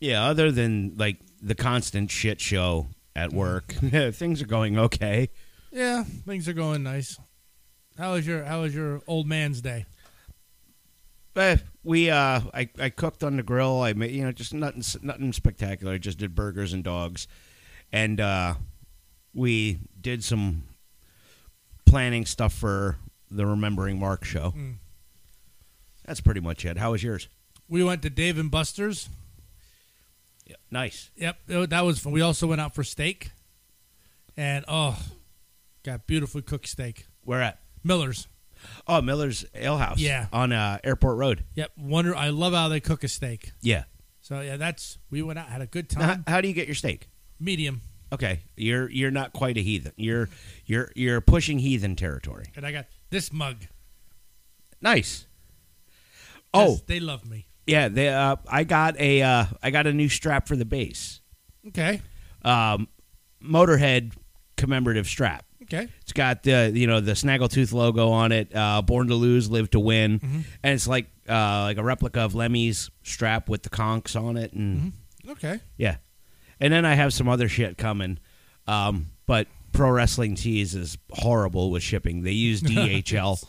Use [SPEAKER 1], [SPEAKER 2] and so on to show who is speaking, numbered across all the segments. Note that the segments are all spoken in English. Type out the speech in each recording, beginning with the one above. [SPEAKER 1] yeah, other than like the constant shit show at work, things are going okay.
[SPEAKER 2] Yeah, things are going nice. How was your How was your old man's day?
[SPEAKER 1] But we, uh, I, I cooked on the grill. I made, you know, just nothing, nothing spectacular. I just did burgers and dogs, and uh, we did some planning stuff for the Remembering Mark show. That's pretty much it. How was yours?
[SPEAKER 2] We went to Dave and Buster's.
[SPEAKER 1] Yeah, nice.
[SPEAKER 2] Yep, tho- that was fun. We also went out for steak, and oh, got beautifully cooked steak.
[SPEAKER 1] Where at?
[SPEAKER 2] Miller's.
[SPEAKER 1] Oh, Miller's Ale House.
[SPEAKER 2] Yeah.
[SPEAKER 1] on uh, Airport Road.
[SPEAKER 2] Yep, wonder. I love how they cook a steak.
[SPEAKER 1] Yeah.
[SPEAKER 2] So yeah, that's we went out had a good
[SPEAKER 1] Now,
[SPEAKER 2] time.
[SPEAKER 1] h- how do you get your steak?
[SPEAKER 2] Medium,
[SPEAKER 1] Okay, you're you're not quite a heathen. You're you're you're pushing heathen territory.
[SPEAKER 2] and I got this mug.
[SPEAKER 1] Nice.
[SPEAKER 2] 'cause
[SPEAKER 1] Oh
[SPEAKER 2] they love me.
[SPEAKER 1] yeah, they, uh, I got a uh, I got a new strap for the bass.
[SPEAKER 2] Okay,
[SPEAKER 1] Um, Motorhead commemorative strap.
[SPEAKER 2] okay.
[SPEAKER 1] It's got the you know the Snaggletooth logo on it. Uh, Born to lose, live to win, and it's like uh, like a replica of Lemmy's strap with the conchs on it, and
[SPEAKER 2] Okay.
[SPEAKER 1] yeah. And then I have some other shit coming, um, but pro wrestling tees is horrible with shipping. They use DHL.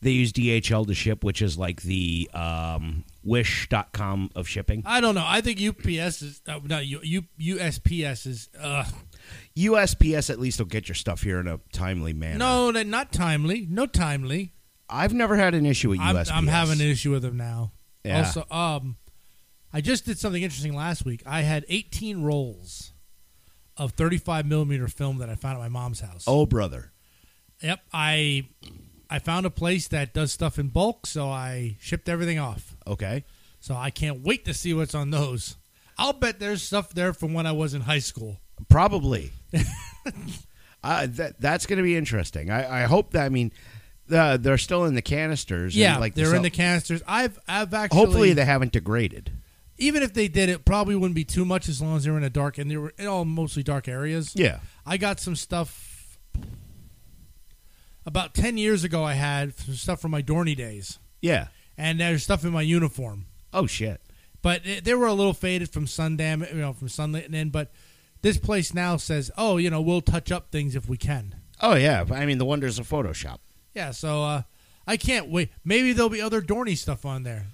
[SPEAKER 1] They use DHL to ship, which is like the um, Wish.com of shipping.
[SPEAKER 2] I don't know. I think UPS is uh, no U, U, USPS is uh,
[SPEAKER 1] USPS at least will get your stuff here in a timely manner.
[SPEAKER 2] no, they're not timely. No timely.
[SPEAKER 1] I've never had an issue with
[SPEAKER 2] I'm,
[SPEAKER 1] USPS.
[SPEAKER 2] I'm having an issue with them now.
[SPEAKER 1] Yeah.
[SPEAKER 2] Also, um, I just did something interesting last week. I had 18 rolls of 35 millimeter film that I found at my mom's house.
[SPEAKER 1] Oh, brother.
[SPEAKER 2] yep. I I found a place that does stuff in bulk, so I shipped everything off.
[SPEAKER 1] Okay.
[SPEAKER 2] So I can't wait to see what's on those. I'll bet there's stuff there from when I was in high school.
[SPEAKER 1] Probably. uh, that that's going to be interesting. I, I hope that. I mean, the, they're still in the canisters. and,
[SPEAKER 2] Yeah,
[SPEAKER 1] like
[SPEAKER 2] they're in the
[SPEAKER 1] cell-
[SPEAKER 2] canisters. I've I've actually
[SPEAKER 1] Hopefully, they haven't degraded.
[SPEAKER 2] even if they did, it probably wouldn't be too much as long as they were in a dark and they were in all mostly dark areas.
[SPEAKER 1] Yeah.
[SPEAKER 2] I got some stuff about ten years ago. I had some stuff from my Dorney days,
[SPEAKER 1] Yeah.
[SPEAKER 2] and there's stuff in my uniform,
[SPEAKER 1] Oh shit.
[SPEAKER 2] but it, they were a little faded from sundam, you know, from sunlit and in. But this place now says, oh, you know, we'll touch up things if we can.
[SPEAKER 1] Oh yeah. I mean, the wonders of Photoshop.
[SPEAKER 2] Yeah, so uh, I can't wait. Maybe there'll be other Dorney stuff on there.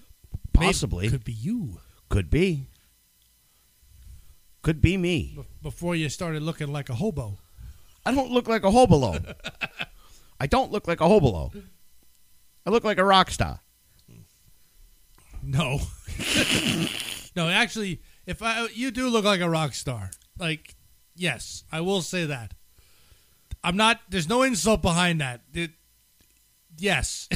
[SPEAKER 2] Maybe-
[SPEAKER 1] Possibly could,
[SPEAKER 2] could be you.
[SPEAKER 1] be. Could be me.
[SPEAKER 2] Be- Before you started looking like a hobo.
[SPEAKER 1] I don't look like a hobolo. I don't look like a hobolo. I look like a rock star.
[SPEAKER 2] No. no, actually, if I you do look like a rock star. Like, yes, I will say that. I'm not. There's no insult behind that. It, yes,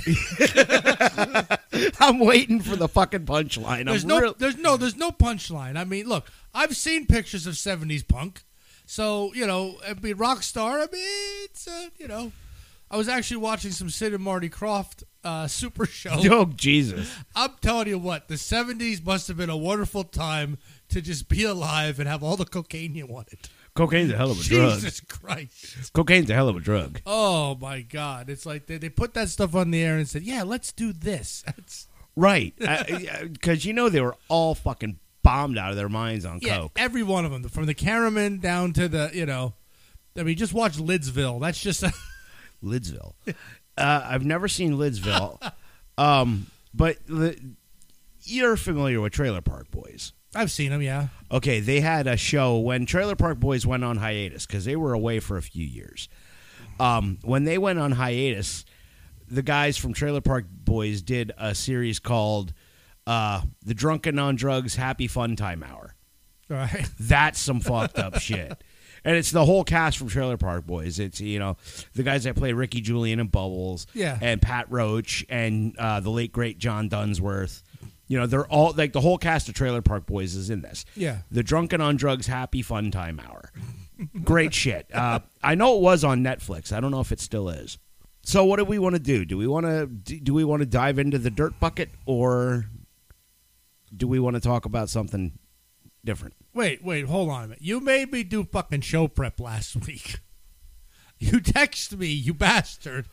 [SPEAKER 1] I'm waiting for the fucking punchline.
[SPEAKER 2] there's
[SPEAKER 1] I'm
[SPEAKER 2] no.
[SPEAKER 1] real-
[SPEAKER 2] There's no. There's no punchline. I mean, look, I've seen pictures of '70s punk, so you know, I mean, rock star. I mean, it's uh, you know, I was actually watching some Sid and Marty Croft uh, Super Show.
[SPEAKER 1] oh Jesus.
[SPEAKER 2] I'm telling you what, the 70s must have been a wonderful time to just be alive and have all the cocaine you wanted.
[SPEAKER 1] Cocaine's a hell of a drug.
[SPEAKER 2] Jesus Christ.
[SPEAKER 1] Cocaine's a hell of a drug.
[SPEAKER 2] Oh my God. It's like they, they put that stuff on the air and said, yeah, let's do this. That's,
[SPEAKER 1] Right. Because you know they were all fucking bombed out of their minds on
[SPEAKER 2] yeah,
[SPEAKER 1] coke.
[SPEAKER 2] every one of them, from the cameraman down to the, you know, I mean, just watch Lidsville. That's just,
[SPEAKER 1] Lidsville. uh, I've never seen Lidsville. um, but the, you're familiar with Trailer Park Boys.
[SPEAKER 2] I've seen them, yeah.
[SPEAKER 1] Okay, they had a show when Trailer Park Boys went on hiatus because they were away for a few years. Um, when they went on hiatus, the guys from Trailer Park Boys did a series called uh, The Drunken on Drugs Happy Fun Time Hour.
[SPEAKER 2] All right.
[SPEAKER 1] That's some fucked up shit. And it's the whole cast from Trailer Park Boys. It's you know the guys that play Ricky Julian and Bubbles,
[SPEAKER 2] Yeah.
[SPEAKER 1] and Pat Roach and uh, the late great John Dunsworth. You know they're all like the whole cast of Trailer Park Boys is in this.
[SPEAKER 2] Yeah.
[SPEAKER 1] the Drunken on Drugs Happy Fun Time Hour. great shit. Uh, I know it was on Netflix. I don't know if it still is. So what do we want to do? Do we want to do we want to dive into the dirt bucket or do we want to talk about something different?
[SPEAKER 2] Wait, wait, hold on a minute. You made me do fucking show prep last week. You text me, you bastard.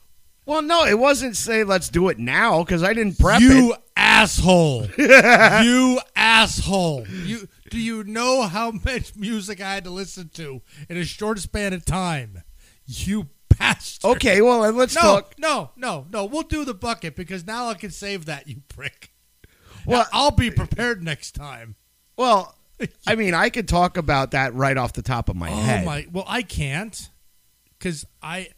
[SPEAKER 1] Well, no, it wasn't say let's do it now because I didn't prep
[SPEAKER 2] you
[SPEAKER 1] it.
[SPEAKER 2] asshole. you asshole. You do you know how much music I had to listen to in a short span of time? You bastard.
[SPEAKER 1] Okay, well, then let's
[SPEAKER 2] No,
[SPEAKER 1] talk.
[SPEAKER 2] no, no, no. We'll do the bucket because now I can save that, you prick.
[SPEAKER 1] Well,
[SPEAKER 2] I'll be prepared next time.
[SPEAKER 1] well, I mean, I could talk about that right off the top of my
[SPEAKER 2] Oh
[SPEAKER 1] head.
[SPEAKER 2] my! Well, I can't because I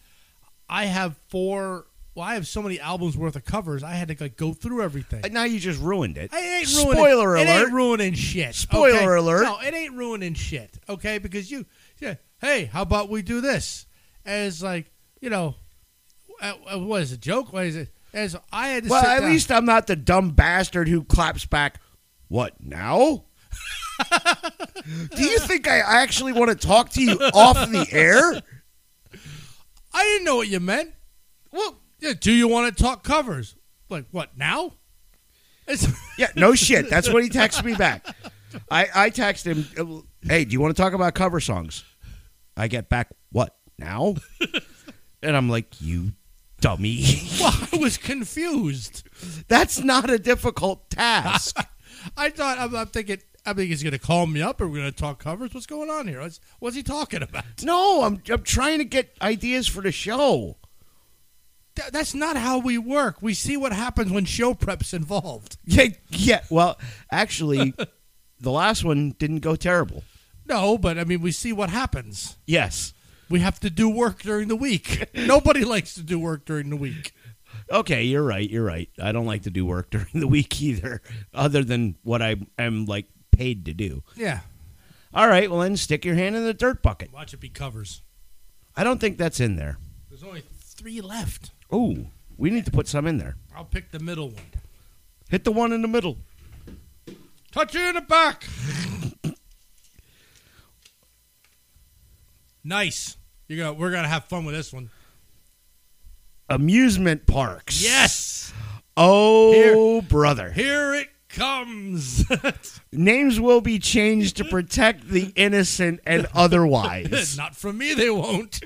[SPEAKER 2] I have four. Well, I have so many albums worth of covers. I had to like go through everything.
[SPEAKER 1] Now you just ruined it.
[SPEAKER 2] I ain't ruining.
[SPEAKER 1] Spoiler
[SPEAKER 2] It
[SPEAKER 1] alert.
[SPEAKER 2] ain't ruining shit.
[SPEAKER 1] Spoiler
[SPEAKER 2] okay?
[SPEAKER 1] alert.
[SPEAKER 2] No, it ain't ruining shit. Okay, because you, yeah. Hey, how about we do this? As like you know, uh, uh, what is it? Joke? What is it? As I had to.
[SPEAKER 1] well,
[SPEAKER 2] sit
[SPEAKER 1] at
[SPEAKER 2] down.
[SPEAKER 1] least I'm not the dumb bastard who claps back. What now? Do you think I actually want to talk to you off the air?
[SPEAKER 2] I didn't know what you meant.
[SPEAKER 1] Well,
[SPEAKER 2] Yeah, do you want to talk covers? Like what now? It's
[SPEAKER 1] yeah, no shit. That's what he texted me back. I I text him, "Hey, do you want to talk about cover songs?" I get back, "What now?" And I'm like, "You dummy.
[SPEAKER 2] well, I was confused.
[SPEAKER 1] That's not a difficult task."
[SPEAKER 2] I thought I'm, I'm thinking. I think he's going to call me up, or we're going to talk covers. What's going on here? What's, what's he talking about?
[SPEAKER 1] No, I'm I'm trying to get ideas for the show.
[SPEAKER 2] Th- that's not how we work. We see what happens when show prep's involved.
[SPEAKER 1] Yeah, yeah. Well, actually, the last one didn't go terrible.
[SPEAKER 2] No, but I mean, we see what happens.
[SPEAKER 1] Yes.
[SPEAKER 2] We have to do work during the week. Nobody likes to do work during the week.
[SPEAKER 1] Okay, you're right. You're right. I don't like to do work during the week either, other than what I am like paid to do.
[SPEAKER 2] Yeah.
[SPEAKER 1] All right, well then stick your hand in the dirt bucket.
[SPEAKER 2] Watch it be covers.
[SPEAKER 1] I don't think that's in there.
[SPEAKER 2] There's only three left.
[SPEAKER 1] Oh, we need to put some in there.
[SPEAKER 2] I'll pick the middle one.
[SPEAKER 1] Hit the one in the middle.
[SPEAKER 2] Touch you in the back. nice. You got. We're gonna have fun with this one.
[SPEAKER 1] Amusement parks.
[SPEAKER 2] Yes.
[SPEAKER 1] Oh, brother.
[SPEAKER 2] Here it comes.
[SPEAKER 1] Names will be changed to protect the innocent and otherwise.
[SPEAKER 2] Not from me. They won't.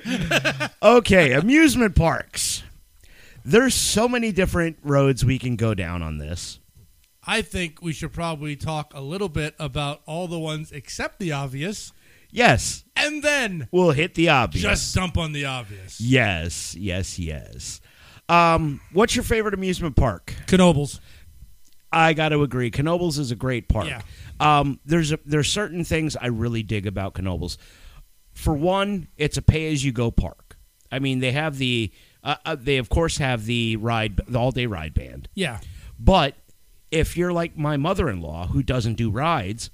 [SPEAKER 1] Okay, amusement parks. There's so many different roads we can go down on this.
[SPEAKER 2] I think we should probably talk a little bit about all the ones except the obvious,
[SPEAKER 1] Yes,
[SPEAKER 2] and then
[SPEAKER 1] we'll hit the obvious.
[SPEAKER 2] just dump on the obvious.
[SPEAKER 1] yes, yes, yes. Um, what's your favorite amusement park?
[SPEAKER 2] Knobles.
[SPEAKER 1] I got to agree. Knobles is a great park.
[SPEAKER 2] Yeah.
[SPEAKER 1] Um, there's a, there's certain things I really dig about Knobles. For one, it's a pay as you go park. I mean, they have the uh, uh, they of course have the ride the all day ride band.
[SPEAKER 2] Yeah.
[SPEAKER 1] But if you're like my mother in law who doesn't do rides,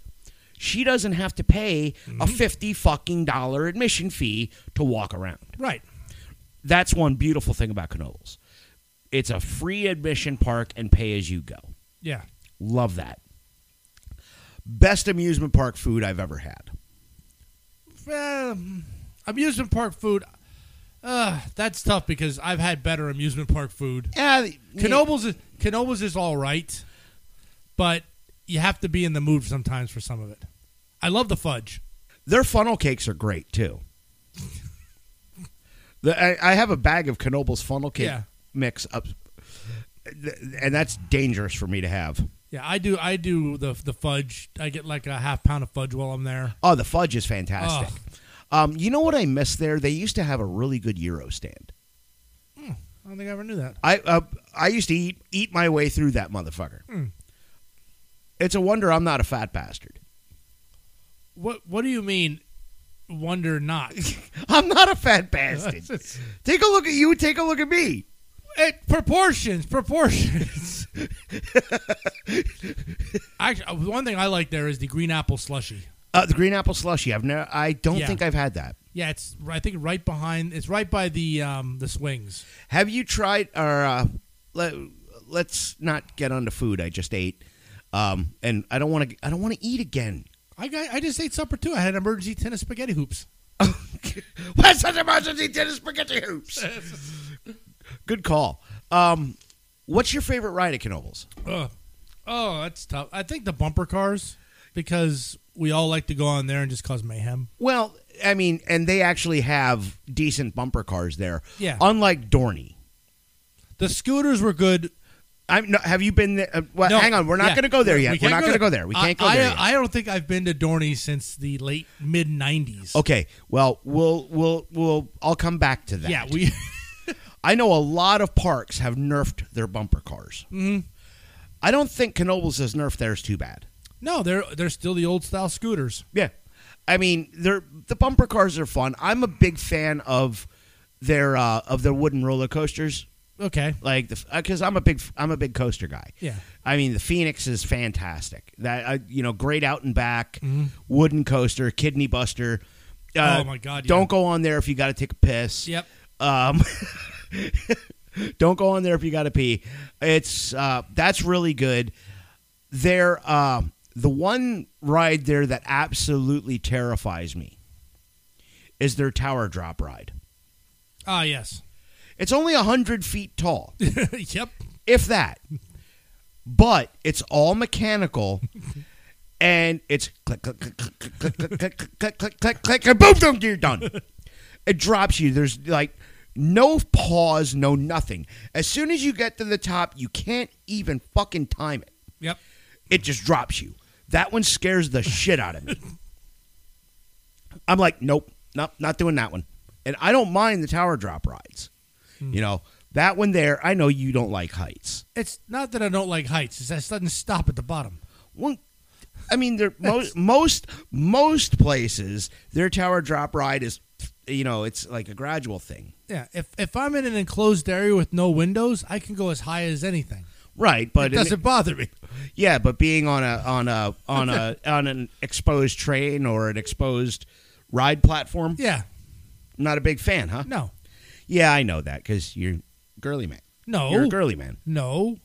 [SPEAKER 1] she doesn't have to pay a fifty fucking dollar admission fee to walk around.
[SPEAKER 2] Right.
[SPEAKER 1] That's one beautiful thing about Knobles. It's a free admission park and pay as you go.
[SPEAKER 2] Yeah.
[SPEAKER 1] Love that. Best amusement park food I've ever had.
[SPEAKER 2] Um, amusement park food. Uh, that's tough because I've had better amusement park food.
[SPEAKER 1] Yeah,
[SPEAKER 2] Knobles is Knobles is all right, but you have to be in the mood sometimes for some of it. I love the fudge.
[SPEAKER 1] their funnel cakes are great too. the, I, I have a bag of Knobles funnel cake
[SPEAKER 2] Yeah.
[SPEAKER 1] mix up, and that's dangerous for me to have.
[SPEAKER 2] Yeah, I do. I do the the fudge. I get like a half pound of fudge while I'm there.
[SPEAKER 1] Oh, the fudge is fantastic. Um, you know what I miss there? They used to have a really good Euro stand.
[SPEAKER 2] I don't think I ever knew that.
[SPEAKER 1] I uh, I used to eat eat my way through that motherfucker. It's a wonder I'm not a fat bastard.
[SPEAKER 2] What What do you mean? Wonder not.
[SPEAKER 1] I'm not a fat bastard. Take a look at you. Take a look at me.
[SPEAKER 2] It- proportions, proportions. Actually, uh, one thing I like there is the green apple slushy.
[SPEAKER 1] Uh, the green apple slushy. I've never. I don't
[SPEAKER 2] Yeah.
[SPEAKER 1] think I've had that.
[SPEAKER 2] Yeah, it's I think right behind. It's right by the um the swings.
[SPEAKER 1] Have you tried? Or uh, let, let's not get onto food. I just ate, um, and I don't want to. I don't want to eat again.
[SPEAKER 2] I got, I just ate supper too. I had emergency tennis spaghetti hoops.
[SPEAKER 1] What's an emergency dinner spaghetti hoops? Good call. Um, what's your favorite ride at Knobles?
[SPEAKER 2] Ugh. Oh, that's tough. I think the bumper cars because we all like to go on there and just cause mayhem.
[SPEAKER 1] Well, I mean, and they actually have decent bumper cars there.
[SPEAKER 2] Yeah.
[SPEAKER 1] Unlike Dorney.
[SPEAKER 2] The scooters were good
[SPEAKER 1] I'm not, have you been there? Uh, well,
[SPEAKER 2] No,
[SPEAKER 1] hang on. We're not
[SPEAKER 2] yeah.
[SPEAKER 1] going to go there
[SPEAKER 2] We
[SPEAKER 1] yet.
[SPEAKER 2] can't
[SPEAKER 1] We're not going to go there. We
[SPEAKER 2] I-
[SPEAKER 1] can't go
[SPEAKER 2] I,
[SPEAKER 1] there. yet.
[SPEAKER 2] I don't think I've been to Dorney since the late mid '90s.
[SPEAKER 1] okay. Well, we'll we'll we'll I'll come back to that.
[SPEAKER 2] yeah, we.
[SPEAKER 1] I know a lot of parks have nerfed their bumper cars. Mm-hmm. I don't think Knobles has nerfed theirs too bad.
[SPEAKER 2] no, they're they're still the old style scooters.
[SPEAKER 1] Yeah, I mean, they're the bumper cars are fun. I'm a big fan of their uh, of their wooden roller coasters,
[SPEAKER 2] Okay,
[SPEAKER 1] like the because I'm a big I'm a big coaster guy.
[SPEAKER 2] Yeah.
[SPEAKER 1] I mean the Phoenix is fantastic. That uh, you know, great out and back wooden coaster, kidney buster. Uh,
[SPEAKER 2] Mm-hmm. Oh, my God, yeah.
[SPEAKER 1] Don't go on there if you got to take a piss.
[SPEAKER 2] Yep.
[SPEAKER 1] Um, don't go on there if you got to pee. It's uh, that's really good. There, uh, the one ride there that absolutely terrifies me is their tower drop ride.
[SPEAKER 2] ah yes,
[SPEAKER 1] It's only hundred feet tall,
[SPEAKER 2] yep.
[SPEAKER 1] if that, but it's all mechanical. And it's click click click click click click click click click click click click and boom boom you're done. It drops you. There's like no pause, no nothing. As soon as you get to the top, you can't even fucking time it.
[SPEAKER 2] Yep.
[SPEAKER 1] it just drops you. That one scares the shit out of me. I'm like, nope, nope, not doing that one. And I don't mind the tower drop rides. You know, that one there, I know you don't like heights.
[SPEAKER 2] It's not that I don't like heights. It's that it doesn't stop at the bottom.
[SPEAKER 1] Well, I mean, they're most most most places their tower drop ride is, you know, it's like a gradual thing,
[SPEAKER 2] Yeah, if if I'm in an enclosed area with no windows, I can go as high as anything.
[SPEAKER 1] right? But
[SPEAKER 2] It doesn't bother me.
[SPEAKER 1] Yeah, but being on a on a on a on an exposed train or an exposed ride platform,
[SPEAKER 2] Yeah,
[SPEAKER 1] not a big fan, huh?
[SPEAKER 2] no,
[SPEAKER 1] Yeah, I know that because you're girly man.
[SPEAKER 2] no,
[SPEAKER 1] You're a girly man.
[SPEAKER 2] no.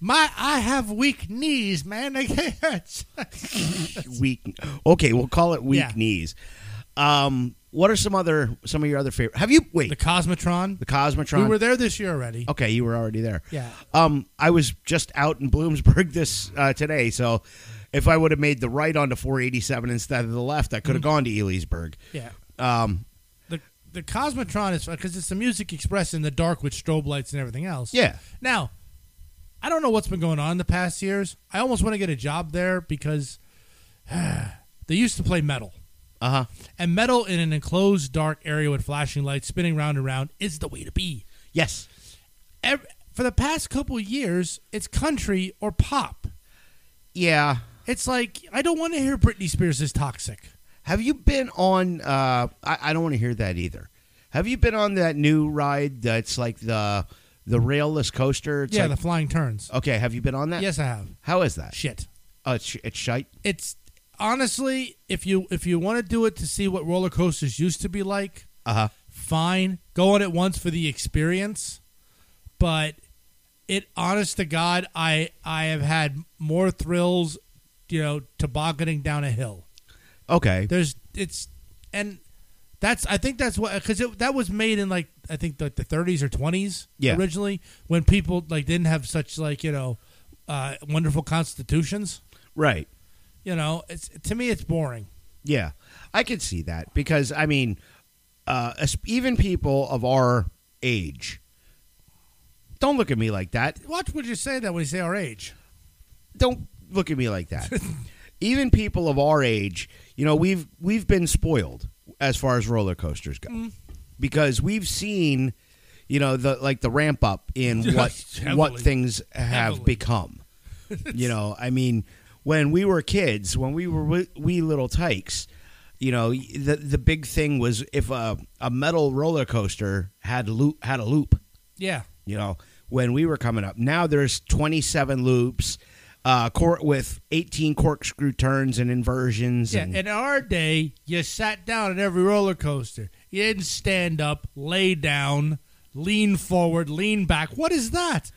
[SPEAKER 2] My I have weak knees, man. They can't hurt.
[SPEAKER 1] Weak. Okay, we'll call it weak
[SPEAKER 2] Yeah.
[SPEAKER 1] knees. Um, what are some other some of your other favorite? Have you wait
[SPEAKER 2] the
[SPEAKER 1] the,
[SPEAKER 2] Cosmotron.
[SPEAKER 1] Cosmotron? Oh.
[SPEAKER 2] We were there this year already.
[SPEAKER 1] okay, you were already there.
[SPEAKER 2] Yeah.
[SPEAKER 1] Um, I was just out in Bloomsburg this uh, today, so if I would have made the right onto 487 instead of the left, I could have gone to Elysburg.
[SPEAKER 2] Mm-hmm. Yeah.
[SPEAKER 1] Um,
[SPEAKER 2] The the Cosmotron is because it's the Music Express in the dark with strobe lights and everything else.
[SPEAKER 1] Yeah.
[SPEAKER 2] Now, I don't know what's been going on the past years. I almost want to get a job there because they used to play metal.
[SPEAKER 1] uh huh.
[SPEAKER 2] And metal in an enclosed dark area with flashing lights spinning round and round is the way to be.
[SPEAKER 1] Yes.
[SPEAKER 2] Ev for the past couple years, it's country or pop.
[SPEAKER 1] Yeah.
[SPEAKER 2] It's like I don't want to hear Britney Spears is toxic.
[SPEAKER 1] Have you been on? Uh, I, I don't want to hear that either. Have you been on that new ride that's like the the railless coaster? It's
[SPEAKER 2] yeah,
[SPEAKER 1] like-
[SPEAKER 2] the flying turns.
[SPEAKER 1] okay. Have you been on that?
[SPEAKER 2] Yes, I have.
[SPEAKER 1] How is that?
[SPEAKER 2] Shit.
[SPEAKER 1] Oh, it's, sh- it's shite.
[SPEAKER 2] it's honestly if you if you want to do it to see what roller coasters used to be like
[SPEAKER 1] Uh huh.
[SPEAKER 2] fine go on it once for the experience but it honest to god i i have had more thrills you know tobogganing down a hill
[SPEAKER 1] Okay.
[SPEAKER 2] there's it's and that's i think that's what because that was made in like i think like the 30s or 20s
[SPEAKER 1] Yeah.
[SPEAKER 2] originally when people like didn't have such like you know uh, wonderful constitutions
[SPEAKER 1] Right.
[SPEAKER 2] you know it's to me it's boring
[SPEAKER 1] Yeah, I could see that because I mean, uh, as- even people of our age. Don't look at me like that.
[SPEAKER 2] Watch what you say that when you say our age.
[SPEAKER 1] don't look at me like that. Even people of our age, you know, we've we've been spoiled as far as roller coasters go.
[SPEAKER 2] Mm.
[SPEAKER 1] Because we've seen, you know, the like the ramp up in what
[SPEAKER 2] Heavily.
[SPEAKER 1] what things have
[SPEAKER 2] Heavily.
[SPEAKER 1] become. you know, I mean, when we were kids, when we were wee, wee little tykes, you know, the the big thing was if a, a metal roller coaster had loop had a loop
[SPEAKER 2] Yeah.
[SPEAKER 1] you know when we were coming up now there's 27 loops uh court with 18 corkscrew turns and inversions
[SPEAKER 2] Yeah.
[SPEAKER 1] and,
[SPEAKER 2] In our day, you sat down at every roller coaster. You didn't stand up, lay down, lean forward, lean back. What is that?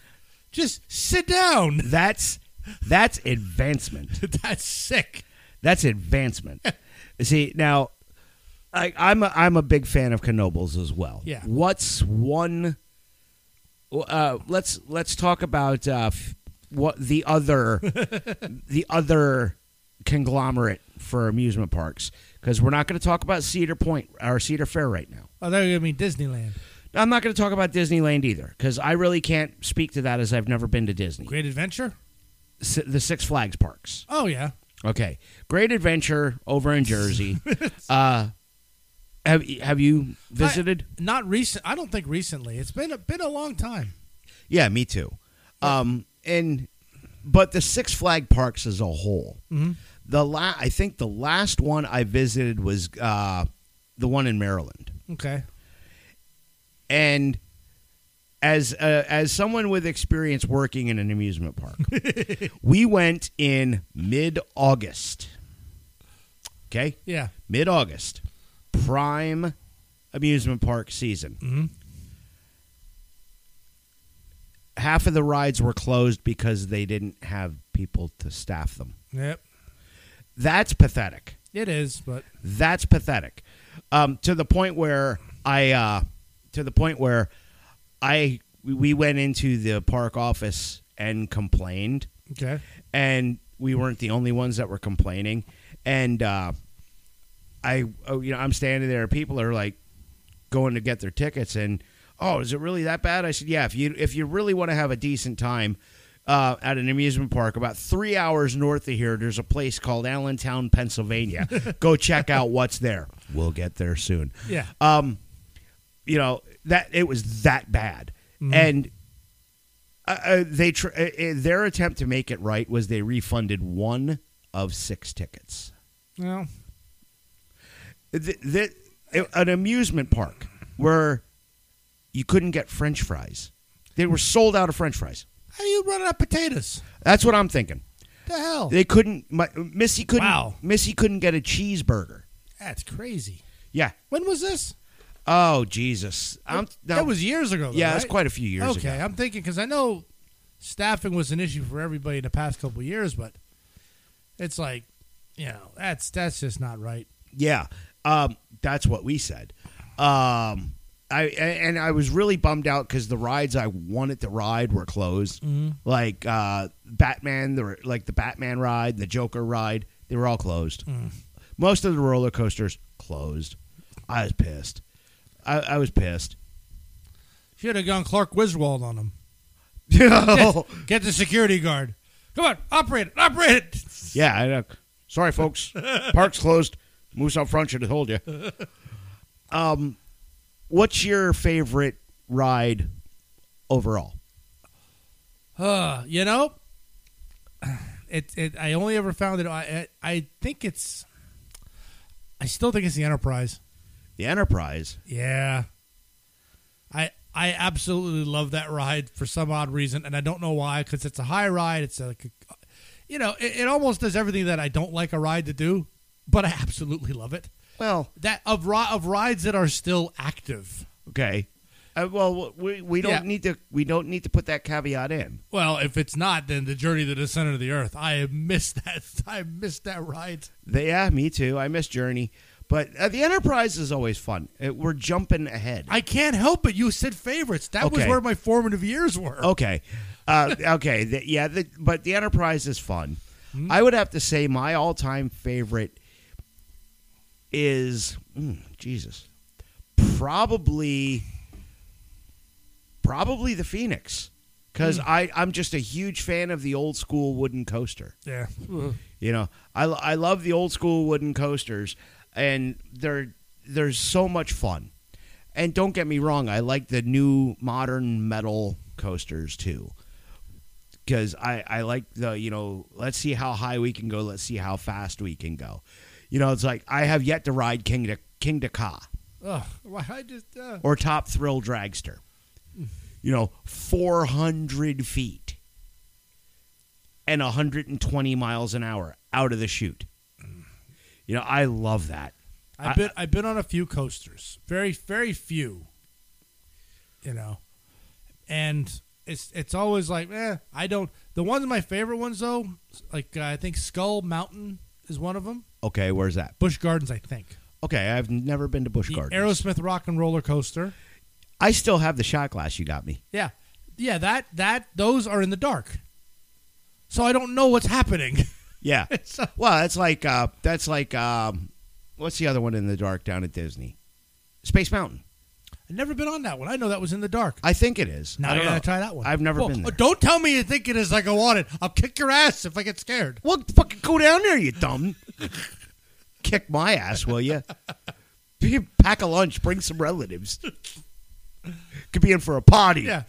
[SPEAKER 2] Just sit down.
[SPEAKER 1] that's that's advancement
[SPEAKER 2] That's sick.
[SPEAKER 1] that's advancement see now I, i'm a, i'm a big fan of knobles as well
[SPEAKER 2] Yeah.
[SPEAKER 1] what's one uh let's let's talk about uh f- what the other the other conglomerate for amusement parks because we're not going to talk about cedar point or cedar fair right now
[SPEAKER 2] Oh, they're gonna mean Disneyland.
[SPEAKER 1] I'm not going to talk about Disneyland either because I really can't speak to that as I've never been to Disney.
[SPEAKER 2] Great Adventure.
[SPEAKER 1] S- the Six Flags parks.
[SPEAKER 2] Oh yeah.
[SPEAKER 1] Okay, Great Adventure over in Jersey. uh, have have you visited?
[SPEAKER 2] Not recent. I don't think recently. It's been a, been a long time.
[SPEAKER 1] yeah, me too. Um, and but the Six Flag parks as a whole, the la- I think the last one I visited was uh, the one in Maryland.
[SPEAKER 2] Okay.
[SPEAKER 1] and as uh, as someone with experience working in an amusement park, we went in mid August. Okay,
[SPEAKER 2] Yeah.
[SPEAKER 1] mid August, prime amusement park season.
[SPEAKER 2] Mhm.
[SPEAKER 1] Half of the rides were closed because they didn't have people to staff them.
[SPEAKER 2] Yep.
[SPEAKER 1] That's pathetic.
[SPEAKER 2] It is, but
[SPEAKER 1] That's pathetic. Um, to the point where I, uh, to the point where I, we went into the park office and complained,
[SPEAKER 2] okay.
[SPEAKER 1] and we weren't the only ones that were complaining. And uh, I, oh, you know, I'm standing there. People are like going to get their tickets, and oh, is it really that bad? I said, yeah. If you if you really want to have a decent time. Uh, at an amusement park about three hours north of here, there's a place called Allentown, Pennsylvania. Go check out what's there. We'll get there soon
[SPEAKER 2] Yeah.
[SPEAKER 1] um, you know that it was that bad,
[SPEAKER 2] Mm-hmm.
[SPEAKER 1] and uh, uh, they tr- uh, uh, their attempt to make it right was they refunded one of six tickets.
[SPEAKER 2] Well,
[SPEAKER 1] Th- th- an amusement park where you couldn't get French fries; they were sold out of French fries.
[SPEAKER 2] how do you run out of potatoes?
[SPEAKER 1] That's what I'm thinking.
[SPEAKER 2] The hell.
[SPEAKER 1] They couldn't. My, Missy couldn't.
[SPEAKER 2] Oh. Wow.
[SPEAKER 1] Missy couldn't get a cheeseburger.
[SPEAKER 2] That's crazy.
[SPEAKER 1] Yeah.
[SPEAKER 2] When was this?
[SPEAKER 1] Oh Jesus! I'm,
[SPEAKER 2] that was years ago. Though,
[SPEAKER 1] yeah.
[SPEAKER 2] right?
[SPEAKER 1] That's quite a few years ago.
[SPEAKER 2] okay, I'm thinking because I know staffing was an issue for everybody the past couple years, but it's like, you know, that's that's just not right.
[SPEAKER 1] Yeah, um, that's what we said. Um, I a- and I was really bummed out because the rides I wanted to ride were closed. Like uh, Batman, the like the Batman ride, the Joker ride, they were all closed. Most of the roller coasters closed. I was pissed. I, I was pissed.
[SPEAKER 2] Should have gone Clark Wiswald on them.
[SPEAKER 1] yeah,
[SPEAKER 2] Get the security guard. Come on, operate it, operate it.
[SPEAKER 1] I know. Sorry, folks. Park's closed. Moose out front should have told you. Um, what's your favorite ride overall?
[SPEAKER 2] Uh, you know, it, it. I only ever found it. I, I I think it's. I still think it's the Enterprise.
[SPEAKER 1] The Enterprise.
[SPEAKER 2] Yeah. I I absolutely love that ride for some odd reason, and I don't know why. Because it's a high ride. It's like, a, you know, it, it almost does everything that I don't like a ride to do, but I absolutely love it.
[SPEAKER 1] Well,
[SPEAKER 2] That of ri- of rides that are still active.
[SPEAKER 1] okay. Uh, well, we, we don't
[SPEAKER 2] Yeah.
[SPEAKER 1] need to we don't need to put that caveat in.
[SPEAKER 2] Well, if it's not, then the journey to the center of the earth. I miss that. I miss that ride.
[SPEAKER 1] The, yeah, me too. I miss Journey, but uh, the Enterprise is always fun. Uh, we're jumping ahead.
[SPEAKER 2] I can't help it. You said favorites. That was
[SPEAKER 1] Okay. Oh.
[SPEAKER 2] where my formative years were.
[SPEAKER 1] okay, uh, okay. The, yeah, the, but the Enterprise is fun. I would have to say my all time favorite is mm, Jesus, probably probably the Phoenix because I I'm just a huge fan of the old school wooden coaster.
[SPEAKER 2] Yeah.
[SPEAKER 1] You know, I, I love the old school wooden coasters, and they're they're so much fun. And don't get me wrong, I like the new modern metal coasters too, because I I like the you know let's see how high we can go, let's see how fast we can go. You know, it's like I have yet to ride King to King to Ka
[SPEAKER 2] Ugh. Why I just. Uh,
[SPEAKER 1] or Top Thrill Dragster. You know, four hundred feet and hundred and twenty miles an hour out of the chute. You know, I love that. I-
[SPEAKER 2] I've been I, have been on a few coasters, very very few. You know, and it's it's always like, eh, I don't. The ones my favorite ones though, like uh, I think Skull Mountain is one of them.
[SPEAKER 1] Okay, where's that?
[SPEAKER 2] Busch Gardens, I think.
[SPEAKER 1] Okay, I've never been to Busch
[SPEAKER 2] The
[SPEAKER 1] Gardens.
[SPEAKER 2] Aerosmith Rock and Roller Coaster.
[SPEAKER 1] I still have the shot glass you got me.
[SPEAKER 2] Yeah, yeah. That that those are in the dark, so I don't know what's happening.
[SPEAKER 1] Yeah.
[SPEAKER 2] So-
[SPEAKER 1] well, that's like uh that's like um what's the other one in the dark down at Disney? Space Mountain.
[SPEAKER 2] I've never been on that one. I know that was in the dark.
[SPEAKER 1] I think it is.
[SPEAKER 2] Now
[SPEAKER 1] I
[SPEAKER 2] I
[SPEAKER 1] don't
[SPEAKER 2] gotta
[SPEAKER 1] know.
[SPEAKER 2] try that one.
[SPEAKER 1] I've never
[SPEAKER 2] Well,
[SPEAKER 1] been there.
[SPEAKER 2] Don't tell me you think it is like I want it. I'll kick your ass if I get scared.
[SPEAKER 1] Well, fucking go down there, you dumb. Kick my ass, will you? Pack a lunch. Bring some relatives. Could be in for a party.
[SPEAKER 2] Yeah.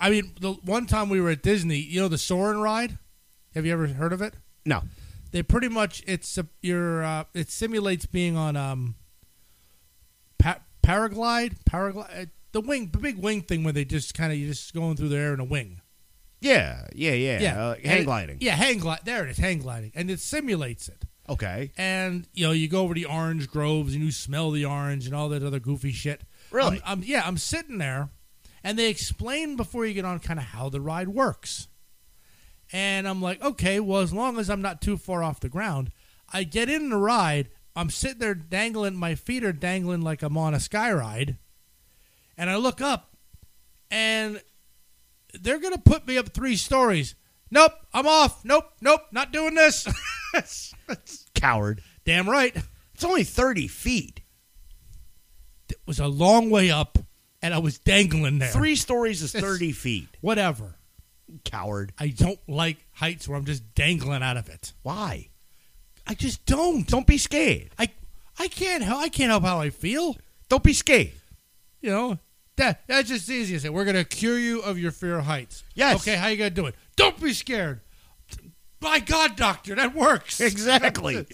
[SPEAKER 2] I mean, the one time we were at Disney, you know the Soarin' ride. Have you ever heard of it?
[SPEAKER 1] No.
[SPEAKER 2] They pretty much it's a, your uh, it simulates being on um pa- paraglide, paraglide, uh, the wing, the big wing thing where they just kind of you just going through the air in a wing.
[SPEAKER 1] Yeah. Yeah. Yeah. Uh,
[SPEAKER 2] And
[SPEAKER 1] hang
[SPEAKER 2] it-
[SPEAKER 1] gliding.
[SPEAKER 2] yeah, hang glide. There it is, hang gliding, and it simulates it.
[SPEAKER 1] Okay.
[SPEAKER 2] and you know you go over the orange groves and you smell the orange and all that other goofy shit.
[SPEAKER 1] Really?
[SPEAKER 2] I'm, I'm- yeah, I'm sitting there, and they explain before you get on kind of how the ride works, and I'm like, okay, well as long as I'm not too far off the ground, I get in the ride. I'm sitting there dangling, my feet are dangling like I'm on a sky ride, and I look up, and they're gonna put me up three stories. Nope, I'm off. Nope, nope, not doing this.
[SPEAKER 1] Coward.
[SPEAKER 2] Damn right.
[SPEAKER 1] It's only thirty feet.
[SPEAKER 2] It was a long way up, and I was dangling there.
[SPEAKER 1] Three stories is thirty feet.
[SPEAKER 2] Whatever.
[SPEAKER 1] Coward.
[SPEAKER 2] I don't like heights where I'm just dangling out of it.
[SPEAKER 1] Why?
[SPEAKER 2] I just don't.
[SPEAKER 1] Don't be scared.
[SPEAKER 2] I I can't help. I can't help how I feel.
[SPEAKER 1] Don't be scared.
[SPEAKER 2] You know that that's just the easiest. thing. We're gonna cure you of your fear of heights.
[SPEAKER 1] Yes.
[SPEAKER 2] Okay. How you gonna do it? Don't be scared. By God, doctor, that works.
[SPEAKER 1] Exactly.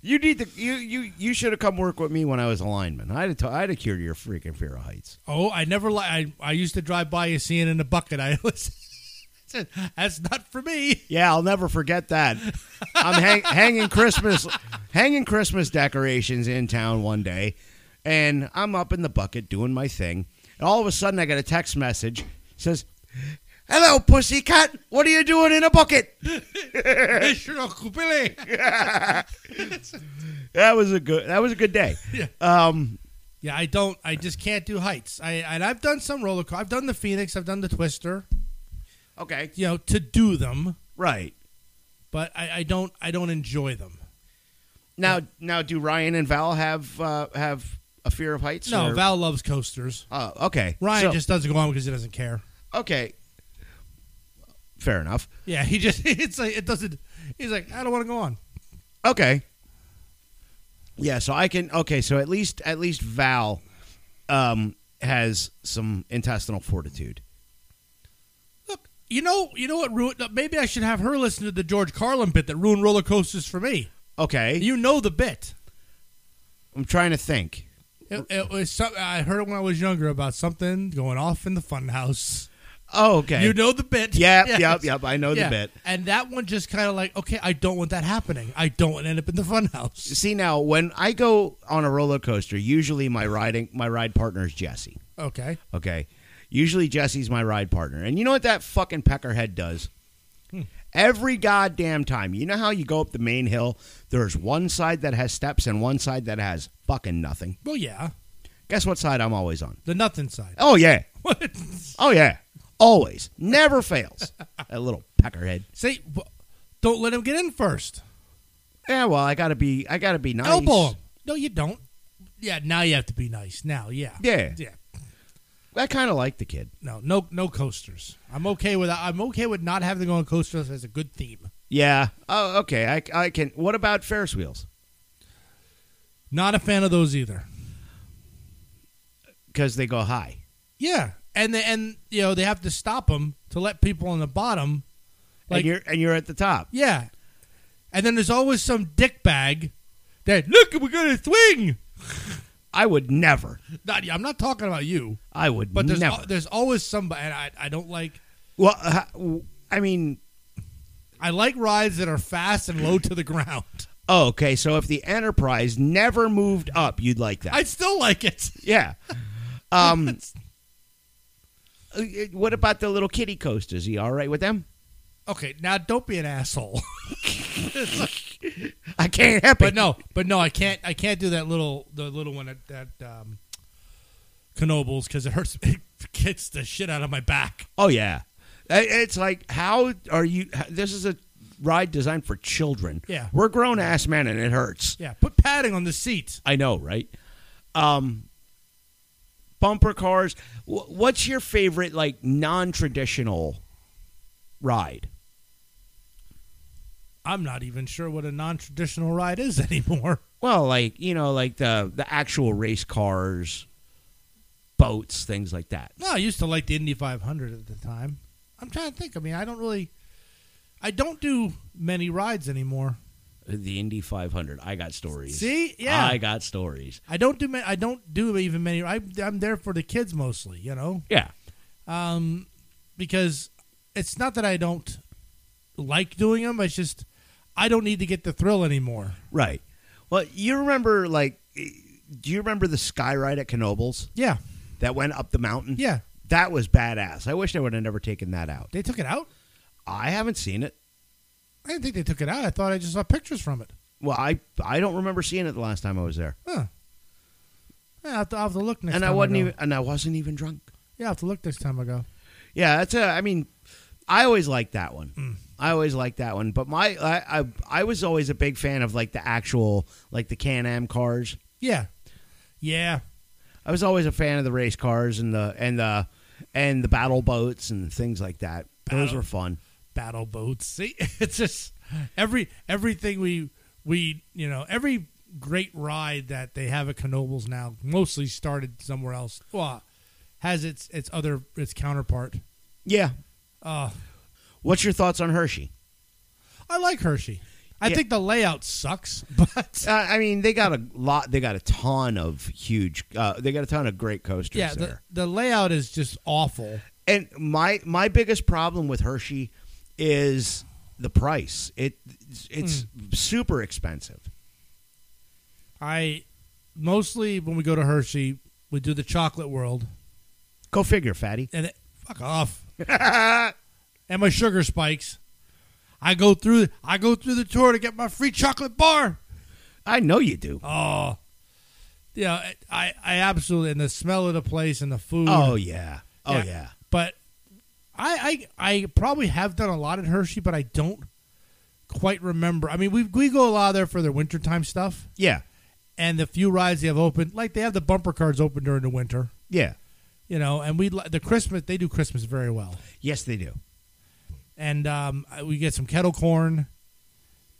[SPEAKER 1] you need to. You you you should have come work with me when I was a lineman. I'd have t- I'd have cured your freaking fear of heights.
[SPEAKER 2] Oh, I never like. I I used to drive by you seeing in the bucket. I was. said, That's not for me.
[SPEAKER 1] Yeah, I'll never forget that. I'm hang- hanging Christmas, hanging Christmas decorations in town one day, and I'm up in the bucket doing my thing, and all of a sudden I get a text message says, "Hello, pussycat. What are you doing in a bucket?"
[SPEAKER 2] Mr. Uncle Billy.
[SPEAKER 1] That was a good. That was a good day.
[SPEAKER 2] Yeah.
[SPEAKER 1] Um.
[SPEAKER 2] Yeah, I don't. I just can't do heights. I and I've done some roller. co- I've done the Phoenix. I've done the Twister.
[SPEAKER 1] Okay.
[SPEAKER 2] You know, to do them,
[SPEAKER 1] Right.
[SPEAKER 2] but I, I don't. I don't enjoy them.
[SPEAKER 1] Now, now, do Ryan and Val have uh, have a fear of heights?
[SPEAKER 2] No,
[SPEAKER 1] or-
[SPEAKER 2] Val loves coasters.
[SPEAKER 1] Oh, okay.
[SPEAKER 2] Ryan
[SPEAKER 1] So-
[SPEAKER 2] just doesn't go on because he doesn't care.
[SPEAKER 1] okay. Fair enough.
[SPEAKER 2] Yeah, he just. It's like it doesn't. He's like, I don't want to go on.
[SPEAKER 1] Okay. Yeah, so I can. Okay, so at least at least Val um, has some intestinal fortitude.
[SPEAKER 2] Look, you know, you know what ruined. Maybe I should have her listen to the George Carlin bit that ruined roller coasters for me.
[SPEAKER 1] Okay,
[SPEAKER 2] You know the bit.
[SPEAKER 1] I'm trying to think.
[SPEAKER 2] It, it was. Some, I heard it when I was younger about something going off in the funhouse.
[SPEAKER 1] Oh, okay.
[SPEAKER 2] You know the bit.
[SPEAKER 1] Yep,
[SPEAKER 2] Yes.
[SPEAKER 1] yep, yep. I know the bit.
[SPEAKER 2] And that one just kind of like, okay, I don't want that happening. I don't want to end up in the funhouse.
[SPEAKER 1] See now, when I go on a roller coaster, usually my riding my ride partner is Jesse.
[SPEAKER 2] Okay.
[SPEAKER 1] Okay. Usually Jesse's my ride partner. And you know what that fucking peckerhead does?
[SPEAKER 2] Hmm.
[SPEAKER 1] Every goddamn time. You know how you go up the main hill, there's one side that has steps and one side that has fucking nothing.
[SPEAKER 2] Well, yeah,
[SPEAKER 1] Guess what side I'm always on?
[SPEAKER 2] the nothing side.
[SPEAKER 1] Oh yeah.
[SPEAKER 2] What?
[SPEAKER 1] Oh yeah. Always. Never fails. that little peckerhead.
[SPEAKER 2] Say, w- don't let him get in first.
[SPEAKER 1] Yeah, well, I gotta be I gotta be nice.
[SPEAKER 2] Elbow him. No, you don't. Yeah, now you have to be nice. Now, yeah,
[SPEAKER 1] Yeah.
[SPEAKER 2] yeah.
[SPEAKER 1] I kinda like the kid.
[SPEAKER 2] No, no, no coasters. I'm okay with. I'm okay with not having to go on coasters as a good theme.
[SPEAKER 1] Yeah. Oh, okay. I, I can what about Ferris wheels?
[SPEAKER 2] Not a fan of those either.
[SPEAKER 1] Because they go high.
[SPEAKER 2] Yeah, and the, and you know they have to stop them to let people on the bottom.
[SPEAKER 1] and you're and you're at the top.
[SPEAKER 2] Yeah. And then there's always some dickbag that, look, we're going to swing.
[SPEAKER 1] I would never.
[SPEAKER 2] Not, I'm not talking about you,
[SPEAKER 1] I would
[SPEAKER 2] but there's,
[SPEAKER 1] never.
[SPEAKER 2] al- there's always somebody. And I, I don't like,
[SPEAKER 1] Well, uh, w- I mean,
[SPEAKER 2] I like rides that are fast and low to the ground.
[SPEAKER 1] oh, okay. So if the Enterprise never moved up, you'd like that.
[SPEAKER 2] I still like it.
[SPEAKER 1] yeah. Um, uh, what about the little kitty coasters? Are you all right with them?
[SPEAKER 2] Okay, now don't be an asshole.
[SPEAKER 1] I can't help
[SPEAKER 2] but
[SPEAKER 1] it.
[SPEAKER 2] no, but no, I can't. I can't do that little, the little one at that um, Knobles because it hurts. It gets the shit out of my back.
[SPEAKER 1] Oh yeah. I- It's like how are you? h- This is a ride designed for children.
[SPEAKER 2] Yeah.
[SPEAKER 1] We're grown ass men, and it hurts.
[SPEAKER 2] Yeah, put padding on the seat.
[SPEAKER 1] I know, right? Um, bumper cars. Wh- What's your favorite like non-traditional ride?
[SPEAKER 2] I'm not even sure what a non-traditional ride is anymore.
[SPEAKER 1] Well, like you know, like the the actual race cars, boats, things like that.
[SPEAKER 2] No, I used to like the Indy 500 at the time. I'm trying to think. I mean, I don't really, I don't do many rides anymore.
[SPEAKER 1] The Indy 500. I got stories.
[SPEAKER 2] See, yeah,
[SPEAKER 1] I
[SPEAKER 2] I,
[SPEAKER 1] got stories.
[SPEAKER 2] don't do. ma- I don't do even many. I, I'm there for the kids mostly, you know,
[SPEAKER 1] Yeah,
[SPEAKER 2] um, because it's not that I don't like doing them. It's just I don't need to get the thrill anymore.
[SPEAKER 1] right. Well, you remember like, do you remember the sky ride at Knobles
[SPEAKER 2] Yeah,
[SPEAKER 1] that went up the mountain?
[SPEAKER 2] yeah.
[SPEAKER 1] That was badass. I wish I would have never taken that out.
[SPEAKER 2] They took it out.
[SPEAKER 1] I haven't seen it.
[SPEAKER 2] I didn't think they took it out. I thought I just saw pictures from it.
[SPEAKER 1] Well, I I don't remember seeing it the last time I was there,
[SPEAKER 2] Huh. Yeah, I'll have to, I'll have to look next
[SPEAKER 1] and
[SPEAKER 2] time.
[SPEAKER 1] I wasn't
[SPEAKER 2] go.
[SPEAKER 1] even and I wasn't even drunk.
[SPEAKER 2] Yeah, I'll have to look next time I go.
[SPEAKER 1] Yeah, that's a. I mean, I always liked that one.
[SPEAKER 2] Mm.
[SPEAKER 1] I always liked that one. But my I, I I was always a big fan of like the actual like the Can Am cars.
[SPEAKER 2] Yeah. Yeah.
[SPEAKER 1] I was always a fan of the race cars and the and the and the battle boats and things like that. Those
[SPEAKER 2] Battle-
[SPEAKER 1] were fun.
[SPEAKER 2] Battle boats. See, it's just every everything we we you know every great ride that they have at Knobles now mostly started somewhere else. Well, has its its other its counterpart.
[SPEAKER 1] Yeah.
[SPEAKER 2] Uh,
[SPEAKER 1] What's your thoughts on Hershey?
[SPEAKER 2] I like Hershey. I
[SPEAKER 1] Yeah.
[SPEAKER 2] think the layout sucks, but
[SPEAKER 1] Uh, I mean, they got a lot. They got a ton of huge. Uh, they got a ton of great coasters
[SPEAKER 2] yeah,
[SPEAKER 1] there.
[SPEAKER 2] the, the layout is just awful.
[SPEAKER 1] And my my biggest problem with Hershey is the price. It it's
[SPEAKER 2] Mm.
[SPEAKER 1] super expensive.
[SPEAKER 2] I mostly when we go to Hershey, we do the chocolate world
[SPEAKER 1] Go figure, fatty.
[SPEAKER 2] and it, fuck off. and my sugar spikes. I go through I go through the tour to get my free chocolate bar.
[SPEAKER 1] I know you do.
[SPEAKER 2] Oh. Yeah, I I absolutely and the smell of the place and the food.
[SPEAKER 1] Oh yeah. Oh yeah.
[SPEAKER 2] But I I I probably have done a lot at Hershey, but I don't quite remember. I mean, we we go a lot there for their wintertime stuff
[SPEAKER 1] Yeah.
[SPEAKER 2] and the few rides they have open, like they have the bumper cars open during the winter,
[SPEAKER 1] Yeah.
[SPEAKER 2] you know, and we li- the Christmas they do Christmas very well.
[SPEAKER 1] Yes, they do.
[SPEAKER 2] and um, we get some kettle corn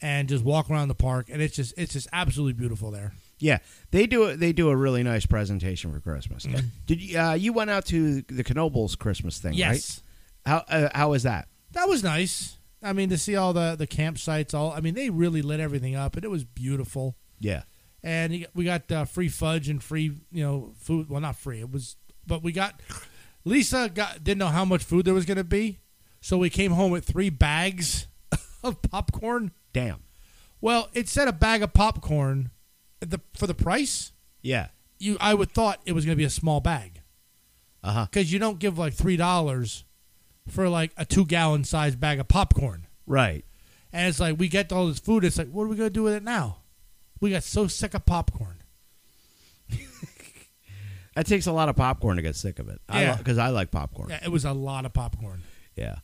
[SPEAKER 2] and just walk around the park and it's just it's just absolutely beautiful there
[SPEAKER 1] Yeah, they do. They do a really nice presentation for Christmas.
[SPEAKER 2] Mm.
[SPEAKER 1] Did you? Uh, you went out to the Knobles Christmas thing,
[SPEAKER 2] yes
[SPEAKER 1] right? How uh, how was that?
[SPEAKER 2] that was nice i mean to see all the the campsites all i mean they really lit everything up and it was beautiful
[SPEAKER 1] Yeah.
[SPEAKER 2] and you- we got uh, free fudge and free you know food well not free it was but we got lisa got didn't know how much food there was going to be so we came home with three bags of popcorn
[SPEAKER 1] Damn.
[SPEAKER 2] well it said a bag of popcorn at the, for the price
[SPEAKER 1] Yeah.
[SPEAKER 2] you I would thought it was going to be a small bag
[SPEAKER 1] Uh huh.
[SPEAKER 2] because you don't give like three dollars for like a two gallon size bag of popcorn.
[SPEAKER 1] Right.
[SPEAKER 2] And it's like we get all this food. It's like what are we going to do with it now? We got so sick of popcorn.
[SPEAKER 1] That takes a lot of popcorn to get sick of it.
[SPEAKER 2] Yeah.
[SPEAKER 1] Because I like popcorn.
[SPEAKER 2] Yeah, it was a lot of popcorn.
[SPEAKER 1] Yeah.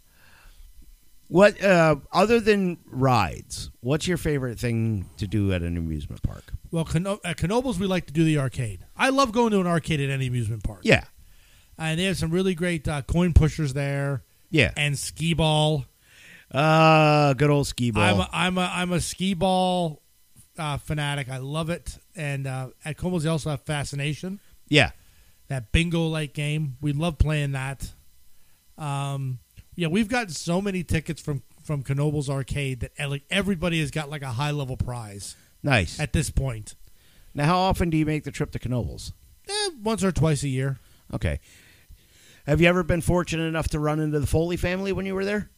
[SPEAKER 1] What uh, other than rides? What's your favorite thing to do at an amusement park?
[SPEAKER 2] Well, Kno- at Knobles we like to do the arcade. I love going to an arcade at any amusement park.
[SPEAKER 1] Yeah,
[SPEAKER 2] and they have some really great uh, coin pushers there
[SPEAKER 1] yeah.
[SPEAKER 2] and skee ball.
[SPEAKER 1] Uh, good old skee
[SPEAKER 2] I'm
[SPEAKER 1] ball.
[SPEAKER 2] a, I'm a I'm a skee ball uh, fanatic. I love it. And uh, at Knobles they also have fascination.
[SPEAKER 1] yeah,
[SPEAKER 2] that bingo like game. We love playing that. Um, yeah, we've gotten so many tickets from from Knobles Arcade that eh, like everybody has got like a high level prize
[SPEAKER 1] nice.
[SPEAKER 2] at this point.
[SPEAKER 1] now, how often do you make the trip to Knobles?
[SPEAKER 2] Eh, once or twice a year.
[SPEAKER 1] Okay. Have you ever been fortunate enough to run into the Foley family when you were there?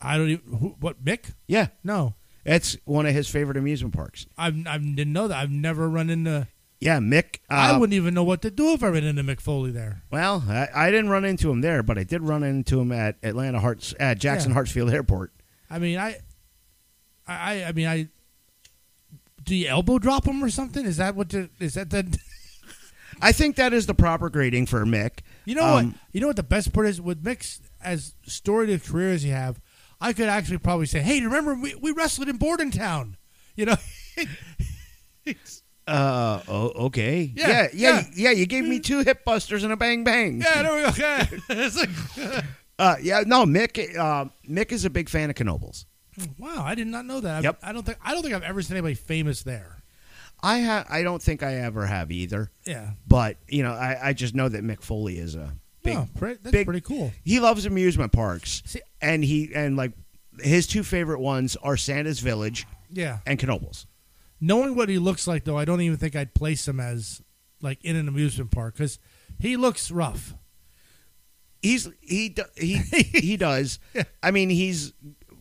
[SPEAKER 2] I don't even who, what Mick.
[SPEAKER 1] Yeah,
[SPEAKER 2] No,
[SPEAKER 1] that's one of his favorite amusement parks.
[SPEAKER 2] I've I didn't know that. I've never run into.
[SPEAKER 1] Yeah, Mick. Uh,
[SPEAKER 2] I wouldn't even know what to do if I ran into Mick Foley there.
[SPEAKER 1] Well, I, I didn't run into him there, but I did run into him at Atlanta Hearts at Jackson
[SPEAKER 2] Yeah.
[SPEAKER 1] Hartsfield Airport.
[SPEAKER 2] I mean, I, I, I- I mean, I. Do you elbow drop him or something? Is that what? The, is that the?
[SPEAKER 1] I think that is the proper grading for Mick.
[SPEAKER 2] You know
[SPEAKER 1] Um,
[SPEAKER 2] what? You know what the best part is with Mick's as storied a career as you have. I could actually probably say, "Hey, remember we, we wrestled in Bordentown?" You know, It's-
[SPEAKER 1] Uh oh, okay.
[SPEAKER 2] Yeah,
[SPEAKER 1] yeah, yeah,
[SPEAKER 2] yeah.
[SPEAKER 1] yeah, You gave me two hip busters and a bang bang.
[SPEAKER 2] Yeah, there we go. Yeah. It's like,
[SPEAKER 1] Uh, yeah, no, Mick. Uh, Mick is a big fan of Knobles.
[SPEAKER 2] wow, I did not know that. I-
[SPEAKER 1] Yep.
[SPEAKER 2] I don't think I don't think I've ever seen anybody famous there.
[SPEAKER 1] I ha- I don't think I ever have either,
[SPEAKER 2] Yeah.
[SPEAKER 1] but you know, I, I just know that Mick Foley is a big.
[SPEAKER 2] Wow, pre- that's
[SPEAKER 1] big-
[SPEAKER 2] pretty cool.
[SPEAKER 1] He loves amusement parks,
[SPEAKER 2] See-
[SPEAKER 1] and he and like his two favorite ones are Santa's Village
[SPEAKER 2] Yeah.
[SPEAKER 1] and Knobles.
[SPEAKER 2] Knowing what he looks like though, I don't even think I'd place him as like in an amusement park cuz he looks rough.
[SPEAKER 1] He's he do- he he does. I mean, he's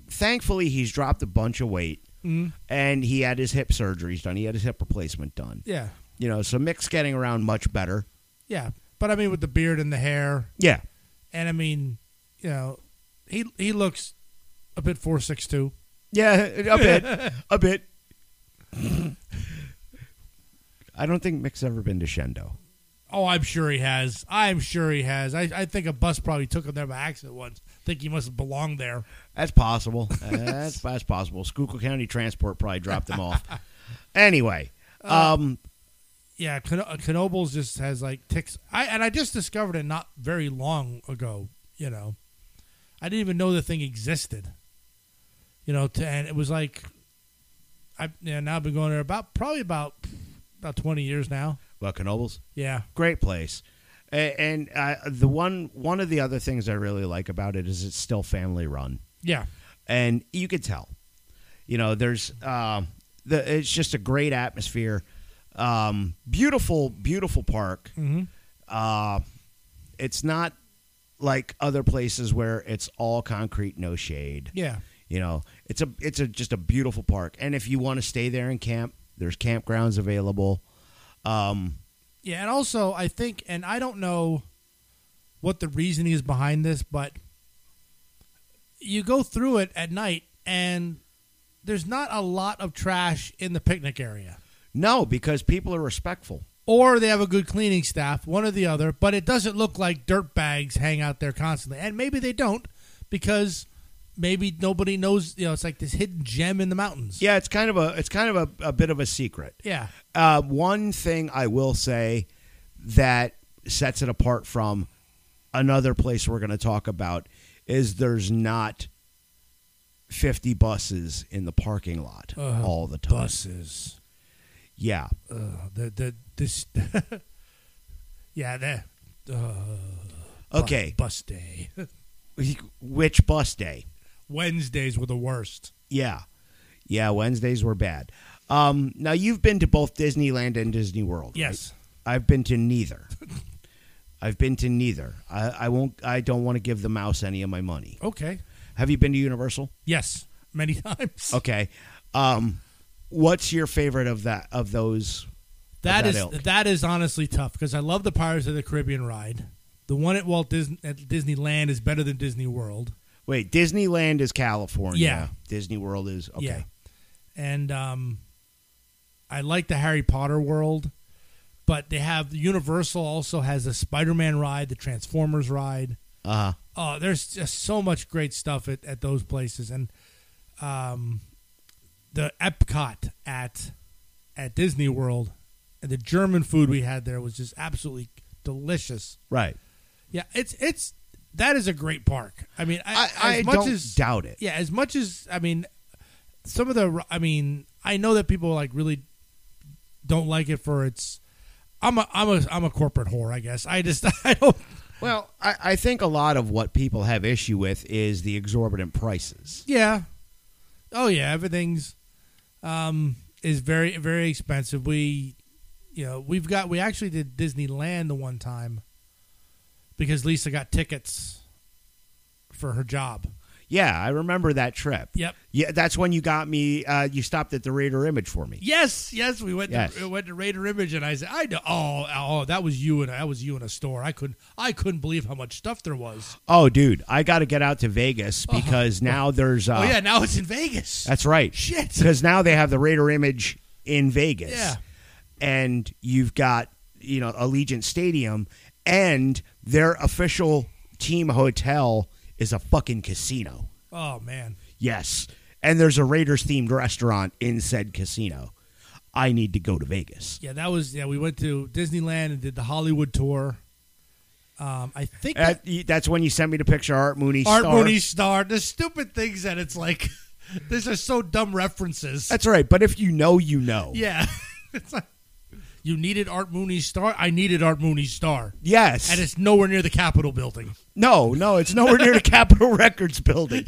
[SPEAKER 1] thankfully he's dropped a bunch of weight, and he had his hip surgeries done. He had his hip replacement done.
[SPEAKER 2] Yeah.
[SPEAKER 1] You know, so Mick's getting around much better.
[SPEAKER 2] Yeah. But I mean with the beard and the hair
[SPEAKER 1] Yeah,
[SPEAKER 2] and I mean, you know, he he looks a bit 462.
[SPEAKER 1] Yeah, a bit, a bit. I don't think Mick's ever been to Shendo.
[SPEAKER 2] Oh, I'm sure he has. I'm sure he has. I, I think a bus probably took him there by accident once. think he must belong there.
[SPEAKER 1] That's possible. That's that's possible. Schuylkill County Transport probably dropped him off. Anyway, um,
[SPEAKER 2] Yeah, Kno- uh, Knobles just has like ticks. I and I just discovered it not very long ago. You know, I didn't even know the thing existed. You know, to, and it was like, I yeah, now I've been going there about probably about about twenty years now.
[SPEAKER 1] well, Knobles,
[SPEAKER 2] Yeah,
[SPEAKER 1] great place. A- And uh, the one one of the other things I really like about it is it's still family run.
[SPEAKER 2] yeah,
[SPEAKER 1] and you could tell you know there's um the it's just a great atmosphere um beautiful beautiful park uh it's not like other places where it's all concrete no shade
[SPEAKER 2] yeah,
[SPEAKER 1] you know it's a it's a just a beautiful park and if you want to stay there and camp there's campgrounds available um
[SPEAKER 2] yeah. And also, I think, and I don't know what the reasoning is behind this, but you go through it at night, and there's not a lot of trash in the picnic area.
[SPEAKER 1] no because people are respectful
[SPEAKER 2] or they have a good cleaning staff, one or the other, but it doesn't look like dirt bags hang out there constantly. And maybe they don't because maybe nobody knows, you know, it's like this hidden gem in the mountains.
[SPEAKER 1] yeah it's kind of a it's kind of a, a bit of a secret
[SPEAKER 2] Yeah.
[SPEAKER 1] Uh, one thing I will say that sets it apart from another place we're going to talk about is there's not 50 buses in the parking lot
[SPEAKER 2] Ugh,
[SPEAKER 1] all the time.
[SPEAKER 2] Buses.
[SPEAKER 1] Yeah.
[SPEAKER 2] Uh, the the this Yeah, that uh, bu-
[SPEAKER 1] Okay.
[SPEAKER 2] Bus day.
[SPEAKER 1] Which bus day?
[SPEAKER 2] Wednesdays were the worst.
[SPEAKER 1] Yeah. Yeah, Wednesdays were bad. Um, now you've been to both Disneyland and Disney World.
[SPEAKER 2] Yes.
[SPEAKER 1] right? I've been to neither. I've been to neither. I, I won't I don't want to give the mouse any of my money.
[SPEAKER 2] Okay.
[SPEAKER 1] Have you been to Universal?
[SPEAKER 2] Yes. Many times.
[SPEAKER 1] Okay. Um, what's your favorite of that of those?
[SPEAKER 2] That
[SPEAKER 1] of
[SPEAKER 2] is
[SPEAKER 1] ilk?
[SPEAKER 2] that is honestly tough because I love the Pirates of the Caribbean ride. The one at Walt Disney at Disneyland is better than Disney World.
[SPEAKER 1] wait. Disneyland is California.
[SPEAKER 2] Yeah.
[SPEAKER 1] Disney World is okay.
[SPEAKER 2] Yeah, and um, I like the Harry Potter world, but they have Universal also has the Spider Man ride, the Transformers ride.
[SPEAKER 1] Uh-huh.
[SPEAKER 2] Oh, there's just so much great stuff at, at those places, and um, the Epcot at at Disney World, and the German food we had there was just absolutely delicious.
[SPEAKER 1] Right.
[SPEAKER 2] Yeah, it's it's that is a great park. I mean, I,
[SPEAKER 1] I, I,
[SPEAKER 2] as much
[SPEAKER 1] don't
[SPEAKER 2] as
[SPEAKER 1] doubt it.
[SPEAKER 2] yeah, as much as I mean, some of the I mean, I know that people like really don't like it for its. I'm a I'm a I'm a corporate whore, I guess. I just I don't.
[SPEAKER 1] Well, I, I think a lot of what people have issue with is the exorbitant prices.
[SPEAKER 2] Yeah. Oh yeah, everything's um is very very expensive. We you know, we've got we actually did Disneyland the one time because Lisa got tickets for her job.
[SPEAKER 1] Yeah, I remember that trip.
[SPEAKER 2] Yep.
[SPEAKER 1] Yeah, that's when you got me. Uh, you stopped at the Raider Image for me.
[SPEAKER 2] Yes, yes, we went
[SPEAKER 1] Yes.
[SPEAKER 2] to we went to Raider Image, and I said, "I know, oh, oh, that was you, and that was you in a store. I couldn't, I couldn't believe how much stuff there was.
[SPEAKER 1] Oh, dude, I got to get out to Vegas
[SPEAKER 2] Uh-huh.
[SPEAKER 1] because now there's. Uh,
[SPEAKER 2] oh yeah, now it's in Vegas.
[SPEAKER 1] That's right.
[SPEAKER 2] Shit.
[SPEAKER 1] Because now they have the Raider image in Vegas.
[SPEAKER 2] Yeah.
[SPEAKER 1] And you've got, you know, Allegiant Stadium and their official team hotel is a fucking casino.
[SPEAKER 2] Oh man,
[SPEAKER 1] Yes. And there's a Raiders themed restaurant in said casino. I need to go to Vegas.
[SPEAKER 2] Yeah, that was yeah. We went to Disneyland and did the Hollywood tour. Um, I think
[SPEAKER 1] Uh,
[SPEAKER 2] that
[SPEAKER 1] y- that's when you sent me the picture, Art Mooney.
[SPEAKER 2] Art
[SPEAKER 1] star.
[SPEAKER 2] Mooney star. The stupid things that it's like. these are so dumb references.
[SPEAKER 1] That's all right. But if you know, you know.
[SPEAKER 2] yeah, it's like you needed Art Mooney star. I needed Art Mooney star,
[SPEAKER 1] Yes.
[SPEAKER 2] and it's nowhere near the Capitol building.
[SPEAKER 1] no, no, it's nowhere near the Capitol Records building.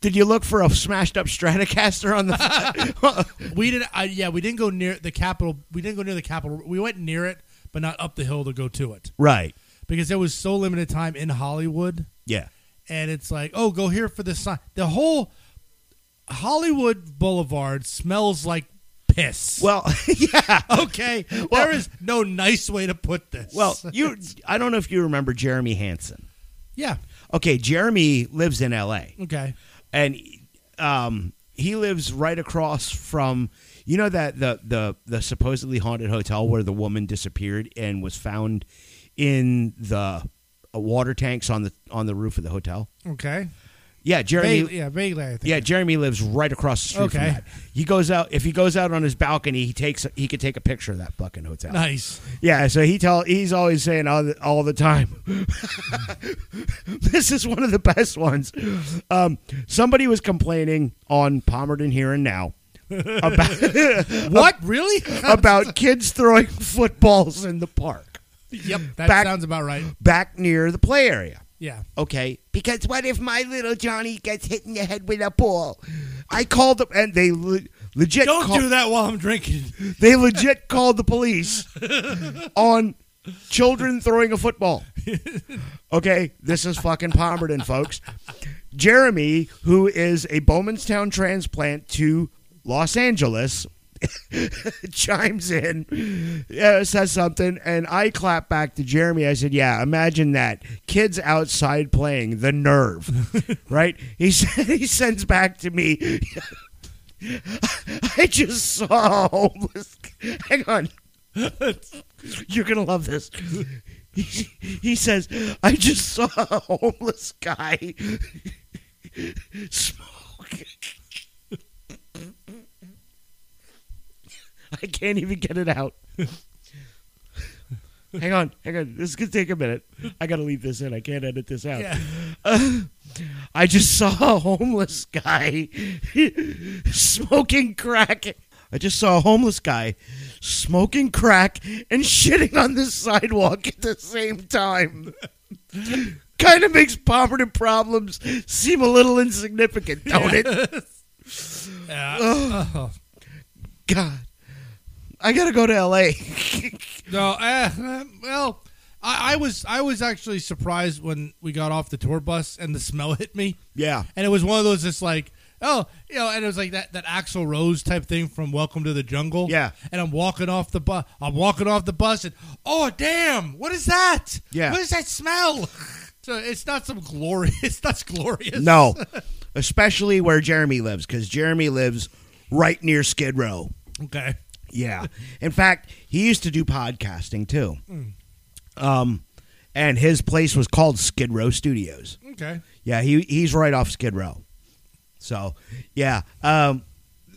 [SPEAKER 1] Did you look for a smashed up Stratocaster on the?
[SPEAKER 2] We did. I, yeah, we didn't go near the Capitol. We didn't go near the Capitol. We went near it, but not up the hill to go to it
[SPEAKER 1] right.
[SPEAKER 2] because there was so limited time in Hollywood.
[SPEAKER 1] Yeah.
[SPEAKER 2] and it's like, oh, go here for the sign. The whole Hollywood Boulevard smells like piss.
[SPEAKER 1] Well, yeah.
[SPEAKER 2] okay, there is no nice way to put this.
[SPEAKER 1] Well, you. I don't know if you remember Jeremy Hansen.
[SPEAKER 2] yeah,
[SPEAKER 1] Okay, Jeremy lives in L.A.
[SPEAKER 2] okay,
[SPEAKER 1] and um, he lives right across from you know that the the the supposedly haunted hotel where the woman disappeared and was found in the uh, water tanks on the on the roof of the hotel.
[SPEAKER 2] okay.
[SPEAKER 1] Yeah, Jeremy.
[SPEAKER 2] Vague- yeah, vaguely, I think.
[SPEAKER 1] Yeah, Jeremy lives right across the street from
[SPEAKER 2] Okay.
[SPEAKER 1] that. He goes out if he goes out on his balcony, he takes he could take a picture of that fucking hotel.
[SPEAKER 2] nice.
[SPEAKER 1] Yeah, so he tell he's always saying all the, all the time. this is one of the best ones. Um, somebody was complaining on Palmerton here and now about
[SPEAKER 2] What really?
[SPEAKER 1] about kids throwing footballs in the park
[SPEAKER 2] yep, that
[SPEAKER 1] Back-
[SPEAKER 2] sounds about right.
[SPEAKER 1] back near the play area.
[SPEAKER 2] Yeah,
[SPEAKER 1] Okay, because what if my little Johnny gets hit in the head with a ball? I called them and they le- legit
[SPEAKER 2] don't
[SPEAKER 1] call-
[SPEAKER 2] do that while I'm drinking.
[SPEAKER 1] they legit called the police on children throwing a football. Okay, this is fucking Palmerton, folks. Jeremy, who is a Bowmanstown transplant to Los Angeles, chimes in, uh, says something, and I clap back to Jeremy. I said, "Yeah, imagine that. Kids outside playing. The nerve, right?" He said, he sends back to me. I just saw a homeless. Hang on. You're going to love this. He, he says, I just saw a homeless guy smoke. I can't even get it out. Hang on, hang on. This is going to take a minute. I got to leave this in. I can't edit this out.
[SPEAKER 2] Yeah,
[SPEAKER 1] I just saw a homeless guy smoking crack. I just saw a homeless guy smoking crack and shitting on the sidewalk at the same time. kind of makes poverty problems seem a little insignificant, don't it?
[SPEAKER 2] yeah. Oh.
[SPEAKER 1] God. I gotta go to LA.
[SPEAKER 2] No, eh, eh, well, I, I was I was actually surprised when we got off the tour bus and the smell hit me.
[SPEAKER 1] yeah.
[SPEAKER 2] And it was one of those just like, oh, you know, and it was like that that Axl Rose type thing from Welcome to the Jungle.
[SPEAKER 1] Yeah.
[SPEAKER 2] And I'm walking off the bus. I'm walking off the bus, and oh damn, what is that?
[SPEAKER 1] Yeah.
[SPEAKER 2] What is that smell? So it's not some glory. It's not glorious.
[SPEAKER 1] No. Especially where Jeremy lives, because Jeremy lives right near Skid Row.
[SPEAKER 2] Okay.
[SPEAKER 1] Yeah. In fact, he used to do podcasting too. Um, and his place was called Skid Row Studios.
[SPEAKER 2] Okay.
[SPEAKER 1] Yeah, he he's right off Skid Row. So, yeah. Um,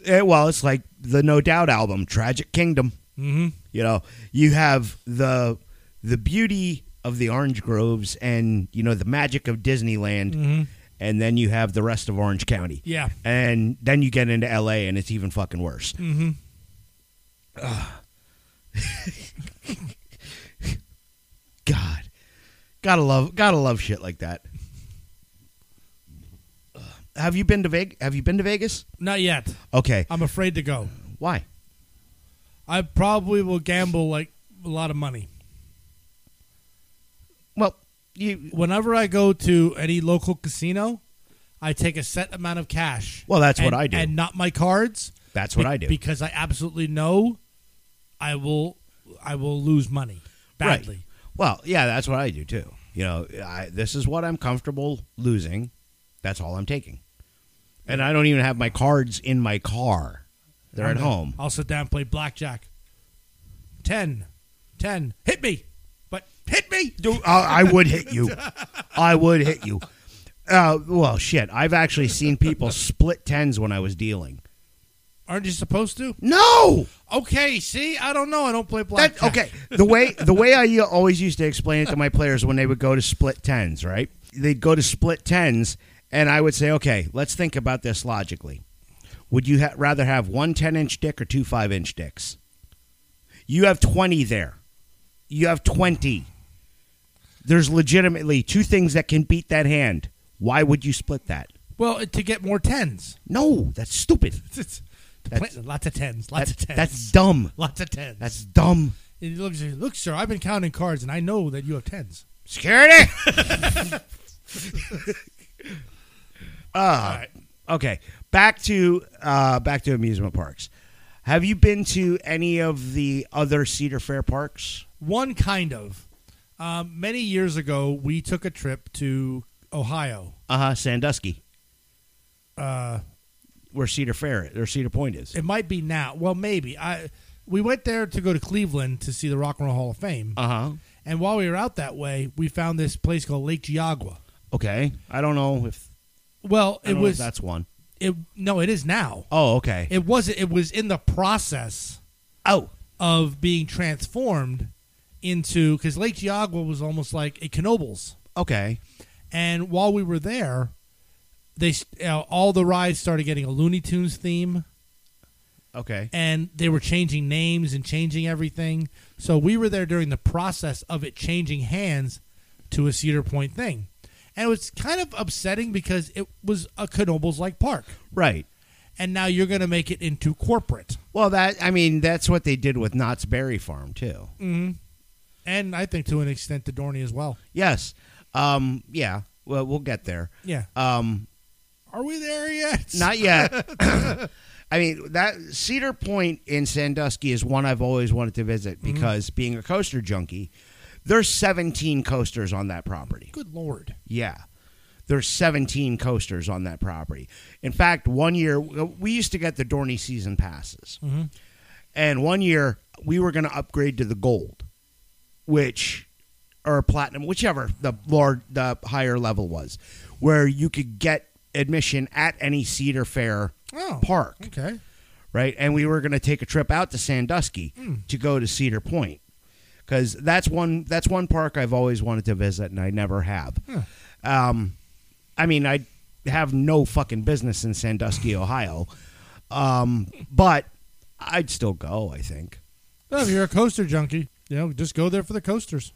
[SPEAKER 1] eh, well, it's like the No Doubt album, Tragic Kingdom.
[SPEAKER 2] Mm-hmm.
[SPEAKER 1] You know, you have the the beauty of the orange groves and you know the magic of Disneyland, and then you have the rest of Orange County.
[SPEAKER 2] Mm-hmm. Yeah.
[SPEAKER 1] and then you get into L.A. and it's even fucking worse.
[SPEAKER 2] Mm-hmm.
[SPEAKER 1] God, gotta love, gotta love shit like that. Ugh. Have you been to Vegas? Have you been to Vegas?
[SPEAKER 2] Not yet.
[SPEAKER 1] Okay,
[SPEAKER 2] I'm afraid to go.
[SPEAKER 1] why?
[SPEAKER 2] I probably will gamble like a lot of money.
[SPEAKER 1] Well, you.
[SPEAKER 2] Whenever I go to any local casino, I take a set amount of cash.
[SPEAKER 1] Well, that's what
[SPEAKER 2] And-
[SPEAKER 1] I do.
[SPEAKER 2] and not my cards.
[SPEAKER 1] That's what
[SPEAKER 2] Be-
[SPEAKER 1] I do.
[SPEAKER 2] because I absolutely know I will I will lose money badly.
[SPEAKER 1] Right. Well, yeah, that's what I do too. You know, I, this is what I'm comfortable losing. That's all I'm taking, and I don't even have my cards in my car. They're at home.
[SPEAKER 2] I'll sit down and play blackjack. 10 10 hit me. But hit me.
[SPEAKER 1] Dude, I, I would hit you. I would hit you. Uh, well, shit. I've actually seen people split tens when I was dealing.
[SPEAKER 2] Aren't you supposed to?
[SPEAKER 1] No,
[SPEAKER 2] Okay, see, I don't know. I don't play black.
[SPEAKER 1] that okay. The way the way I u- always used to explain it to my players when they would go to split tens, right? They'd go to split tens, and I would say, okay, let's think about this logically. Would you ha- rather have one 10 inch dick or two 5 inch dicks? You have 20 there. You have 20. There's legitimately two things that can beat that hand. Why would you split that?
[SPEAKER 2] Well, uh, to get more tens.
[SPEAKER 1] No, that's stupid.
[SPEAKER 2] It's- to
[SPEAKER 1] That's-
[SPEAKER 2] play- lots of tens. Lots
[SPEAKER 1] That-
[SPEAKER 2] of tens.
[SPEAKER 1] that's dumb.
[SPEAKER 2] Lots of tens.
[SPEAKER 1] That's dumb.
[SPEAKER 2] And he looks. at you, Look, sir, I've been counting cards, and I know that you have tens.
[SPEAKER 1] Security.
[SPEAKER 2] All right.
[SPEAKER 1] Ah, Okay, back to uh, back to amusement parks. Have you been to any of the other Cedar Fair parks?
[SPEAKER 2] One kind of. Um, many years ago, we took a trip to Ohio.
[SPEAKER 1] Uh huh. Sandusky,
[SPEAKER 2] Uh,
[SPEAKER 1] where Cedar Fair or Cedar Point is.
[SPEAKER 2] it might be now. Well, maybe. I we went there to go to Cleveland to see the Rock and Roll Hall of Fame,
[SPEAKER 1] Uh huh.
[SPEAKER 2] and while we were out that way, we found this place called Lake Giagua.
[SPEAKER 1] Okay. I don't know if
[SPEAKER 2] Well,
[SPEAKER 1] I
[SPEAKER 2] it
[SPEAKER 1] don't know if
[SPEAKER 2] was
[SPEAKER 1] that's one.
[SPEAKER 2] it. No, it is now.
[SPEAKER 1] Oh, okay.
[SPEAKER 2] It wasn't. It was in the process
[SPEAKER 1] oh,
[SPEAKER 2] of being transformed into because Lake Giagua was almost like a Knoebels.
[SPEAKER 1] okay.
[SPEAKER 2] And while we were there, they s- you know, all the rides started getting a Looney Tunes theme,
[SPEAKER 1] Okay.
[SPEAKER 2] and they were changing names and changing everything. So we were there during the process of it changing hands to a Cedar Point thing, and it was kind of upsetting because it was a Knoebels like park,
[SPEAKER 1] Right.
[SPEAKER 2] and now you're going to make it into corporate.
[SPEAKER 1] Well, that I mean that's what they did with Knott's Berry Farm too.
[SPEAKER 2] Mm-hmm. And I think to an extent, the Dorney as well.
[SPEAKER 1] Yes. Um. Yeah. Well, we'll get there.
[SPEAKER 2] Yeah.
[SPEAKER 1] Um.
[SPEAKER 2] Are we there yet?
[SPEAKER 1] Not yet. I mean that Cedar Point in Sandusky is one I've always wanted to visit because being a coaster junkie, there's 17 coasters on that property.
[SPEAKER 2] Good lord.
[SPEAKER 1] Yeah. There's 17 coasters on that property. In fact, one year we used to get the Dorney season passes.
[SPEAKER 2] Mm-hmm.
[SPEAKER 1] And one year we were going to upgrade to the gold, which or platinum, whichever the large, the higher level was, where you could get admission at any Cedar Fair
[SPEAKER 2] Oh.
[SPEAKER 1] park
[SPEAKER 2] Okay.
[SPEAKER 1] right? And we were going to take a trip out to Sandusky to go to Cedar Point because that's one that's one park I've always wanted to visit and I never have. Um, I mean, I have no fucking business in Sandusky, Ohio, um, but I'd still go. I think.
[SPEAKER 2] Well, if you're a coaster junkie, you know, just go there for the coasters.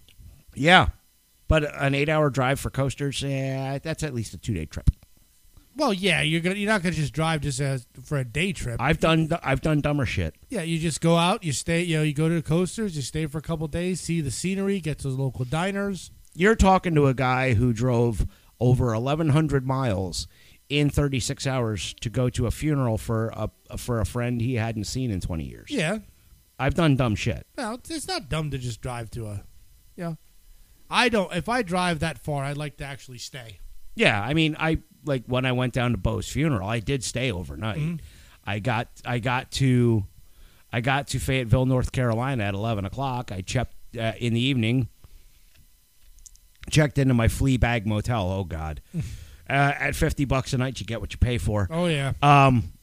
[SPEAKER 1] Yeah, but an eight-hour drive for coasters, yeah, that's at least a two-day trip.
[SPEAKER 2] Well, yeah, you're gonna you're not gonna just drive just as for a day trip.
[SPEAKER 1] I've done I've done dumber shit.
[SPEAKER 2] yeah, you just go out, you stay, you know, you go to the coasters, you stay for a couple days, see the scenery, get to the local diners.
[SPEAKER 1] You're talking to a guy who drove over 1,100 miles in 36 hours to go to a funeral for a for a friend he hadn't seen in 20 years.
[SPEAKER 2] Yeah,
[SPEAKER 1] I've done dumb shit.
[SPEAKER 2] no, it's- it's not dumb to just drive to a, you know, I don't. If I drive that far, I'd like to actually stay.
[SPEAKER 1] Yeah, I mean, I like when I went down to Bo's funeral, I did stay overnight. I got I got to I got to Fayetteville, North Carolina at 11 o'clock. I checked uh, in the evening. Checked into my flea bag motel. Oh God, uh, at 50 bucks a night, you get what you pay for.
[SPEAKER 2] Oh yeah,
[SPEAKER 1] Um,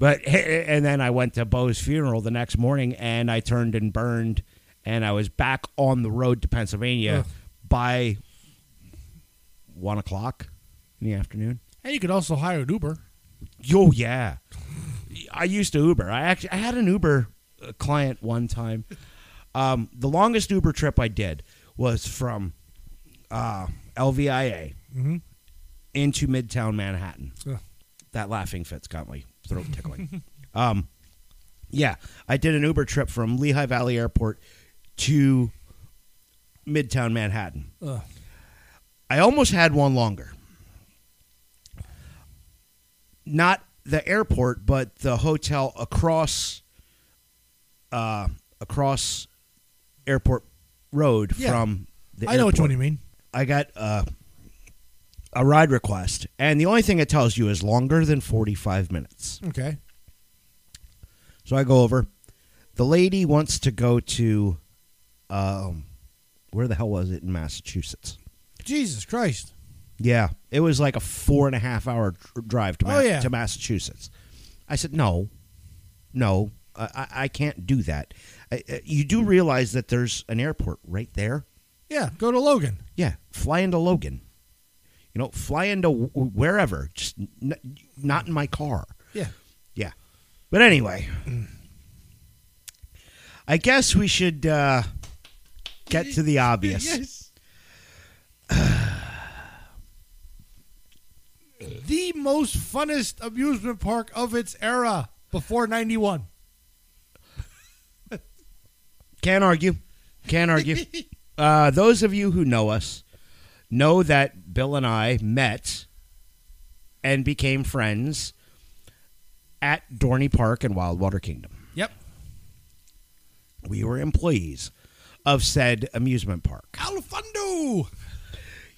[SPEAKER 1] but and then I went to Bo's funeral the next morning, and I turned and burned, and I was back on the road to Pennsylvania
[SPEAKER 2] Ugh.
[SPEAKER 1] by one o'clock in the afternoon.
[SPEAKER 2] and you could also hire an Uber.
[SPEAKER 1] Yo, yeah. I used to Uber. I actually I had an Uber uh, client one time. Um, the longest Uber trip I did was from uh, LVIA
[SPEAKER 2] Mhm.
[SPEAKER 1] into Midtown Manhattan.
[SPEAKER 2] Ugh.
[SPEAKER 1] That laughing fit's got my throat tickling. um, yeah, I did an Uber trip from Lehigh Valley Airport to Midtown Manhattan.
[SPEAKER 2] Ugh.
[SPEAKER 1] I almost had one longer. Not the airport, but the hotel across uh, across airport road
[SPEAKER 2] Yeah.
[SPEAKER 1] from the
[SPEAKER 2] I know which
[SPEAKER 1] airport.
[SPEAKER 2] one you mean.
[SPEAKER 1] I got uh, a ride request, and the only thing it tells you is longer than 45 minutes.
[SPEAKER 2] Okay.
[SPEAKER 1] So I go over. The lady wants to go to, um, where the hell was it in Massachusetts?
[SPEAKER 2] Jesus Christ.
[SPEAKER 1] Yeah, it was like a four and a half hour dr- drive to, Ma-
[SPEAKER 2] Oh, yeah.
[SPEAKER 1] to Massachusetts. I said, no, No, I, I- I can't do that. I, I- you do realize that there's an airport right there?
[SPEAKER 2] Yeah, go to Logan.
[SPEAKER 1] Yeah, fly into Logan. You know, fly into wh- wherever. Just n- not in my car.
[SPEAKER 2] Yeah.
[SPEAKER 1] Yeah. But anyway, I guess we should uh, get to the obvious.
[SPEAKER 2] Yes. the most funnest amusement park of its era before 91.
[SPEAKER 1] Can't argue. Can't argue. uh, those of you who know us know that Bill and I met and became friends at Dorney Park and Wildwater Kingdom.
[SPEAKER 2] Yep.
[SPEAKER 1] We were employees of said amusement park.
[SPEAKER 2] Alfundo.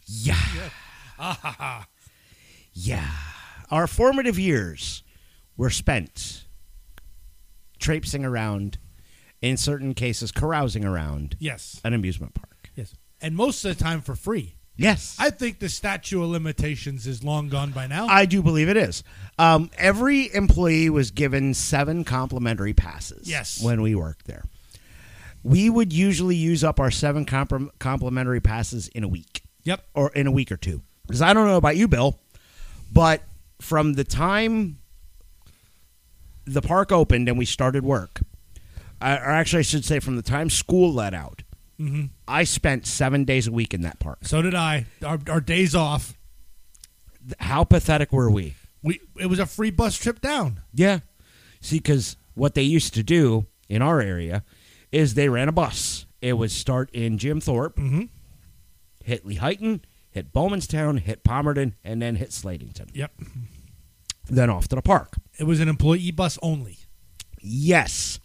[SPEAKER 1] Yeah.
[SPEAKER 2] Ah,
[SPEAKER 1] yeah. Our formative years were spent traipsing around, in certain cases, carousing around
[SPEAKER 2] Yes.
[SPEAKER 1] an amusement park.
[SPEAKER 2] Yes. And most of the time for free.
[SPEAKER 1] Yes.
[SPEAKER 2] I think the statute of limitations is long gone by now.
[SPEAKER 1] I do believe it is. Um, every employee was given seven complimentary passes.
[SPEAKER 2] Yes.
[SPEAKER 1] When we worked there, we would usually use up our seven comprom complimentary passes in a week
[SPEAKER 2] yep.
[SPEAKER 1] or in a week or two. Because I don't know about you, Bill, but from the time the park opened and we started work, I, or actually, I should say, from the time school let out, I spent seven days a week in that park.
[SPEAKER 2] So did I. Our, our days off.
[SPEAKER 1] How pathetic were we?
[SPEAKER 2] We it was a free bus trip down.
[SPEAKER 1] Yeah. See, because what they used to do in our area is they ran a bus. It would start in Jim Thorpe, hit Lehighton, hit Bowmanstown, hit Palmerton, and then hit Slatington.
[SPEAKER 2] Yep.
[SPEAKER 1] Then off to the park.
[SPEAKER 2] It was an employee bus only.
[SPEAKER 1] Yes.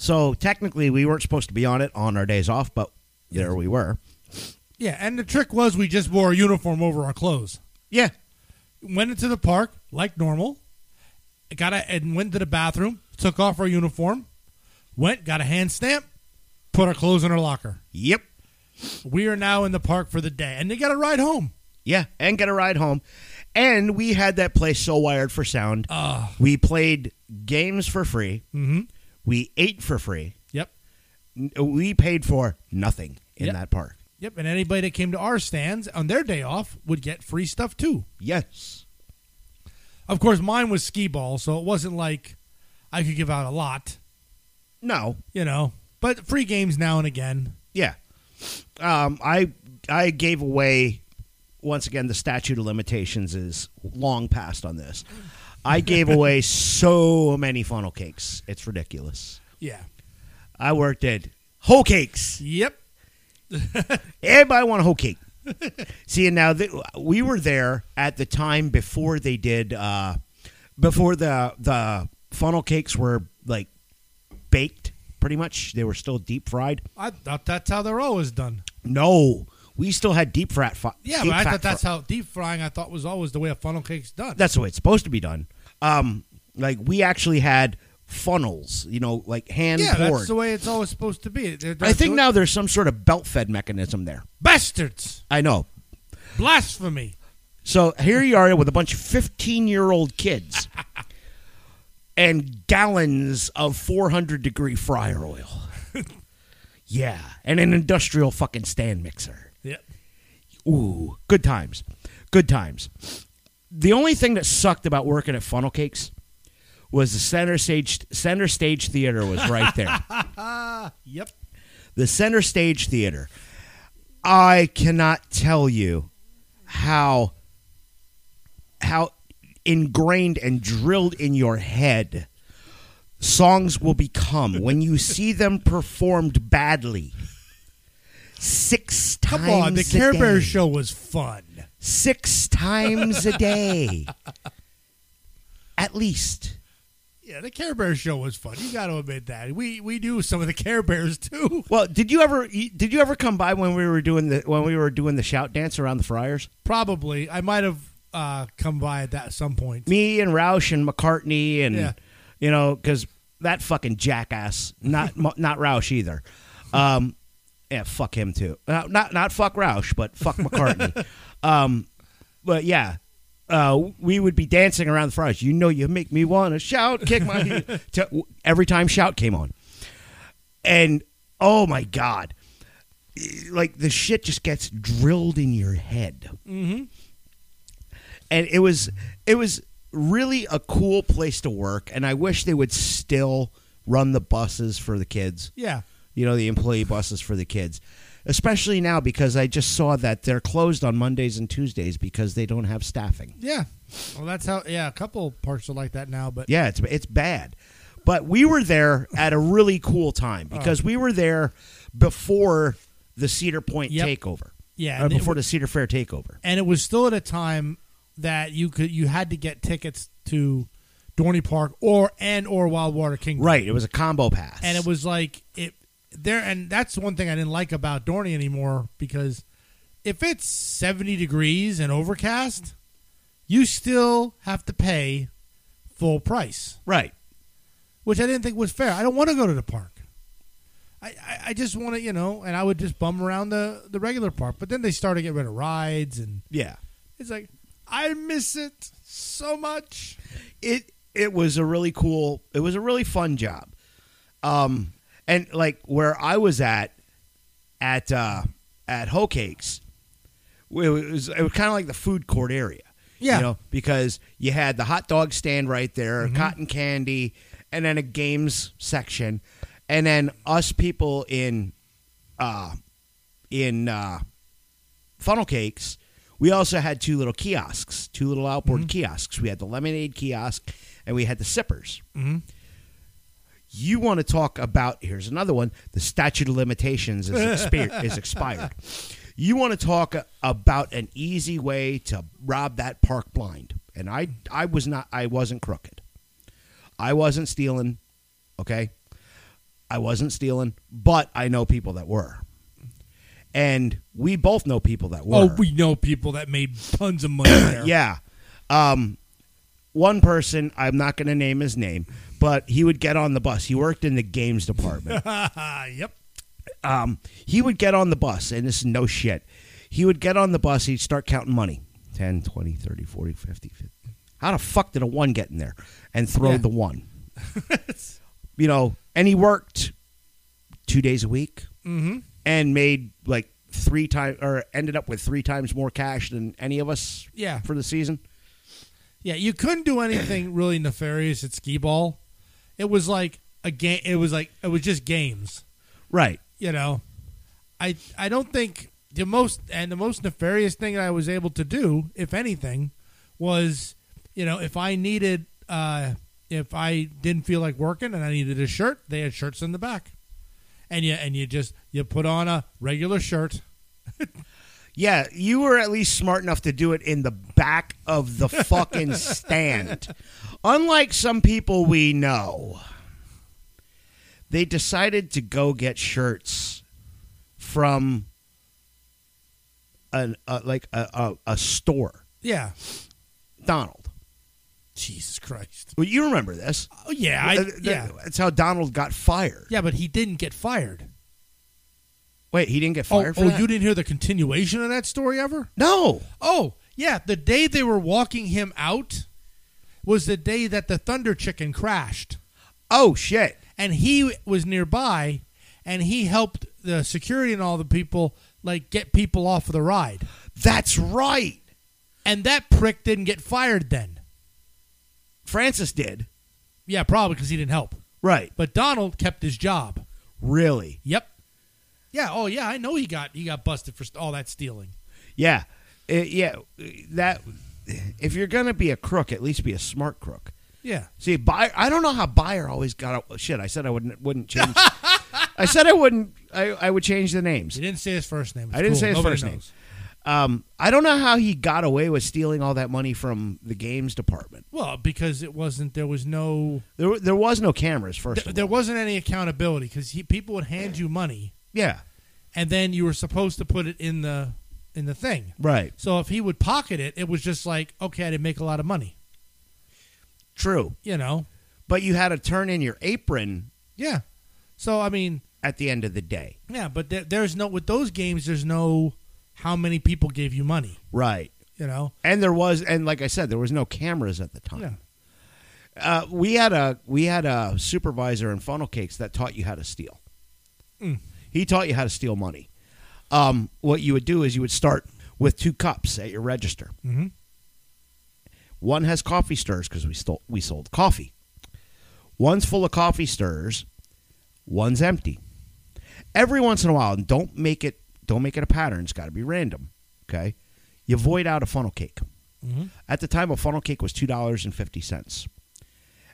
[SPEAKER 1] So technically, we weren't supposed to be on it on our days off, but there we were.
[SPEAKER 2] Yeah, and the trick was we just wore a uniform over our clothes.
[SPEAKER 1] Yeah.
[SPEAKER 2] Went into the park like normal. Got a and went to the bathroom, took off our uniform, went, got a hand stamp, put our clothes in our locker.
[SPEAKER 1] Yep.
[SPEAKER 2] We are now in the park for the day. And they got a ride home.
[SPEAKER 1] Yeah. And get a ride home. And we had that place so wired for sound.
[SPEAKER 2] Ah.
[SPEAKER 1] we played games for free.
[SPEAKER 2] Mm-hmm.
[SPEAKER 1] We ate for free.
[SPEAKER 2] Yep.
[SPEAKER 1] N- we paid for nothing in
[SPEAKER 2] Yep.
[SPEAKER 1] that park.
[SPEAKER 2] Yep, and anybody that came to our stands on their day off would get free stuff too.
[SPEAKER 1] Yes.
[SPEAKER 2] Of course, mine was skee ball, so it wasn't like I could give out a lot,
[SPEAKER 1] No.
[SPEAKER 2] you know. But free games now and again.
[SPEAKER 1] Yeah. Um, I I gave away once again the statute of limitations is long past on this. I gave away so many funnel cakes. It's ridiculous.
[SPEAKER 2] Yeah.
[SPEAKER 1] I worked at whole cakes.
[SPEAKER 2] Yep.
[SPEAKER 1] Everybody want a whole cake. See, and now th- we were there at the time before they did, uh, before the the funnel cakes were like baked. Pretty much, they were still deep fried.
[SPEAKER 2] I thought that's how they're always done.
[SPEAKER 1] No, we still had deep frat. Fi-
[SPEAKER 2] Yeah,
[SPEAKER 1] deep
[SPEAKER 2] but I
[SPEAKER 1] fat
[SPEAKER 2] thought that's
[SPEAKER 1] fr-
[SPEAKER 2] how deep frying I thought was always the way a funnel cake's done.
[SPEAKER 1] that's the way it's supposed to be done. Um, like we actually had funnels, you know, like hand
[SPEAKER 2] yeah,
[SPEAKER 1] poured.
[SPEAKER 2] that's the way it's always supposed to be. They're- they're
[SPEAKER 1] I think
[SPEAKER 2] doing-
[SPEAKER 1] now there's some sort of belt fed mechanism there.
[SPEAKER 2] bastards,
[SPEAKER 1] I know.
[SPEAKER 2] blasphemy.
[SPEAKER 1] So here you are with a bunch of 15 year old kids and gallons of 400 degree fryer oil. yeah, and an industrial fucking stand mixer.
[SPEAKER 2] Yep.
[SPEAKER 1] Ooh, good times. Good times. The only thing that sucked about working at Funnel Cakes was the center stage center stage theater was right there.
[SPEAKER 2] Yep.
[SPEAKER 1] the center stage theater. I cannot tell you how how ingrained and drilled in your head songs will become when you see them performed badly. Six times
[SPEAKER 2] Come on, the
[SPEAKER 1] a
[SPEAKER 2] Care Bears
[SPEAKER 1] day.
[SPEAKER 2] show was fun.
[SPEAKER 1] Six times a day. At least.
[SPEAKER 2] Yeah, the Care Bears show was fun. You got to admit that. We we do some of the Care Bears too.
[SPEAKER 1] Well, did you ever did you ever come by when we were doing the when we were doing the shout dance around the Friars?
[SPEAKER 2] Probably, I might have uh, come by at that some point.
[SPEAKER 1] me and Roush and McCartney and
[SPEAKER 2] Yeah.
[SPEAKER 1] you know because that fucking jackass not Mu- not Roush either. Um, yeah, fuck him Uh, too. Not not, not fuck Roush, but fuck McCartney. um, but yeah, uh, we would be dancing around the fries. You know, you make me want to shout, kick my heel. To- every time shout came on, and oh my god, like the shit just gets drilled in your head. Mm-hmm. And it was it was really a cool place to work, and I wish they would still run the buses for the kids
[SPEAKER 2] Yeah.
[SPEAKER 1] you know, the employee buses for the kids. Especially now because I just saw that they're closed on Mondays and Tuesdays because they don't have staffing.
[SPEAKER 2] Yeah. Well, that's how. Yeah, a couple parks are like that now, but
[SPEAKER 1] Yeah, it's it's bad. But we were there at a really cool
[SPEAKER 2] Oh.
[SPEAKER 1] time because we were there before the Cedar Point
[SPEAKER 2] Yep.
[SPEAKER 1] takeover.
[SPEAKER 2] Yeah,
[SPEAKER 1] Uh,
[SPEAKER 2] and it
[SPEAKER 1] before the Cedar Fair takeover.
[SPEAKER 2] and it was still at a time that you could you had to get tickets to Dorney Park or and or Wild Water Kingdom.
[SPEAKER 1] Right, it was a combo pass.
[SPEAKER 2] And it was like it there and that's one thing I didn't like about Dorney anymore because if it's 70 degrees and overcast, you still have to pay full price,
[SPEAKER 1] right.
[SPEAKER 2] which I didn't think was fair. I don't want to go to the park. I, I, I just want to, you know, and I would just bum around the, the regular park. But then they started getting rid of rides and
[SPEAKER 1] Yeah.
[SPEAKER 2] it's like I miss it so much.
[SPEAKER 1] it it was a really cool it was a really fun job um and like where i was at at uh at hoe cakes it was, it was kind of like the food court area
[SPEAKER 2] Yeah.
[SPEAKER 1] you know because you had the hot dog stand right there cotton candy and then a games section and then us people in uh in uh funnel cakes. We also had two little kiosks, two little outboard
[SPEAKER 2] Mm-hmm.
[SPEAKER 1] kiosks. We had the lemonade kiosk and we had the sippers. Mm-hmm. You want to talk about, here's another one the statute of limitations is, expi- is expired. You want to talk a- about an easy way to rob that park blind. And I, I was not, I wasn't crooked. I wasn't stealing, okay? I wasn't stealing, but I know people that were. And we both know people that were.
[SPEAKER 2] Oh, we know people that made tons of money there.
[SPEAKER 1] Yeah. Um, one person, I'm not going to name his name, but he would get on the bus. He worked in the games department.
[SPEAKER 2] yep.
[SPEAKER 1] um, he would get on the bus, and this is no shit. He would get on the bus, he'd start counting money 10, 20, 30, 40, 50, 50. How the fuck did a one get in there and throw
[SPEAKER 2] Yeah.
[SPEAKER 1] the one? you know, and he worked two days a week
[SPEAKER 2] Mhm.
[SPEAKER 1] and made like three times or ended up with three times more cash than any of us
[SPEAKER 2] Yeah.
[SPEAKER 1] for the season.
[SPEAKER 2] Yeah, you couldn't do anything really nefarious at skee ball. It was like a game. It was like it was just games.
[SPEAKER 1] Right.
[SPEAKER 2] You know, I I don't think the most and the most nefarious thing I was able to do, if anything, was you know if I needed uh if I didn't feel like working and I needed a shirt, they had shirts in the back, and you and you just you put on a regular shirt.
[SPEAKER 1] Yeah, you were at least smart enough to do it in the back of the fucking stand. Unlike some people we know, they decided to go get shirts from an uh, like a, a, a store.
[SPEAKER 2] Yeah.
[SPEAKER 1] Donald,
[SPEAKER 2] Jesus Christ.
[SPEAKER 1] well, you remember this?
[SPEAKER 2] Oh yeah, I,
[SPEAKER 1] Uh, th-
[SPEAKER 2] yeah,
[SPEAKER 1] that's how Donald got fired.
[SPEAKER 2] yeah, but he didn't get fired.
[SPEAKER 1] Wait, he didn't get
[SPEAKER 2] Oh,
[SPEAKER 1] fired for
[SPEAKER 2] oh
[SPEAKER 1] that?
[SPEAKER 2] you didn't hear the continuation of that story ever?
[SPEAKER 1] no,
[SPEAKER 2] Oh, yeah. The day they were walking him out was the day that the Thunder Chicken crashed.
[SPEAKER 1] oh shit,
[SPEAKER 2] And he was nearby and he helped the security and all the people like get people off of the ride.
[SPEAKER 1] that's right.
[SPEAKER 2] And that prick didn't get fired then.
[SPEAKER 1] Francis did
[SPEAKER 2] Yeah, probably because he didn't help.
[SPEAKER 1] right.
[SPEAKER 2] But Donald kept his job.
[SPEAKER 1] Really?
[SPEAKER 2] Yep. Yeah, oh yeah, I know he got he got busted for st- all that stealing.
[SPEAKER 1] Yeah, Uh, yeah. That if you're gonna be a crook, at least be a smart crook.
[SPEAKER 2] Yeah.
[SPEAKER 1] See, buyer. I don't know how buyer always got a, shit. I said I wouldn't wouldn't change. I said I wouldn't. I, I would change the names.
[SPEAKER 2] He didn't say his first name. It's
[SPEAKER 1] I didn't
[SPEAKER 2] cool.
[SPEAKER 1] say his
[SPEAKER 2] Nobody
[SPEAKER 1] first name.
[SPEAKER 2] knows.
[SPEAKER 1] Um, I don't know how he got away with stealing all that money from the games department.
[SPEAKER 2] Well, because it wasn't there was no
[SPEAKER 1] There, were- there was no cameras. First,
[SPEAKER 2] Th-
[SPEAKER 1] of
[SPEAKER 2] there
[SPEAKER 1] all.
[SPEAKER 2] wasn't any accountability because people would hand you money
[SPEAKER 1] Yeah,
[SPEAKER 2] and then you were supposed to put it in the in the thing
[SPEAKER 1] right.
[SPEAKER 2] so if he would pocket it it was just like okay i didn't make a lot of money
[SPEAKER 1] True,
[SPEAKER 2] you know
[SPEAKER 1] but you had to turn in your apron
[SPEAKER 2] yeah so i mean
[SPEAKER 1] at the end of the day.
[SPEAKER 2] yeah but there, there's no with those games there's no how many people gave you money
[SPEAKER 1] Right.
[SPEAKER 2] You know,
[SPEAKER 1] And there was, and like I said, there was no cameras at the time.
[SPEAKER 2] yeah.
[SPEAKER 1] Uh, we had a we had a supervisor in funnel cakes that taught you how to steal.
[SPEAKER 2] Mm.
[SPEAKER 1] He taught you how to steal money. Um, what you would do is you would start with two cups at your register.
[SPEAKER 2] Mhm.
[SPEAKER 1] One has coffee stirrers because we stole we sold coffee. One's full of coffee stirrers. One's empty. Every once in a while, and don't make it don't make it a pattern. It's got to be random. Okay, you void out a funnel cake. At the time, a funnel cake was two dollars and fifty cents.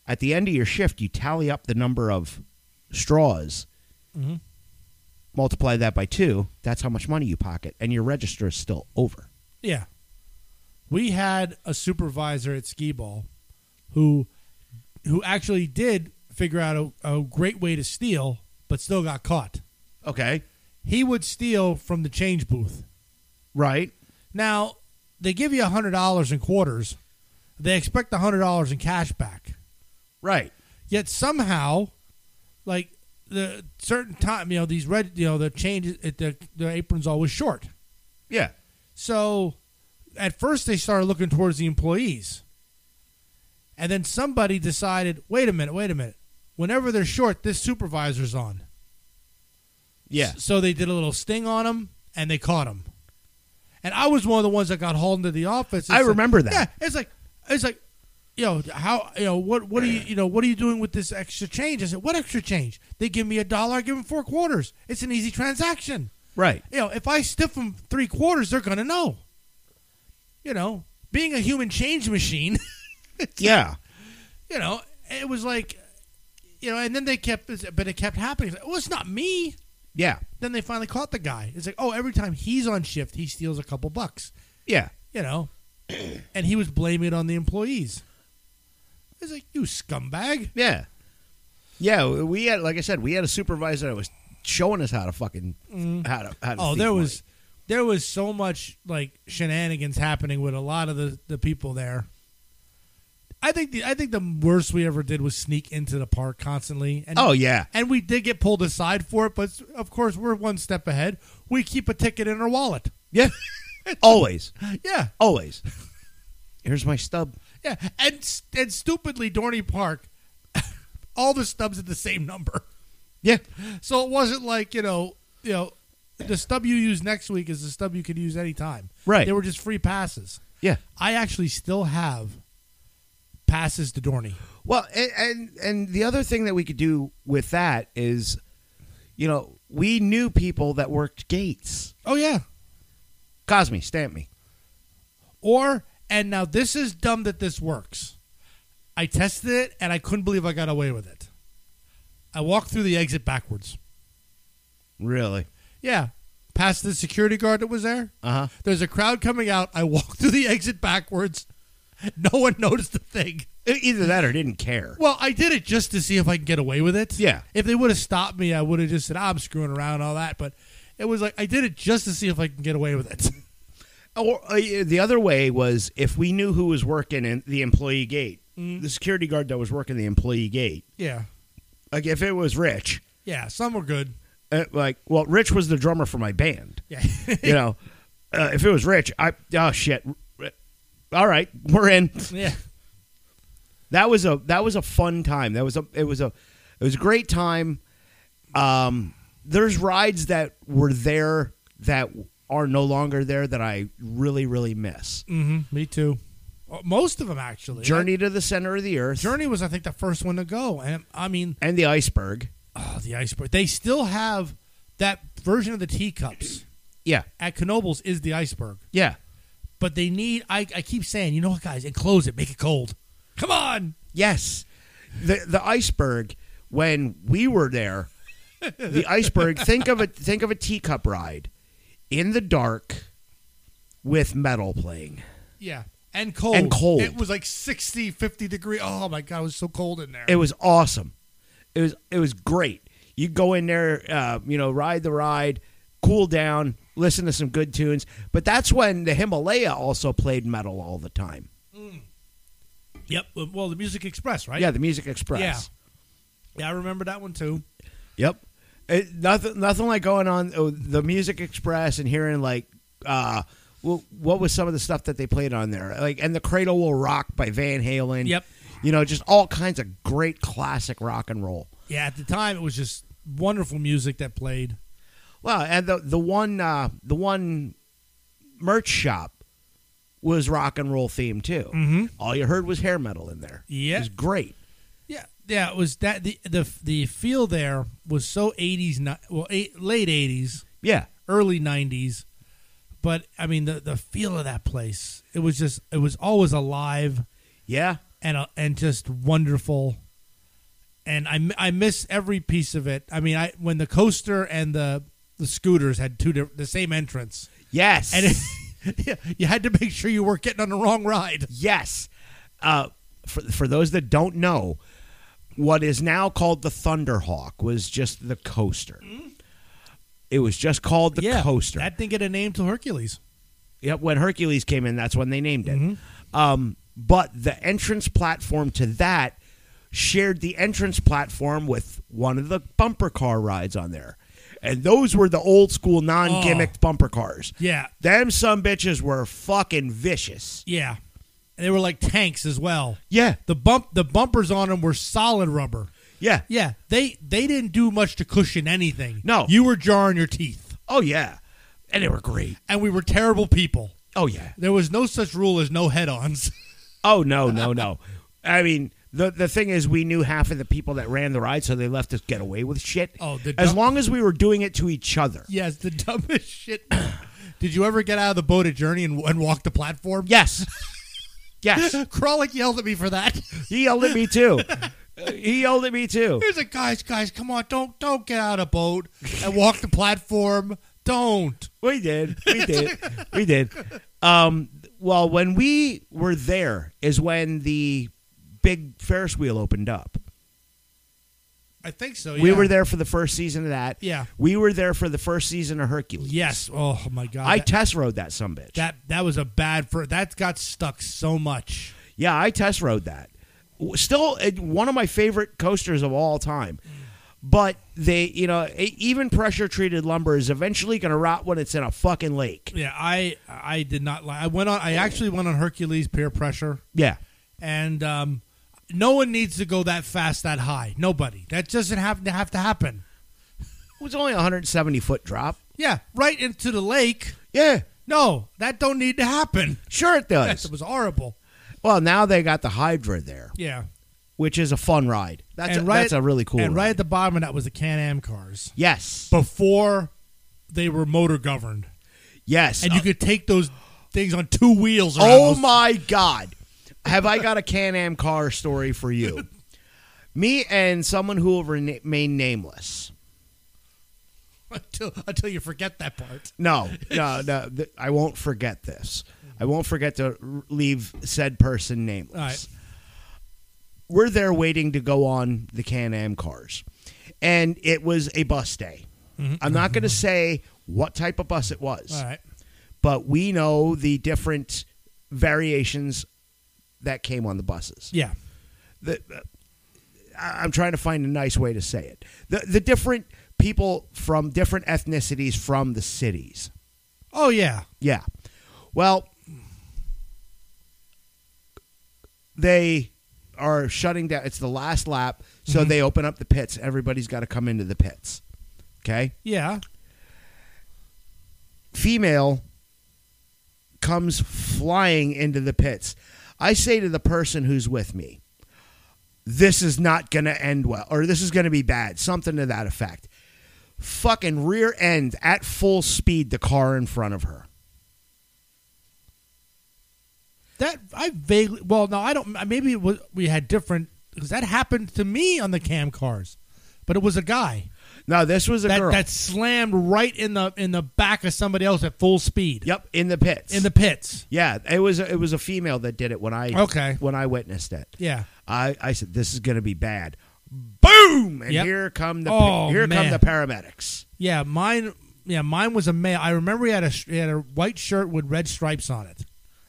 [SPEAKER 1] At the end of your shift, you tally up the number of straws,
[SPEAKER 2] Mhm.
[SPEAKER 1] multiply that by two. That's how much money you pocket, and your register is still over.
[SPEAKER 2] Yeah. We had a supervisor at skee ball who who actually did figure out a, a great way to steal, but still got caught.
[SPEAKER 1] Okay,
[SPEAKER 2] He would steal from the change booth.
[SPEAKER 1] right?
[SPEAKER 2] Now, they give you hundred dollars in quarters. They expect hundred dollars in cash back.
[SPEAKER 1] Right.
[SPEAKER 2] Yet somehow, like the certain time, you know, these red, you know, the change, it- the the apron's always short.
[SPEAKER 1] Yeah.
[SPEAKER 2] So at first they started looking towards the employees. And then somebody decided, wait a minute, wait a minute. Whenever they're short, this supervisor's on.
[SPEAKER 1] Yeah.
[SPEAKER 2] S- So they did a little sting on him and they caught him. And I was one of the ones that got hauled into the office. It's
[SPEAKER 1] I
[SPEAKER 2] like-
[SPEAKER 1] remember that.
[SPEAKER 2] Yeah, it's like it's like you know, how you know what what are you you know, what are you doing with this extra change? I said, What extra change? They give me a dollar, I give them four quarters. It's an easy transaction
[SPEAKER 1] Right.
[SPEAKER 2] you know, if I stiff them three quarters, they're gonna know. You know, being a human change machine,
[SPEAKER 1] Yeah.
[SPEAKER 2] you know, it was like, you know, and then they kept, but it kept happening. It's like, oh, it's not me.
[SPEAKER 1] Yeah.
[SPEAKER 2] Then they finally caught the guy. It's like, oh, every time he's on shift, he steals a couple bucks.
[SPEAKER 1] Yeah.
[SPEAKER 2] You know, and he was blaming it on the employees. It's like you scumbag.
[SPEAKER 1] Yeah. Yeah. We had, like I said, we had a supervisor that was showing us how to fucking how to how to.
[SPEAKER 2] Oh,
[SPEAKER 1] thief
[SPEAKER 2] there
[SPEAKER 1] money.
[SPEAKER 2] was there was so much like shenanigans happening with a lot of the, the people there. I think the I think the worst we ever did was sneak into the park constantly. And,
[SPEAKER 1] Oh yeah.
[SPEAKER 2] and we did get pulled aside for it, but of course we're one step ahead. We keep a ticket in our wallet.
[SPEAKER 1] Yeah. Always.
[SPEAKER 2] Yeah,
[SPEAKER 1] Always. Here's my stub.
[SPEAKER 2] yeah. And s- and stupidly, Dorney Park, all the stubs had the same number,
[SPEAKER 1] Yeah.
[SPEAKER 2] so it wasn't like you know you know the stub you use next week is the stub you could use anytime.
[SPEAKER 1] Right.
[SPEAKER 2] They were just free passes.
[SPEAKER 1] Yeah.
[SPEAKER 2] I actually still have passes to Dorney.
[SPEAKER 1] Well, and, and and the other thing that we could do with that is, you know, we knew people that worked gates.
[SPEAKER 2] Oh yeah.
[SPEAKER 1] Cosme, stamp me.
[SPEAKER 2] Or and now this is dumb that this works. I tested it and I couldn't believe I got away with it. I walked through the exit backwards.
[SPEAKER 1] Really?
[SPEAKER 2] Yeah. Past the security guard that was there.
[SPEAKER 1] Uh huh.
[SPEAKER 2] There's a crowd coming out. I walked through the exit backwards. No one noticed a thing.
[SPEAKER 1] E, Either that or didn't care.
[SPEAKER 2] Well, I did it just to see if I could get away with it.
[SPEAKER 1] Yeah.
[SPEAKER 2] If they would have stopped me, I would have just said, "Ah, I'm screwing around and all that. But it was like, I did it just to see if I can get away with it.
[SPEAKER 1] Or uh, the other way was if we knew who was working in the employee gate, the security guard that was working the employee gate.
[SPEAKER 2] Yeah.
[SPEAKER 1] Like if it was Rich,
[SPEAKER 2] Yeah, some were good.
[SPEAKER 1] uh, like well, Rich was the drummer for my band.
[SPEAKER 2] Yeah.
[SPEAKER 1] You know, uh, if it was Rich, I oh shit. All right, we're in.
[SPEAKER 2] yeah.
[SPEAKER 1] That was a that was a fun time. That was a it was a it was a great time. Um, there's rides that were there that are no longer there that I really really miss.
[SPEAKER 2] hmm Me too. Uh, Most of them, actually.
[SPEAKER 1] Journey to the center of the earth.
[SPEAKER 2] Journey was, I think, the first one to go. And I mean,
[SPEAKER 1] and the iceberg.
[SPEAKER 2] oh, the iceberg. They still have that version of the teacups
[SPEAKER 1] Yeah,
[SPEAKER 2] at Knobles is the iceberg.
[SPEAKER 1] yeah,
[SPEAKER 2] But they need, I, I keep saying, you know what, guys, enclose it, make it cold. Come on.
[SPEAKER 1] yes. The the iceberg. When we were there, the iceberg. Think of a think of a teacup ride in the dark with metal playing.
[SPEAKER 2] Yeah. And cold.
[SPEAKER 1] And cold.
[SPEAKER 2] It was like 60, 50 degree. Oh my God, it was so cold in there.
[SPEAKER 1] It was awesome. It was it was great. You go in there, uh, you know, ride the ride, cool down, listen to some good tunes. But that's when the Himalaya also played metal all the time.
[SPEAKER 2] yep. Well, the Music Express, right?
[SPEAKER 1] Yeah, the Music Express.
[SPEAKER 2] Yeah, I remember that one too.
[SPEAKER 1] Yep. oh, It, nothing, nothing like going on uh, the Music Express and hearing like uh, Well, what was some of the stuff that they played on there? Like, and the Cradle Will Rock by Van Halen.
[SPEAKER 2] Yep.
[SPEAKER 1] You know, just all kinds of great classic rock and roll.
[SPEAKER 2] Yeah, at the time it was just wonderful music that played.
[SPEAKER 1] Well, and the the one uh, the one merch shop was rock and roll themed too.
[SPEAKER 2] Mhm.
[SPEAKER 1] All you heard was hair metal in there.
[SPEAKER 2] Yeah.
[SPEAKER 1] it was great.
[SPEAKER 2] Yeah, yeah, it was that the the the feel there was so 80s, ni- well, eight, late 80s,
[SPEAKER 1] Yeah,
[SPEAKER 2] early 90s. But I mean the the feel of that place, it was just it was always alive
[SPEAKER 1] yeah.
[SPEAKER 2] and uh, and just wonderful. And I, mi- I miss every piece of it. I mean, I when the coaster and the the scooters had two di- the same entrance,
[SPEAKER 1] Yes,
[SPEAKER 2] and it, you had to make sure you weren't getting on the wrong ride.
[SPEAKER 1] yes. Uh, for for those that don't know, what is now called the Thunderhawk was just the coaster. It was just called the coaster.
[SPEAKER 2] That didn't get a name till Hercules.
[SPEAKER 1] Yep, when Hercules came in, that's when they named it.
[SPEAKER 2] Mm-hmm.
[SPEAKER 1] Um, but the entrance platform to that shared the entrance platform with one of the bumper car rides on there. And those were the old school non gimmicked bumper cars.
[SPEAKER 2] Oh. Yeah,
[SPEAKER 1] Them some bitches were fucking vicious.
[SPEAKER 2] yeah. And they were like tanks as well.
[SPEAKER 1] Yeah.
[SPEAKER 2] The bump the bumpers on them were solid rubber.
[SPEAKER 1] Yeah.
[SPEAKER 2] Yeah, they they didn't do much to cushion anything.
[SPEAKER 1] No.
[SPEAKER 2] you were jarring your teeth,
[SPEAKER 1] Oh yeah. And they were great.
[SPEAKER 2] and we were terrible people.
[SPEAKER 1] Oh yeah.
[SPEAKER 2] There was no such rule as no head-ons.
[SPEAKER 1] Oh no, no, no. I mean, the the thing is, we knew half of the people that ran the ride, so they left us get away with shit.
[SPEAKER 2] Oh, the
[SPEAKER 1] as
[SPEAKER 2] dumb-
[SPEAKER 1] long as we were doing it to each other.
[SPEAKER 2] yes, the dumbest shit. Did you ever get out of the boat at Journey and, and walk the platform?
[SPEAKER 1] Yes. Yes.
[SPEAKER 2] Kralik yelled at me for that.
[SPEAKER 1] He yelled at me too. he yelled at me too.
[SPEAKER 2] Here's a guys, guys, come on, don't don't get out of boat and walk the platform. Don't.
[SPEAKER 1] We did. We did. We did. Um, well, when we were there is when the big Ferris wheel opened up.
[SPEAKER 2] I think so.
[SPEAKER 1] We
[SPEAKER 2] yeah.
[SPEAKER 1] were there for the first season of that.
[SPEAKER 2] Yeah.
[SPEAKER 1] We were there for the first season of Hercules.
[SPEAKER 2] Yes. Oh my god.
[SPEAKER 1] I
[SPEAKER 2] that,
[SPEAKER 1] test rode that some bitch.
[SPEAKER 2] that that was a bad for that got stuck so much.
[SPEAKER 1] Yeah, I test rode that. W- Still uh, one of my favorite coasters of all time. But they, you know, e- even pressure treated lumber is eventually going to rot when it's in a fucking lake.
[SPEAKER 2] Yeah, I I did not like. I went on. I actually went on Hercules peer pressure,
[SPEAKER 1] Yeah.
[SPEAKER 2] and um, no one needs to go that fast that high. Nobody. That doesn't have to have to happen.
[SPEAKER 1] It was only a 170 foot drop.
[SPEAKER 2] Yeah, right into the lake.
[SPEAKER 1] Yeah,
[SPEAKER 2] No, that don't need to happen.
[SPEAKER 1] sure it
[SPEAKER 2] Yes,
[SPEAKER 1] does.
[SPEAKER 2] it was horrible.
[SPEAKER 1] well, now they got the Hydra there,
[SPEAKER 2] Yeah,
[SPEAKER 1] which is a fun ride. That's, a,
[SPEAKER 2] right,
[SPEAKER 1] that's a really cool
[SPEAKER 2] And right
[SPEAKER 1] ride.
[SPEAKER 2] at the bottom of that was the Can Am cars
[SPEAKER 1] Yes.
[SPEAKER 2] before they were motor governed,
[SPEAKER 1] Yes.
[SPEAKER 2] and you could take those things on two wheels. Around
[SPEAKER 1] Oh
[SPEAKER 2] those-
[SPEAKER 1] my God. Have I got a Can Am car story for you? Me and someone who will remain nameless.
[SPEAKER 2] Until, until you forget that part.
[SPEAKER 1] No, no, no. Th- I won't forget this. I won't forget to r- leave said person nameless.
[SPEAKER 2] All right.
[SPEAKER 1] We're there waiting to go on the Can Am cars. And it was a bus day. I'm not going to say what type of bus it was,
[SPEAKER 2] Mm-hmm. All right.
[SPEAKER 1] but we know the different variations that came on the buses.
[SPEAKER 2] Yeah.
[SPEAKER 1] The, I- I'm trying to find a nice way to say it. The, the different people from different ethnicities from the cities.
[SPEAKER 2] Oh yeah.
[SPEAKER 1] Yeah. Well, they are shutting down. It's the last lap, so they open up the pits. Everybody's got to come into the pits. Okay?
[SPEAKER 2] Yeah.
[SPEAKER 1] Female comes flying into the pits. I say to the person who's with me, this is not going to end well, or this is going to be bad, something to that effect. Fucking rear end at full speed the car in front of her.
[SPEAKER 2] That I vaguely well no I don't maybe it was we had different because that happened to me on the cam cars, but it was a guy
[SPEAKER 1] No, this was a
[SPEAKER 2] that
[SPEAKER 1] girl.
[SPEAKER 2] that slammed right in the in the back of somebody else at full speed
[SPEAKER 1] Yep, in the pits.
[SPEAKER 2] in the pits.
[SPEAKER 1] yeah, it was it was a female that did it when I
[SPEAKER 2] Okay.
[SPEAKER 1] when I witnessed it.
[SPEAKER 2] Yeah,
[SPEAKER 1] I, I said this is going to be bad. Boom! And
[SPEAKER 2] Yep.
[SPEAKER 1] here come the
[SPEAKER 2] Oh,
[SPEAKER 1] here come
[SPEAKER 2] man.
[SPEAKER 1] the paramedics.
[SPEAKER 2] yeah. Mine yeah mine was a male. I remember he had a sh- he had a white shirt with red stripes on it.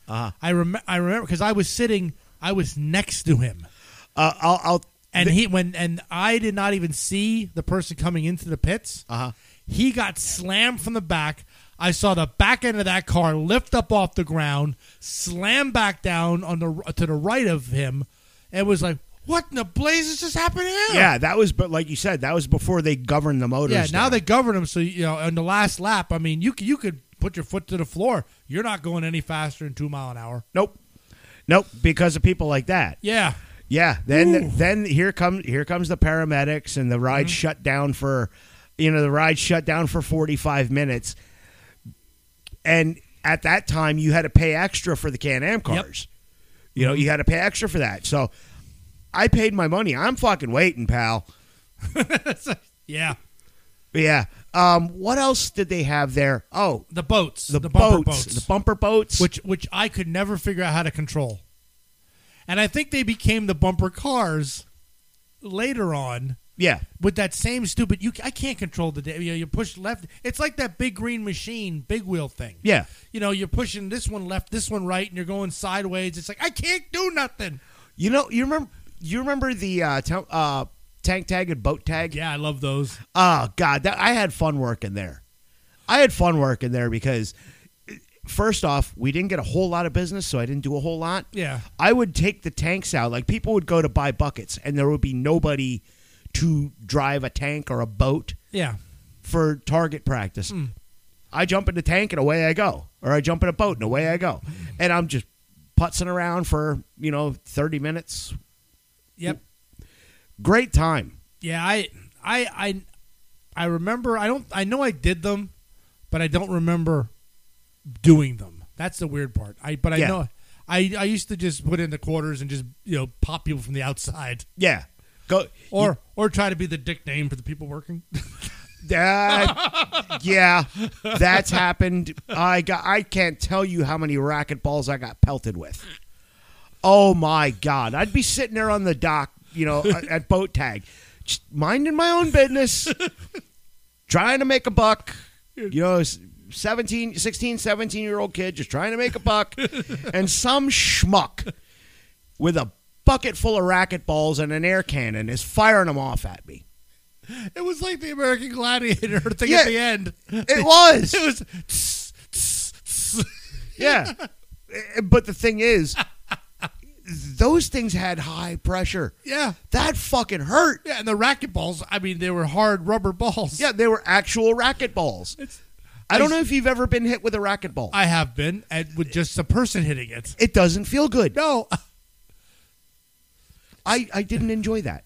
[SPEAKER 1] Uh-huh.
[SPEAKER 2] I rem- I remember because I was sitting I was next to him.
[SPEAKER 1] Uh, I'll, I'll
[SPEAKER 2] And he when and I did not even see the person coming into the pits.
[SPEAKER 1] Uh-huh.
[SPEAKER 2] He got slammed from the back. I saw the back end of that car lift up off the ground, slam back down on the to the right of him, and was like, "What in the blazes just happened here?"
[SPEAKER 1] Yeah, that was, but like you said, that was before they governed the motors.
[SPEAKER 2] Yeah, now
[SPEAKER 1] there.
[SPEAKER 2] they govern them, so you know. On the last lap, I mean, you c- you could put your foot to the floor. You're not going any faster than two mile an hour.
[SPEAKER 1] nope, nope, because of people like that.
[SPEAKER 2] Yeah,
[SPEAKER 1] Yeah, then then here come here comes the paramedics and the
[SPEAKER 2] Mm-hmm.
[SPEAKER 1] ride shut down for, you know, the ride shut down for forty five minutes, and at that time you had to pay extra for the Can Am cars, you know,
[SPEAKER 2] Mm-hmm.
[SPEAKER 1] you had to pay extra for that. So, I paid my money. I'm fucking waiting, pal.
[SPEAKER 2] yeah.
[SPEAKER 1] But yeah. Um, what else did they have there? Oh,
[SPEAKER 2] The boats,
[SPEAKER 1] the,
[SPEAKER 2] the, bumper
[SPEAKER 1] boats,
[SPEAKER 2] boats,
[SPEAKER 1] the bumper boats.
[SPEAKER 2] which which I could never figure out how to control. And I think they became the bumper cars later on
[SPEAKER 1] yeah,
[SPEAKER 2] with that same stupid. You I can't control the da- you, know, you push left. It's like that big green machine, big wheel thing.
[SPEAKER 1] yeah.
[SPEAKER 2] You know, you're pushing this one left, this one right, and you're going sideways. It's like I can't do nothing.
[SPEAKER 1] You know, you remember you remember the uh, ta- uh, tank tag and boat tag.
[SPEAKER 2] Yeah, I love those.
[SPEAKER 1] Oh God, that, I had fun working there. I had fun working there because first off, we didn't get a whole lot of business, so I didn't do a whole lot.
[SPEAKER 2] Yeah.
[SPEAKER 1] I would take the tanks out. Like people would go to buy buckets, and there would be nobody to drive a tank or a boat
[SPEAKER 2] Yeah.
[SPEAKER 1] for target practice. I jump in the tank and away I go, or I jump in a boat and away I go, and I'm just putzing around for you know thirty minutes.
[SPEAKER 2] Yep.
[SPEAKER 1] Great time.
[SPEAKER 2] Yeah, I I I I remember I don't I know I did them, but I don't remember doing them. That's the weird part. I but I
[SPEAKER 1] Yeah.
[SPEAKER 2] know I I used to just put in the quarters and just, you know, pop people from the outside
[SPEAKER 1] Yeah. Go
[SPEAKER 2] or or try to be the dick name for the people working.
[SPEAKER 1] Uh, yeah, that's happened. I got. I can't tell you how many racket balls I got pelted with. Oh my god! I'd be sitting there on the dock, you know, at, at boat tag, just minding my own business, trying to make a buck. You know, s- 17, 16, 17 year old kid just trying to make a buck, and some schmuck with a bucket full of racket balls and an air cannon is firing them off at me.
[SPEAKER 2] it was like the American Gladiator thing
[SPEAKER 1] Yeah.
[SPEAKER 2] at the end.
[SPEAKER 1] It was.
[SPEAKER 2] It was tss, tss, tss.
[SPEAKER 1] Yeah. Eh, but the thing is, those things had high pressure.
[SPEAKER 2] Yeah.
[SPEAKER 1] That fucking hurt.
[SPEAKER 2] Yeah, and the racket balls, I mean, they were hard rubber balls.
[SPEAKER 1] Yeah, they were actual racket balls. I don't know if you've ever been hit with a racket ball.
[SPEAKER 2] I have been and with just a person hitting it.
[SPEAKER 1] It doesn't feel good.
[SPEAKER 2] No,
[SPEAKER 1] I, I didn't enjoy that.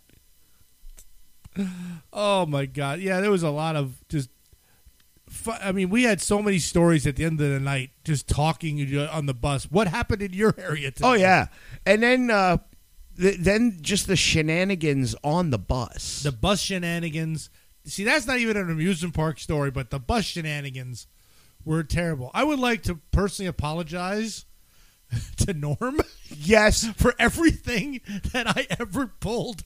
[SPEAKER 2] Oh my god! Yeah, there was a lot of just. fu- I mean, we had so many stories at the end of the night, just talking on the bus. What happened in your area? Today?
[SPEAKER 1] Oh yeah, and then uh, th- then just the shenanigans on the bus.
[SPEAKER 2] the bus shenanigans. See, that's not even an amusement park story, but the bus shenanigans were terrible. I would like to personally apologize to Norm
[SPEAKER 1] yes,
[SPEAKER 2] for everything that I ever pulled.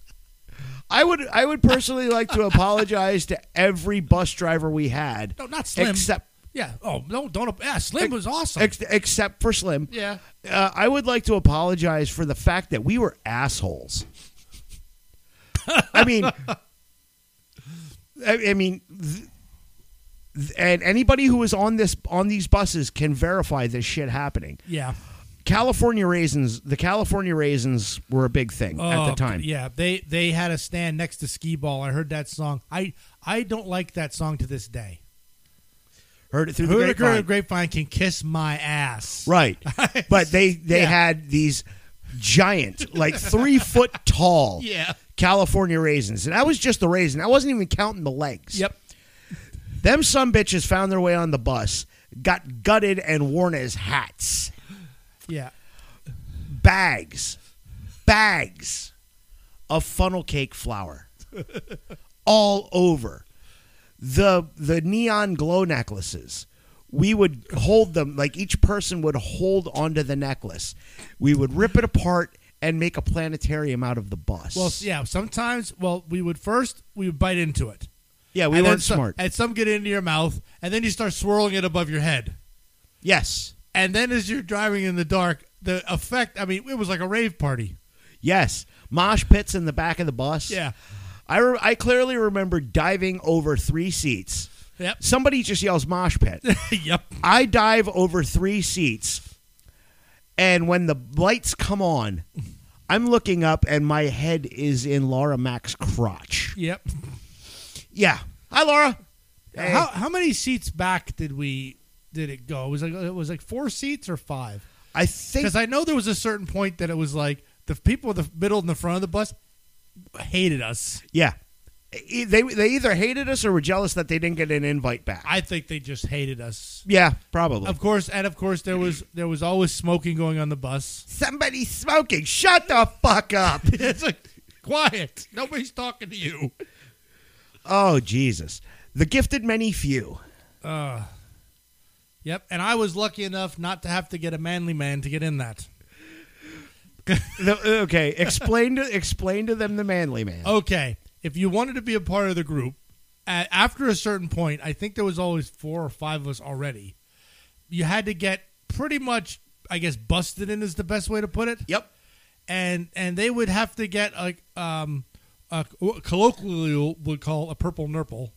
[SPEAKER 1] I would I would personally like to apologize to every bus driver we had.
[SPEAKER 2] No, not Slim.
[SPEAKER 1] Except
[SPEAKER 2] Yeah. Oh no, don't. Yeah, Slim was awesome.
[SPEAKER 1] ex- except for Slim.
[SPEAKER 2] yeah.
[SPEAKER 1] uh, I would like to apologize for the fact that we were assholes. I mean, I, I mean, th- th- and anybody who was on this on these buses can verify this shit happening.
[SPEAKER 2] Yeah.
[SPEAKER 1] California raisins, the California raisins were a big thing at the
[SPEAKER 2] Oh,
[SPEAKER 1] time.
[SPEAKER 2] Yeah, they they had a stand next to Skee Ball. I heard that song. I I don't like that song to this day.
[SPEAKER 1] Heard it through
[SPEAKER 2] Who
[SPEAKER 1] the
[SPEAKER 2] the girl
[SPEAKER 1] grapevine.
[SPEAKER 2] with grapevine can kiss my ass.
[SPEAKER 1] Right. But they they
[SPEAKER 2] Yeah.
[SPEAKER 1] had these giant, like three foot tall
[SPEAKER 2] Yeah.
[SPEAKER 1] California raisins. And that was just the raisin. I wasn't even counting the legs.
[SPEAKER 2] Yep.
[SPEAKER 1] Them some bitches found their way on the bus, got gutted and worn as hats.
[SPEAKER 2] Yeah.
[SPEAKER 1] Bags. Bags of funnel cake flour. All over. The the neon glow necklaces. We would hold them like each person would hold onto the necklace. We would rip it apart and make a planetarium out of the bus.
[SPEAKER 2] Well, yeah. Sometimes, well, we would first we would bite into it.
[SPEAKER 1] yeah, we
[SPEAKER 2] And then
[SPEAKER 1] weren't
[SPEAKER 2] some-
[SPEAKER 1] smart.
[SPEAKER 2] And some get into your mouth, and then you start swirling it above your head.
[SPEAKER 1] yes.
[SPEAKER 2] And then as you're driving in the dark, the effect. I mean, it was like a rave party.
[SPEAKER 1] Yes, mosh pits in the back of the bus.
[SPEAKER 2] Yeah.
[SPEAKER 1] I re- I clearly remember diving over three seats
[SPEAKER 2] Yep.
[SPEAKER 1] Somebody just yells mosh pit.
[SPEAKER 2] yep.
[SPEAKER 1] I dive over three seats, and when the lights come on, I'm looking up, and my head is in Laura Mack's crotch.
[SPEAKER 2] Yep.
[SPEAKER 1] Yeah. Hi, Laura. Hey.
[SPEAKER 2] How how many seats back did we did it go? It was like it was like four seats or five?
[SPEAKER 1] I think
[SPEAKER 2] Because I know there was a certain point that it was like the people in the middle and the front of the bus hated us.
[SPEAKER 1] Yeah. E- They they either hated us or were jealous that they didn't get an invite back.
[SPEAKER 2] I think they just hated us.
[SPEAKER 1] yeah, probably.
[SPEAKER 2] Of course, and of course there was there was always smoking going on the bus.
[SPEAKER 1] Somebody's smoking. Shut the fuck up.
[SPEAKER 2] it's like quiet. Nobody's talking to you.
[SPEAKER 1] oh Jesus. The gifted many few.
[SPEAKER 2] Uh, yep. And I was lucky enough not to have to get a manly man to get in that.
[SPEAKER 1] The- okay, explain to explain to them the manly man.
[SPEAKER 2] Okay, if you wanted to be a part of the group, a after a certain point, I think there was always four or five of us already. You had to get pretty much, I guess, busted in is the best way to put it.
[SPEAKER 1] Yep.
[SPEAKER 2] And and they would have to get like um, a, what colloquially would call a purple nurple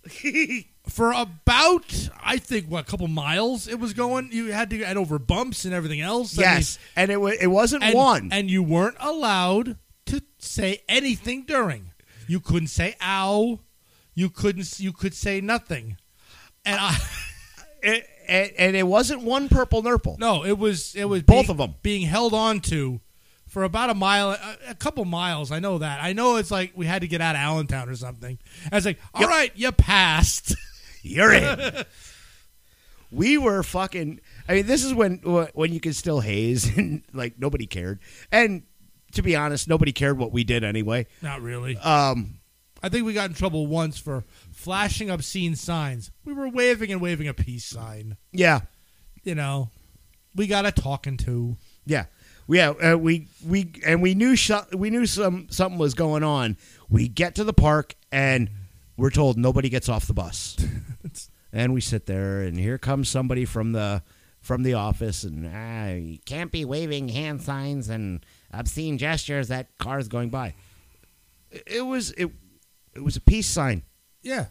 [SPEAKER 2] for about I think what a couple miles it was going. You had to get over bumps and everything else. I mean,
[SPEAKER 1] yes, and it wa it wasn't
[SPEAKER 2] and,
[SPEAKER 1] one.
[SPEAKER 2] And you weren't allowed to say anything during. You couldn't say ow. You couldn't. You could say nothing. And I
[SPEAKER 1] It- and, and it wasn't one purple nurple.
[SPEAKER 2] no, it was it was
[SPEAKER 1] Both
[SPEAKER 2] being-
[SPEAKER 1] of 'em.
[SPEAKER 2] being held on to for about a mile, a, a couple miles. I know that. I know it's like we had to get out of Allentown or something. I was like, all right, you passed.
[SPEAKER 1] You're in. we were fucking. I mean, this is when when you could still haze and like nobody cared. And to be honest, nobody cared what we did anyway.
[SPEAKER 2] Not really.
[SPEAKER 1] Um,
[SPEAKER 2] I think we got in trouble once for flashing obscene signs. We were waving and waving a peace sign.
[SPEAKER 1] yeah,
[SPEAKER 2] You know, we got a talking to.
[SPEAKER 1] yeah, yeah. Uh, we we and we knew sh- we knew some something was going on. We get to the park and we're told nobody gets off the bus. and we sit there, and here comes somebody from the from the office, and ah, you can't be waving hand signs and obscene gestures at cars going by. It- It was it it was a peace sign.
[SPEAKER 2] Yeah.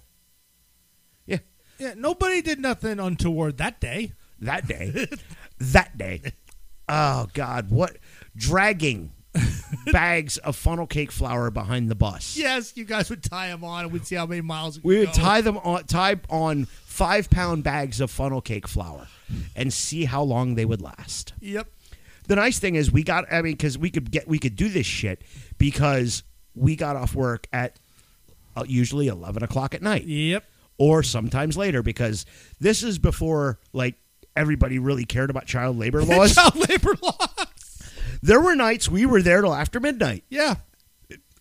[SPEAKER 1] Yeah,
[SPEAKER 2] Yeah. Nobody did nothing untoward that day.
[SPEAKER 1] that day, that day. Oh God, what dragging bags of funnel cake flour behind the bus.
[SPEAKER 2] Yes, you guys would tie them on and we'd see how many miles
[SPEAKER 1] We would
[SPEAKER 2] could go.
[SPEAKER 1] tie them on, tie on five pound bags of funnel cake flour, and see how long they would last.
[SPEAKER 2] Yep.
[SPEAKER 1] The nice thing is we got I mean because we could get we could do this shit because we got off work at uh, usually eleven o'clock at night
[SPEAKER 2] Yep.
[SPEAKER 1] or sometimes later because this is before like everybody really cared about child labor laws.
[SPEAKER 2] Child labor laws.
[SPEAKER 1] there were nights we were there till after midnight.
[SPEAKER 2] Yeah.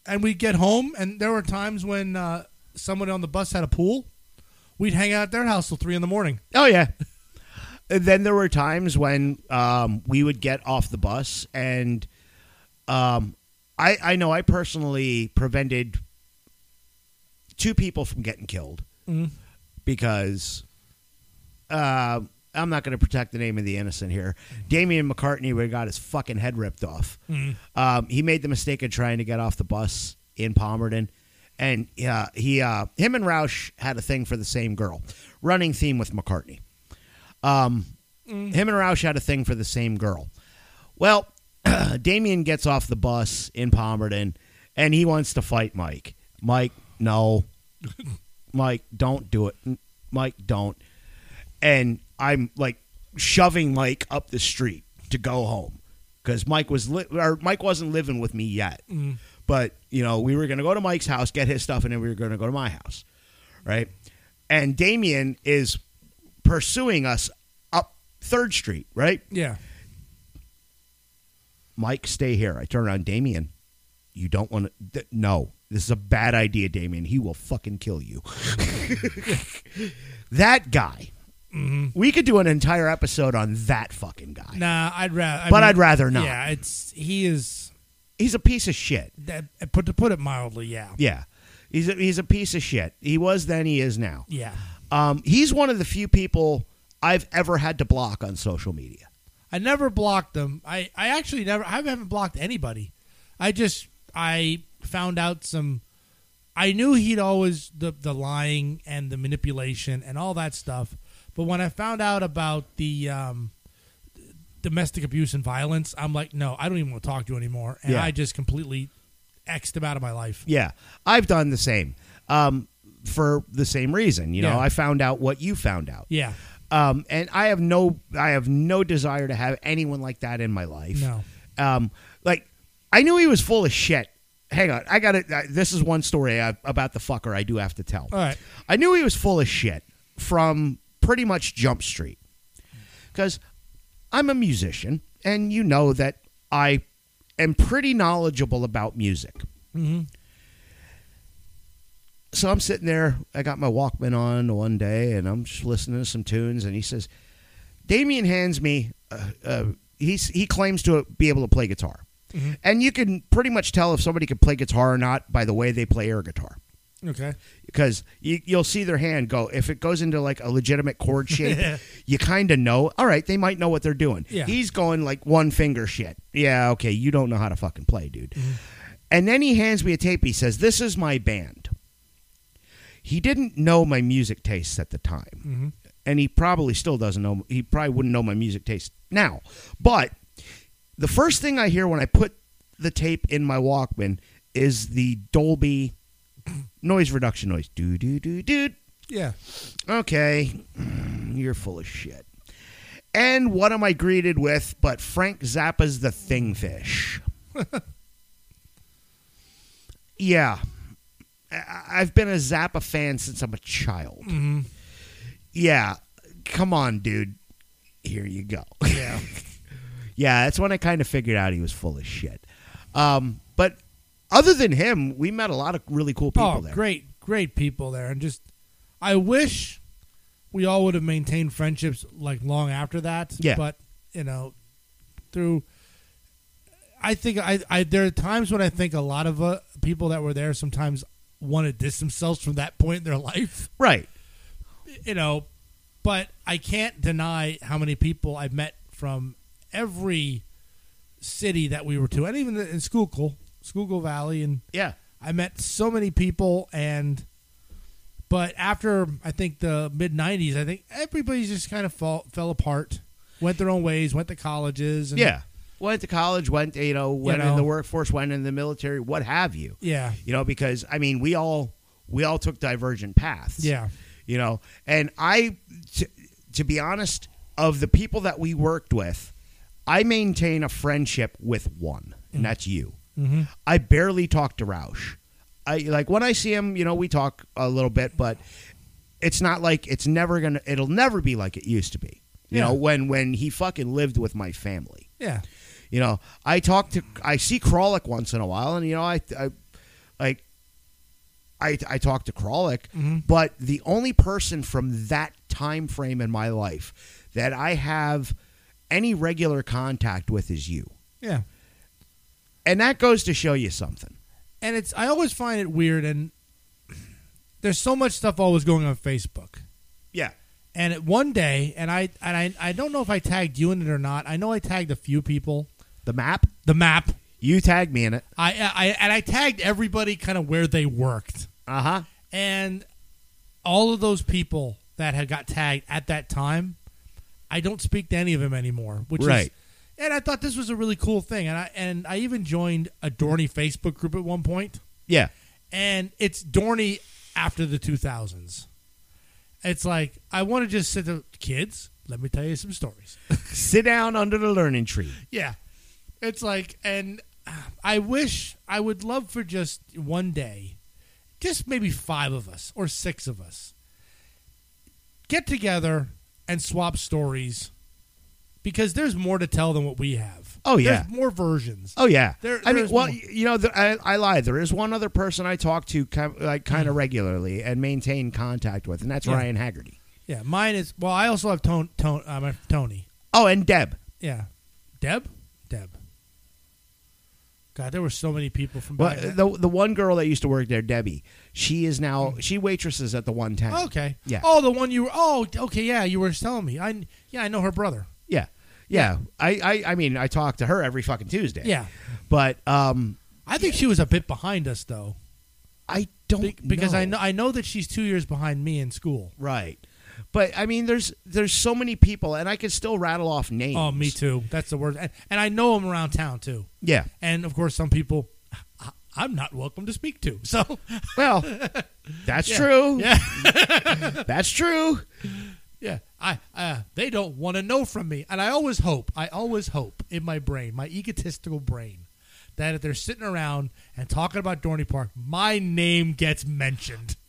[SPEAKER 2] And we'd get home, and there were times when uh, someone on the bus had a pool. We'd hang out at their house till three in the morning.
[SPEAKER 1] Oh yeah. And then there were times when um, we would get off the bus, and um, I, I know I personally prevented two people from getting killed because uh, I'm not going to protect the name of the innocent here. Damian McCartney would have got his fucking head ripped off. Um, he made the mistake of trying to get off the bus in Palmerton, and uh, he, uh, him and Roush had a thing for the same girl. Running theme with McCartney. Um, Him and Roush had a thing for the same girl. Well, Damien gets off the bus in Palmerton, and he wants to fight Mike. Mike, no. Mike, don't do it. N- Mike, don't. And I'm like shoving Mike up the street to go home because Mike was li- or Mike wasn't living with me yet. But you know, we were gonna go to Mike's house, get his stuff, and then we were gonna go to my house, right? And Damien is pursuing us up Third Street, right?
[SPEAKER 2] Yeah.
[SPEAKER 1] Mike, stay here. I turn around, Damien. You don't want to. Th- no, this is a bad idea, Damien. He will fucking kill you. that guy. We could do an entire episode on that fucking guy.
[SPEAKER 2] Nah, I'd rather.
[SPEAKER 1] But I'd rather not.
[SPEAKER 2] Yeah, it's he is.
[SPEAKER 1] He's a piece of shit.
[SPEAKER 2] That, put to put it mildly, yeah.
[SPEAKER 1] Yeah, he's a, he's a piece of shit. He was then, he is now.
[SPEAKER 2] Yeah.
[SPEAKER 1] Um, he's one of the few people I've ever had to block on social media.
[SPEAKER 2] I never blocked them. I, I actually never I haven't blocked anybody. I just I found out some I knew he'd always the the lying and the manipulation and all that stuff, but when I found out about the um, domestic abuse and violence, I'm like, no, I don't even want to talk to you anymore, and
[SPEAKER 1] Yeah.
[SPEAKER 2] I just completely xed him out of my life.
[SPEAKER 1] Yeah, I've done the same um, for the same reason. You know,
[SPEAKER 2] Yeah.
[SPEAKER 1] I found out what you found out.
[SPEAKER 2] Yeah,
[SPEAKER 1] Um, and I have no, I have no desire to have anyone like that in my life.
[SPEAKER 2] No.
[SPEAKER 1] Um, like I knew he was full of shit. Hang on, I got to This is one story I, about the fucker I do have to tell.
[SPEAKER 2] All right.
[SPEAKER 1] I knew he was full of shit from pretty much Jump Street because I'm a musician, and you know that I am pretty knowledgeable about music.
[SPEAKER 2] Mm-hmm.
[SPEAKER 1] So I'm sitting there. I got my Walkman on one day, and I'm just listening to some tunes. And he says, Damien hands me. Uh, uh, he's he claims to be able to play guitar, and you can pretty much tell if somebody can play guitar or not by the way they play air guitar
[SPEAKER 2] okay,
[SPEAKER 1] because you, you'll see their hand go if it goes into like a legitimate chord shape you kind of know all right they might know what they're doing
[SPEAKER 2] Yeah.
[SPEAKER 1] he's going like one finger shit yeah okay you don't know how to fucking play dude and then he hands me a tape he says this is my band he didn't know my music tastes at the time
[SPEAKER 2] Mm-hmm.
[SPEAKER 1] and he probably still doesn't know he probably wouldn't know my music taste now but the first thing i hear when i put the tape in my walkman is the dolby noise reduction noise. Do do do do.
[SPEAKER 2] yeah,
[SPEAKER 1] Okay, you're full of shit. And what am I greeted with? But Frank Zappa's the Thingfish. yeah, I- I've been a Zappa fan since I'm a child.
[SPEAKER 2] Mm-hmm.
[SPEAKER 1] Yeah, come on, dude. Here you go.
[SPEAKER 2] yeah,
[SPEAKER 1] Yeah, that's when I kind of figured out he was full of shit. Um, but other than him, we met a lot of really cool people
[SPEAKER 2] oh,
[SPEAKER 1] there.
[SPEAKER 2] great, great people there, and just I wish we all would have maintained friendships like long after that.
[SPEAKER 1] Yeah.
[SPEAKER 2] but you know, through I think I, I there are times when I think a lot of uh, people that were there sometimes want to distance themselves from that point in their life.
[SPEAKER 1] Right.
[SPEAKER 2] You know, but I can't deny how many people I've met from every city that we were to, and even in Schuylkill, Schuylkill Valley, and
[SPEAKER 1] Yeah.
[SPEAKER 2] I met so many people and but after I think the mid 90s I think everybody just kind of fall, fell apart went their own ways went to colleges and
[SPEAKER 1] Yeah. Went to college, went, you know, went in
[SPEAKER 2] know.
[SPEAKER 1] the workforce, went in the military, what have you.
[SPEAKER 2] yeah
[SPEAKER 1] You know, because I mean, we all we all took divergent paths.
[SPEAKER 2] Yeah.
[SPEAKER 1] You know, and I to, to be honest, of the people that we worked with, I maintain a friendship with one,
[SPEAKER 2] Mm.
[SPEAKER 1] and that's you.
[SPEAKER 2] Mm-hmm.
[SPEAKER 1] I barely talk to Roush. I like when I see him, you know, we talk a little bit, but it's not like it's never going to it'll never be like it used to be. You
[SPEAKER 2] Yeah.
[SPEAKER 1] know, when when he fucking lived with my family.
[SPEAKER 2] yeah
[SPEAKER 1] You know, I talk to I see Kralik once in a while, and you know, I, I like I I talk to Kralik, but the only person from that time frame in my life that I have any regular contact with is you,
[SPEAKER 2] yeah
[SPEAKER 1] and that goes to show you something.
[SPEAKER 2] and it's I always find it weird and there's so much stuff always going on Facebook
[SPEAKER 1] Yeah,
[SPEAKER 2] and it, one day and I and I I don't know if I tagged you in it or not I know I tagged a few people
[SPEAKER 1] the map
[SPEAKER 2] the map
[SPEAKER 1] you tagged me in it.
[SPEAKER 2] I I and I tagged everybody kind of where they worked
[SPEAKER 1] Uh huh.
[SPEAKER 2] and all of those people that had got tagged at that time, I don't speak to any of them anymore. Which is,
[SPEAKER 1] Right.
[SPEAKER 2] and I thought this was a really cool thing, and I and I even joined a Dorney Facebook group at one point,
[SPEAKER 1] Yeah,
[SPEAKER 2] and it's Dorney after the two thousands. It's like I want to just sit the kids. Let me tell you some stories.
[SPEAKER 1] sit down under the learning tree.
[SPEAKER 2] Yeah. It's like, and I wish, I would love for just one day, just maybe five of us or six of us, get together and swap stories because there's more to tell than what we have.
[SPEAKER 1] Oh, yeah.
[SPEAKER 2] There's more versions.
[SPEAKER 1] Oh yeah,
[SPEAKER 2] There-
[SPEAKER 1] I mean,
[SPEAKER 2] there's
[SPEAKER 1] well,
[SPEAKER 2] more.
[SPEAKER 1] you know, there, I, I lied. There is one other person I talk to, kind, like kind of regularly, and maintain contact with, and that's
[SPEAKER 2] Mm. Yeah.
[SPEAKER 1] Ryan Haggerty.
[SPEAKER 2] Yeah. Mine is, well, I also have Tone, Tone, uh, my- Tony.
[SPEAKER 1] Oh, and Deb.
[SPEAKER 2] Yeah. Deb? Deb. God, there were so many people from
[SPEAKER 1] Well, uh,
[SPEAKER 2] back then.
[SPEAKER 1] the the one girl that used to work there, Debbie, she is now she waitresses at the one ten.
[SPEAKER 2] Okay.
[SPEAKER 1] Yeah.
[SPEAKER 2] Mm. Oh, the one you were. Oh, okay. Yeah, you were telling me. I yeah, I know her brother.
[SPEAKER 1] Yeah. Yeah. I, I I mean I talk to her every fucking Tuesday.
[SPEAKER 2] Yeah.
[SPEAKER 1] But um
[SPEAKER 2] I think she was a bit behind us, though.
[SPEAKER 1] I don't
[SPEAKER 2] Be- because
[SPEAKER 1] know.
[SPEAKER 2] I know I know that she's two years behind me in school.
[SPEAKER 1] right. But I mean, there's there's so many people, and I could still rattle off names.
[SPEAKER 2] Oh, me too. That's the word. And, and I know them around town too.
[SPEAKER 1] Yeah.
[SPEAKER 2] And of course, some people I, I'm not welcome to speak to. So
[SPEAKER 1] Well, that's
[SPEAKER 2] Yeah.
[SPEAKER 1] true.
[SPEAKER 2] yeah,
[SPEAKER 1] That's true.
[SPEAKER 2] yeah. I uh, they don't want to know from me. And I always hope. I always hope in my brain, my egotistical brain, that if they're sitting around and talking about Dorney Park, my name gets mentioned.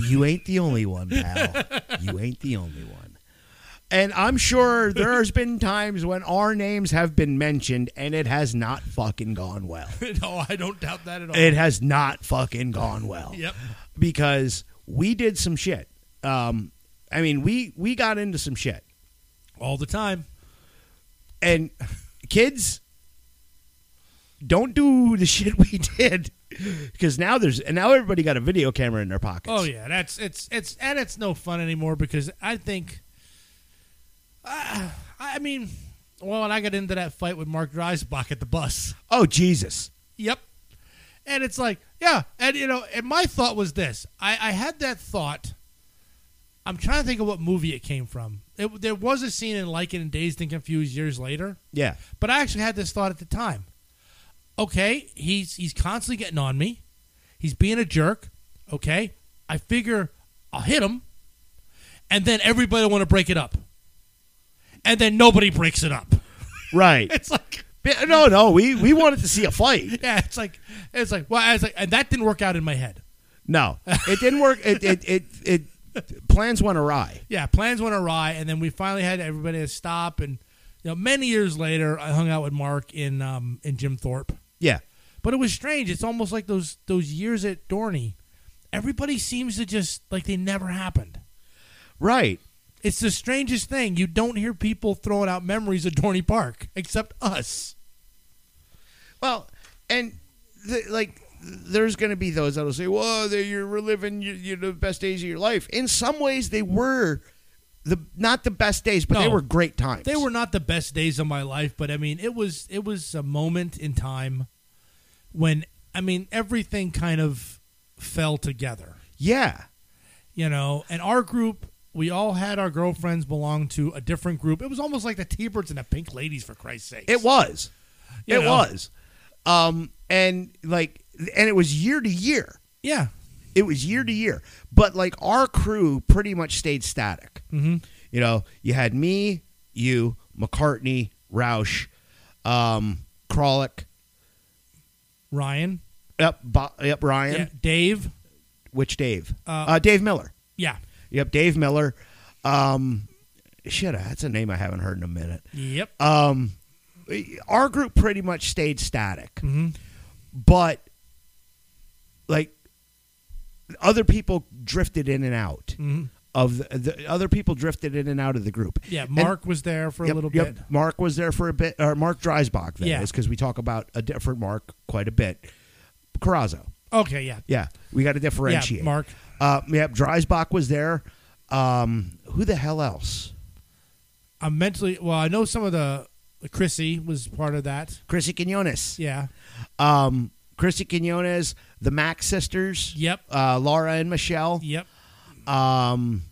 [SPEAKER 1] You ain't the only one, pal. You ain't the only one. And I'm sure there's been times when our names have been mentioned and it has not fucking gone well.
[SPEAKER 2] no, I don't doubt that at all.
[SPEAKER 1] It has not fucking gone well.
[SPEAKER 2] Yep.
[SPEAKER 1] Because we did some shit. Um, I mean, we we got into some shit.
[SPEAKER 2] all the time.
[SPEAKER 1] And kids, don't do the shit we did. Because now there's and now everybody got a video camera in their pockets.
[SPEAKER 2] Oh yeah, that's it's it's and it's no fun anymore because I think, uh, I mean, well, when I got into that fight with Mark Dreisbach at the bus,
[SPEAKER 1] Oh Jesus.
[SPEAKER 2] yep, and it's like yeah, and you know, and my thought was this: I I had that thought. I'm trying to think of what movie it came from. It, there was a scene in Like It and Dazed and Confused years later,
[SPEAKER 1] Yeah.
[SPEAKER 2] but I actually had this thought at the time. Okay, he's he's constantly getting on me. He's being a jerk. Okay, I figure I'll hit him, and then everybody want to break it up, and then nobody breaks it up.
[SPEAKER 1] Right.
[SPEAKER 2] It's like
[SPEAKER 1] Yeah, No, no, we we wanted to see a fight.
[SPEAKER 2] yeah, it's like it's like well, I was like, and that didn't work out in my head.
[SPEAKER 1] No, it didn't work. It it it, it plans went awry.
[SPEAKER 2] Yeah, plans went awry, and then we finally had everybody to stop. And you know, many years later, I hung out with Mark in um in Jim Thorpe.
[SPEAKER 1] Yeah,
[SPEAKER 2] But it was strange. It's almost like those those years at Dorney. Everybody seems to just like they never happened.
[SPEAKER 1] right.
[SPEAKER 2] It's the strangest thing. You don't hear people throwing out memories of Dorney Park except us.
[SPEAKER 1] Well, and the, like, there's going to be those that'll say, "Whoa, they- you're reliving you, you the best days of your life." In some ways, they were the not the best days, but they
[SPEAKER 2] No.
[SPEAKER 1] were great times.
[SPEAKER 2] They were not the best days of my life, but I mean, it was it was a moment in time when I mean, everything kind of fell together.
[SPEAKER 1] yeah,
[SPEAKER 2] You know, and our group we all had our girlfriends belong to a different group. It was almost like the T-Birds and the Pink Ladies, for Christ's sake.
[SPEAKER 1] it was,
[SPEAKER 2] You
[SPEAKER 1] it
[SPEAKER 2] know.
[SPEAKER 1] was, um, and like, and it was year to year.
[SPEAKER 2] yeah,
[SPEAKER 1] It was year to year, but like our crew pretty much stayed static. Mm-hmm. You know, you had me, you, McCartney, Roush, um, Kralik,
[SPEAKER 2] Ryan,
[SPEAKER 1] yep, Bo- yep, Ryan,
[SPEAKER 2] yeah, Dave,
[SPEAKER 1] which Dave, uh,
[SPEAKER 2] Uh,
[SPEAKER 1] Dave Miller,
[SPEAKER 2] Yeah.
[SPEAKER 1] yep, Dave Miller. Um, shit, that's a name I haven't heard in a minute.
[SPEAKER 2] Yep.
[SPEAKER 1] Um, our group pretty much stayed static,
[SPEAKER 2] Mm-hmm.
[SPEAKER 1] but like other people drifted in and out. Of the, the other people drifted in and out of the group.
[SPEAKER 2] Mm-hmm. yeah.
[SPEAKER 1] And-
[SPEAKER 2] Mark was there for
[SPEAKER 1] Yep,
[SPEAKER 2] a little
[SPEAKER 1] yep.
[SPEAKER 2] bit.
[SPEAKER 1] Mark was there for a bit, or Mark Dreisbach. That
[SPEAKER 2] Yeah.
[SPEAKER 1] because we talk about a different Mark quite a bit. Carrazzo.
[SPEAKER 2] Okay. Yeah.
[SPEAKER 1] Yeah, we got to differentiate.
[SPEAKER 2] Yeah. Mark.
[SPEAKER 1] Uh, yep, Dreisbach was there. Um, who the hell else?
[SPEAKER 2] I'm mentally well. I know some of the Chrissy was part of that.
[SPEAKER 1] Chrissy Quinones.
[SPEAKER 2] Yeah.
[SPEAKER 1] Um, Chrissy Quinones, the Mack sisters.
[SPEAKER 2] Yep.
[SPEAKER 1] Uh, Laura and Michelle.
[SPEAKER 2] Yep.
[SPEAKER 1] Um,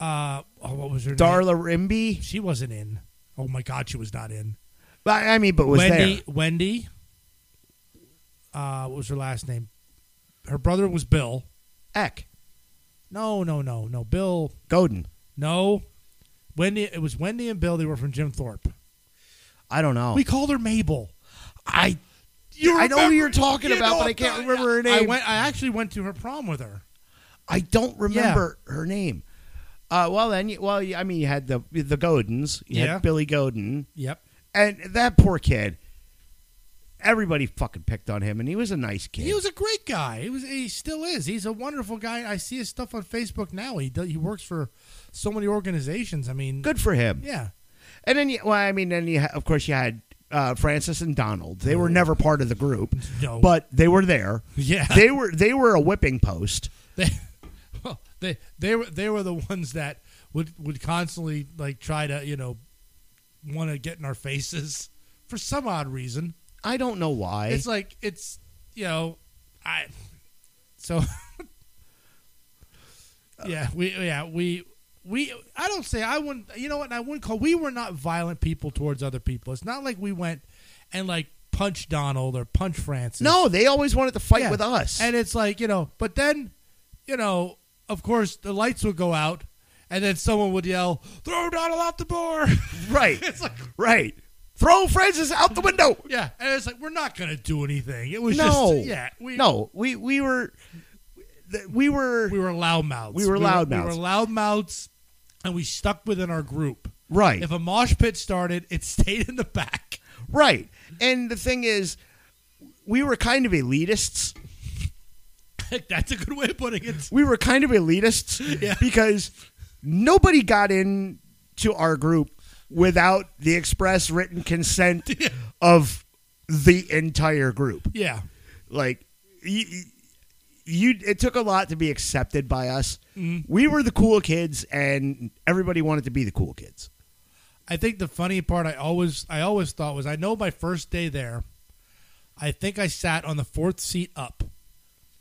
[SPEAKER 2] Uh. Oh, what was her name?
[SPEAKER 1] Darla Rimby.
[SPEAKER 2] She wasn't in. Oh my God, she was not in.
[SPEAKER 1] But, I mean, but was
[SPEAKER 2] Wendy.
[SPEAKER 1] there.
[SPEAKER 2] Wendy. Uh, what was her last name? Her brother was Bill.
[SPEAKER 1] Eck.
[SPEAKER 2] No, no, no, no. Bill.
[SPEAKER 1] Godin.
[SPEAKER 2] No. Wendy. It was Wendy and Bill. They were from Jim Thorpe.
[SPEAKER 1] I don't know.
[SPEAKER 2] We called her Mabel.
[SPEAKER 1] I
[SPEAKER 2] You
[SPEAKER 1] Oh. I know who
[SPEAKER 2] remember-
[SPEAKER 1] you're talking
[SPEAKER 2] you
[SPEAKER 1] about,
[SPEAKER 2] know
[SPEAKER 1] but
[SPEAKER 2] what
[SPEAKER 1] I can't
[SPEAKER 2] the-
[SPEAKER 1] remember her
[SPEAKER 2] I
[SPEAKER 1] name.
[SPEAKER 2] went. I actually went to her prom with her.
[SPEAKER 1] I don't remember her name. Uh, well then, you- well you- I mean, you had the the Godins. You
[SPEAKER 2] Yeah.
[SPEAKER 1] had Billy Godin,
[SPEAKER 2] Yep.
[SPEAKER 1] and that poor kid. Everybody fucking picked on him, and he was a nice kid.
[SPEAKER 2] He was a great guy. He was. He still is. He's a wonderful guy. I see his stuff on Facebook now. He do, he works for so many organizations. I mean,
[SPEAKER 1] good for him.
[SPEAKER 2] Yeah.
[SPEAKER 1] And then, you, well, I mean, then you ha- of course you had uh, Francis and Donald. They were never part of the group,
[SPEAKER 2] Oh. No.
[SPEAKER 1] but they were there.
[SPEAKER 2] Yeah.
[SPEAKER 1] they were they were a whipping post.
[SPEAKER 2] They, well, they they were they were the ones that would would constantly like try to you know want to get in our faces for some odd reason.
[SPEAKER 1] Eh? I don't know why.
[SPEAKER 2] It's like it's you know I So yeah, we yeah we we I don't say I wouldn't you know what I wouldn't call we were not violent people towards other people. It's not like we went and like punched Donald or punched Francis.
[SPEAKER 1] No, they always wanted to fight
[SPEAKER 2] Yeah.
[SPEAKER 1] with us.
[SPEAKER 2] And it's like, you know, but then, you know, of course the lights would go out and then someone would yell, Throw Donald out the door
[SPEAKER 1] right,
[SPEAKER 2] It's like
[SPEAKER 1] right. Throw Francis out the window.
[SPEAKER 2] Yeah. And it's like we're not gonna do anything. It was
[SPEAKER 1] no,
[SPEAKER 2] just yeah, we
[SPEAKER 1] no, we we were, we were,
[SPEAKER 2] we were loudmouths.
[SPEAKER 1] We were
[SPEAKER 2] We were
[SPEAKER 1] loudmouths.
[SPEAKER 2] loudmouths and we stuck within our group.
[SPEAKER 1] right,
[SPEAKER 2] If a mosh pit started, it stayed in the back.
[SPEAKER 1] right. And the thing is, we were kind of elitists.
[SPEAKER 2] That's a good way of putting it.
[SPEAKER 1] We were kind of elitists
[SPEAKER 2] Yeah.
[SPEAKER 1] because nobody got in to our group without the express written consent of the entire group.
[SPEAKER 2] Yeah.
[SPEAKER 1] like you, you it took a lot to be accepted by us we were the cool kids and everybody wanted to be the cool kids
[SPEAKER 2] I think the funny part I always I always thought was I know my first day there, I think I sat on the fourth seat up.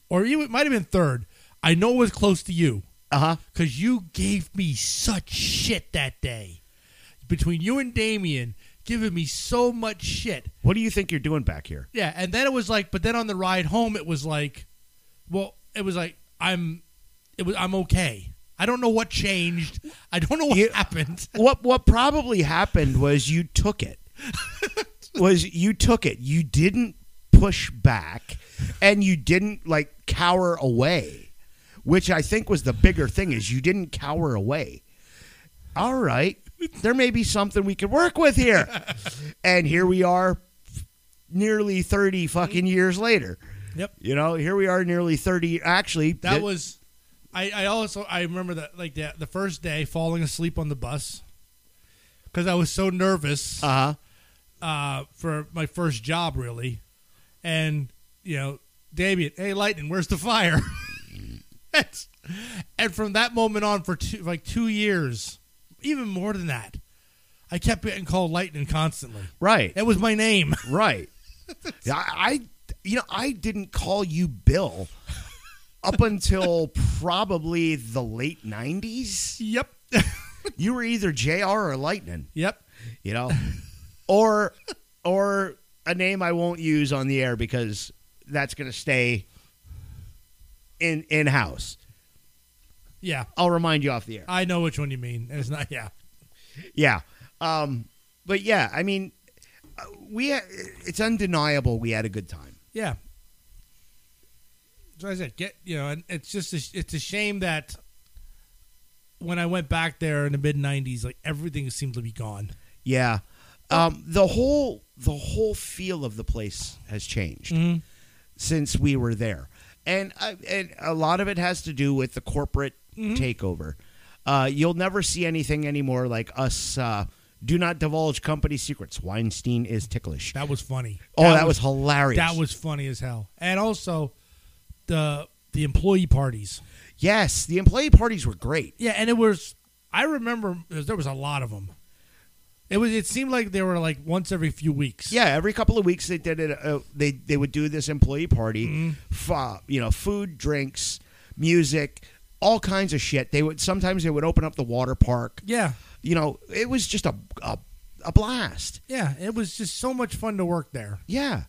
[SPEAKER 2] Or you it might have been third. I know it was close to you.
[SPEAKER 1] uh-huh
[SPEAKER 2] Cause you gave me such shit that day. Between you and Damien giving me so much shit.
[SPEAKER 1] what do you think you're doing back here
[SPEAKER 2] Yeah, and then it was like, but then on the ride home, it was like, well, it was like I'm, it was I'm okay. I don't know what changed. I don't know what
[SPEAKER 1] You-
[SPEAKER 2] happened.
[SPEAKER 1] what what probably happened was you took it was you took it you didn't push back and you didn't like cower away which i think was the bigger thing is you didn't cower away all right there may be something we could work with here and here we are nearly 30 fucking years later
[SPEAKER 2] Yep,
[SPEAKER 1] you know here we are nearly 30 actually
[SPEAKER 2] that
[SPEAKER 1] th-
[SPEAKER 2] was. I, I also I remember that like the, the first day falling asleep on the bus because I was so nervous
[SPEAKER 1] uh-huh
[SPEAKER 2] uh, for my first job really, and you know, Damien, hey Lightning, where's the fire? That's- and from that moment on, for two, like two years, even more than that, I kept getting called Lightning constantly.
[SPEAKER 1] right
[SPEAKER 2] That was my name.
[SPEAKER 1] Right. Yeah, I, I- you know, I didn't call you Bill up until probably the late '90s.
[SPEAKER 2] Yep.
[SPEAKER 1] You were either Jr. or Lightning,
[SPEAKER 2] yep.
[SPEAKER 1] you know, or or a name I won't use on the air because that's going to stay in in house.
[SPEAKER 2] Yeah.
[SPEAKER 1] I'll remind you off the air.
[SPEAKER 2] I know which one you mean. It's not. Yeah.
[SPEAKER 1] Yeah. Um, but yeah, I mean, uh, we ha- it's undeniable we had a good time.
[SPEAKER 2] Yeah. So I said, get you know, and it's just a, it's a shame that when I went back there in the mid '90s, like everything seemed to be gone.
[SPEAKER 1] Yeah. Um, the whole the whole feel of the place has changed
[SPEAKER 2] Mm-hmm.
[SPEAKER 1] since we were there, and I, and a lot of it has to do with the corporate
[SPEAKER 2] Mm-hmm.
[SPEAKER 1] takeover. Uh, you'll never see anything anymore like us. Uh, do not divulge company secrets. Weinstein is ticklish.
[SPEAKER 2] That was funny.
[SPEAKER 1] oh, that, was, hilarious.
[SPEAKER 2] that was funny as hell. And also the the employee parties.
[SPEAKER 1] yes. The employee parties were great.
[SPEAKER 2] Yeah, and it was I remember there was a lot of them. It was it seemed like they were like once every few weeks.
[SPEAKER 1] Yeah, every couple of weeks they did it. Uh, they they would do this employee party,
[SPEAKER 2] Mm-hmm.
[SPEAKER 1] fa- you know, food, drinks, music, all kinds of shit. They would sometimes they would open up the water park.
[SPEAKER 2] Yeah.
[SPEAKER 1] You know, it was just a a, a blast.
[SPEAKER 2] Yeah, it was just so much fun to work there.
[SPEAKER 1] Yeah,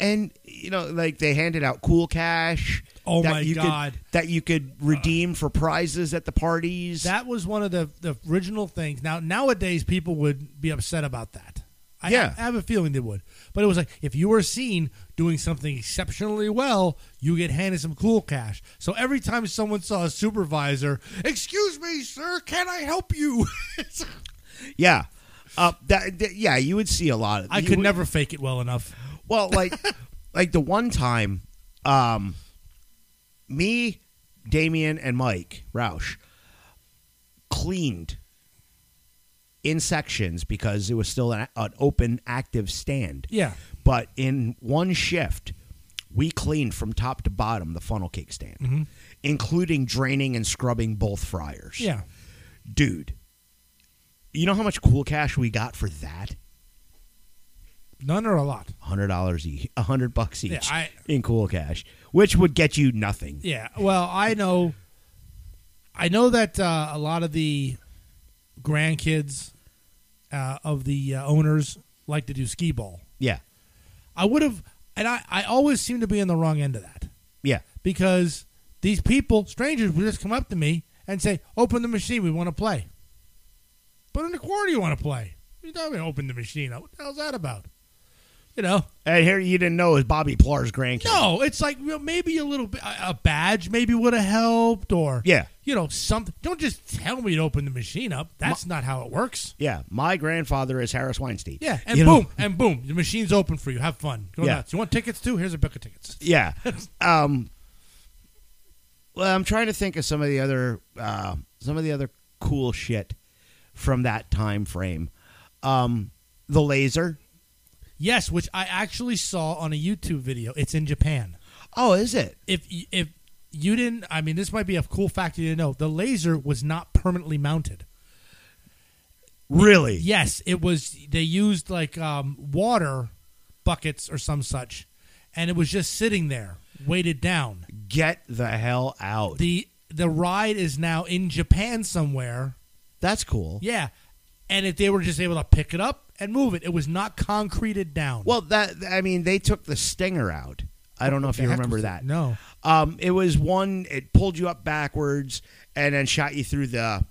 [SPEAKER 1] and you know, like they handed out cool cash.
[SPEAKER 2] Oh
[SPEAKER 1] that
[SPEAKER 2] my
[SPEAKER 1] you could-
[SPEAKER 2] God.
[SPEAKER 1] that you could redeem for prizes at the parties.
[SPEAKER 2] That was one of the, the original things. Now nowadays people would be upset about that. I,
[SPEAKER 1] Yeah.
[SPEAKER 2] I have a feeling they would. But it was like if you were seen doing something exceptionally well, you get handed some cool cash. So every time someone saw a supervisor, excuse me, sir, can I help you? It's-
[SPEAKER 1] yeah. Uh, that, that- yeah, you would see a lot of.
[SPEAKER 2] I
[SPEAKER 1] you
[SPEAKER 2] could
[SPEAKER 1] would-
[SPEAKER 2] never fake it well enough.
[SPEAKER 1] Well, like like the one time, um, me, Damien, and Mike Roush cleaned in sections because it was still an, an open active stand.
[SPEAKER 2] Yeah.
[SPEAKER 1] But in one shift, we cleaned from top to bottom the funnel cake stand,
[SPEAKER 2] Mm-hmm.
[SPEAKER 1] including draining and scrubbing both fryers.
[SPEAKER 2] Yeah.
[SPEAKER 1] Dude, you know how much cool cash we got for that?
[SPEAKER 2] None or a lot.
[SPEAKER 1] hundred dollars each, a hundred bucks each
[SPEAKER 2] Yeah, I-
[SPEAKER 1] in cool cash. which would get you nothing.
[SPEAKER 2] Yeah. Well, I know. I know that uh, a lot of the grandkids uh, of the uh, owners like to do skee ball.
[SPEAKER 1] Yeah,
[SPEAKER 2] I would have, and I, I always seem to be on the wrong end of that
[SPEAKER 1] yeah,
[SPEAKER 2] because these people, strangers, will just come up to me and say, "Open the machine, we want to play." But in the quarter, you want to play? What You don't open the machine. up. What the hell's that about? You know.
[SPEAKER 1] and here you didn't know is Bobby Plar's grandkid.
[SPEAKER 2] No, it's like you know, maybe a little bit a a badge maybe would have helped or
[SPEAKER 1] Yeah.
[SPEAKER 2] you know something. Don't just tell me to open the machine up. That's not how it works.
[SPEAKER 1] Yeah, my grandfather is Harris Weinstein.
[SPEAKER 2] Yeah, and
[SPEAKER 1] You know?
[SPEAKER 2] boom, and boom, the machine's open for you. Have fun. Go
[SPEAKER 1] Yeah.
[SPEAKER 2] nuts. You want tickets too? Here's a book of tickets.
[SPEAKER 1] Yeah. Um, well, I'm trying to think of some of the other uh, some of the other cool shit from that time frame. Um, the laser.
[SPEAKER 2] Yes, which I actually saw on a YouTube video. It's in Japan.
[SPEAKER 1] Oh, is it?
[SPEAKER 2] If y- if you didn't, I mean, this might be a cool fact you didn't know. The laser was not permanently mounted.
[SPEAKER 1] Really?
[SPEAKER 2] Yes, it was. They used like um, water buckets or some such, and it was just sitting there, weighted down.
[SPEAKER 1] Get the hell out.
[SPEAKER 2] the The ride is now in Japan somewhere.
[SPEAKER 1] That's cool.
[SPEAKER 2] Yeah, and if they were just able to pick it up and move it, it was not concreted down.
[SPEAKER 1] Well, that I mean, they took the stinger out. I don't know if
[SPEAKER 2] The
[SPEAKER 1] you
[SPEAKER 2] heck
[SPEAKER 1] remember
[SPEAKER 2] was
[SPEAKER 1] that.
[SPEAKER 2] No.
[SPEAKER 1] Um, it was one. It pulled you up backwards and then shot you through the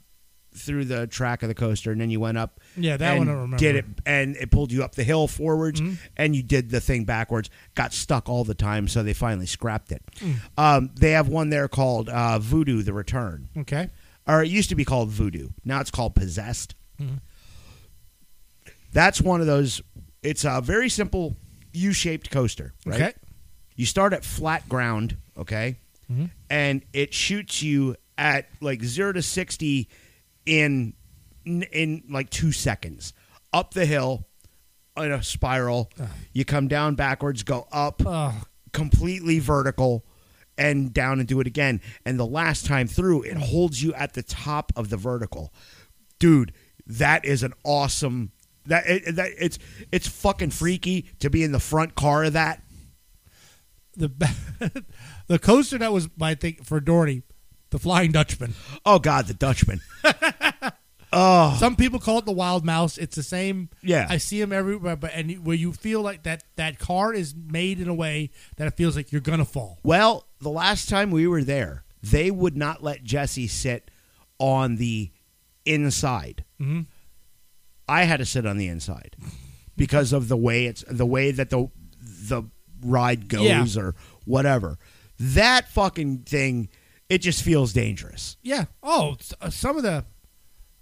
[SPEAKER 1] through the track of the coaster, and then you went up.
[SPEAKER 2] Yeah, that
[SPEAKER 1] and
[SPEAKER 2] one I remember. Mm-hmm.
[SPEAKER 1] Did it, and it pulled you up the hill forwards, and you did the thing backwards. Got stuck all the time, so they finally scrapped it.
[SPEAKER 2] Mm.
[SPEAKER 1] Um, they have one there called uh, Voodoo: The Return,
[SPEAKER 2] Okay.
[SPEAKER 1] or it used to be called Voodoo. Now it's called Possessed.
[SPEAKER 2] Mm-hmm.
[SPEAKER 1] That's one of those. It's a very simple U-shaped coaster, right?
[SPEAKER 2] Okay.
[SPEAKER 1] you start at flat ground, okay, and it shoots you at like zero to sixty in in like two seconds up the hill in a spiral. You come down backwards, go up
[SPEAKER 2] Ugh.
[SPEAKER 1] completely vertical. And down and do it again. And the last time through, it holds you at the top of the vertical, dude. That is an awesome. That, it, that it's it's fucking freaky to be in the front car of that.
[SPEAKER 2] The the coaster that was my thing for Doherty, the Flying Dutchman.
[SPEAKER 1] Oh God, the Dutchman.
[SPEAKER 2] Some people call it the wild mouse. It's the same.
[SPEAKER 1] Yeah.
[SPEAKER 2] I see them everywhere, but and you- where you feel like that that car is made in a way that it feels like you're gonna fall.
[SPEAKER 1] Well, the last time we were there, they would not let Jesse sit on the inside.
[SPEAKER 2] Mhm.
[SPEAKER 1] I had to sit on the inside because of the way it's the way that the the ride goes or whatever. That fucking thing, it just feels dangerous.
[SPEAKER 2] Yeah. Oh, s- uh, some of the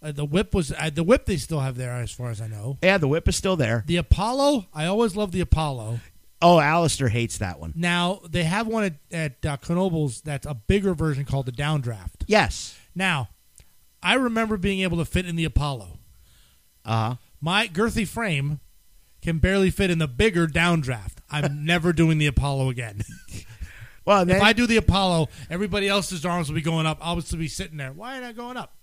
[SPEAKER 2] uh, the whip was uh, the whip they still have there, as far as I know.
[SPEAKER 1] Yeah, the whip is still there.
[SPEAKER 2] The Apollo. I always love the Apollo.
[SPEAKER 1] Oh, Alistair hates that one.
[SPEAKER 2] Now they have one at, at uh, Knoebels that's a bigger version called the Downdraft.
[SPEAKER 1] Yes.
[SPEAKER 2] Now, I remember being able to fit in the Apollo. Uh-huh.
[SPEAKER 1] Uh huh.
[SPEAKER 2] My girthy frame can barely fit in the bigger downdraft. I'm never doing the Apollo again.
[SPEAKER 1] Well, then,
[SPEAKER 2] if I do the Apollo, everybody else's arms will be going up. I will still be sitting there. Why am I going up?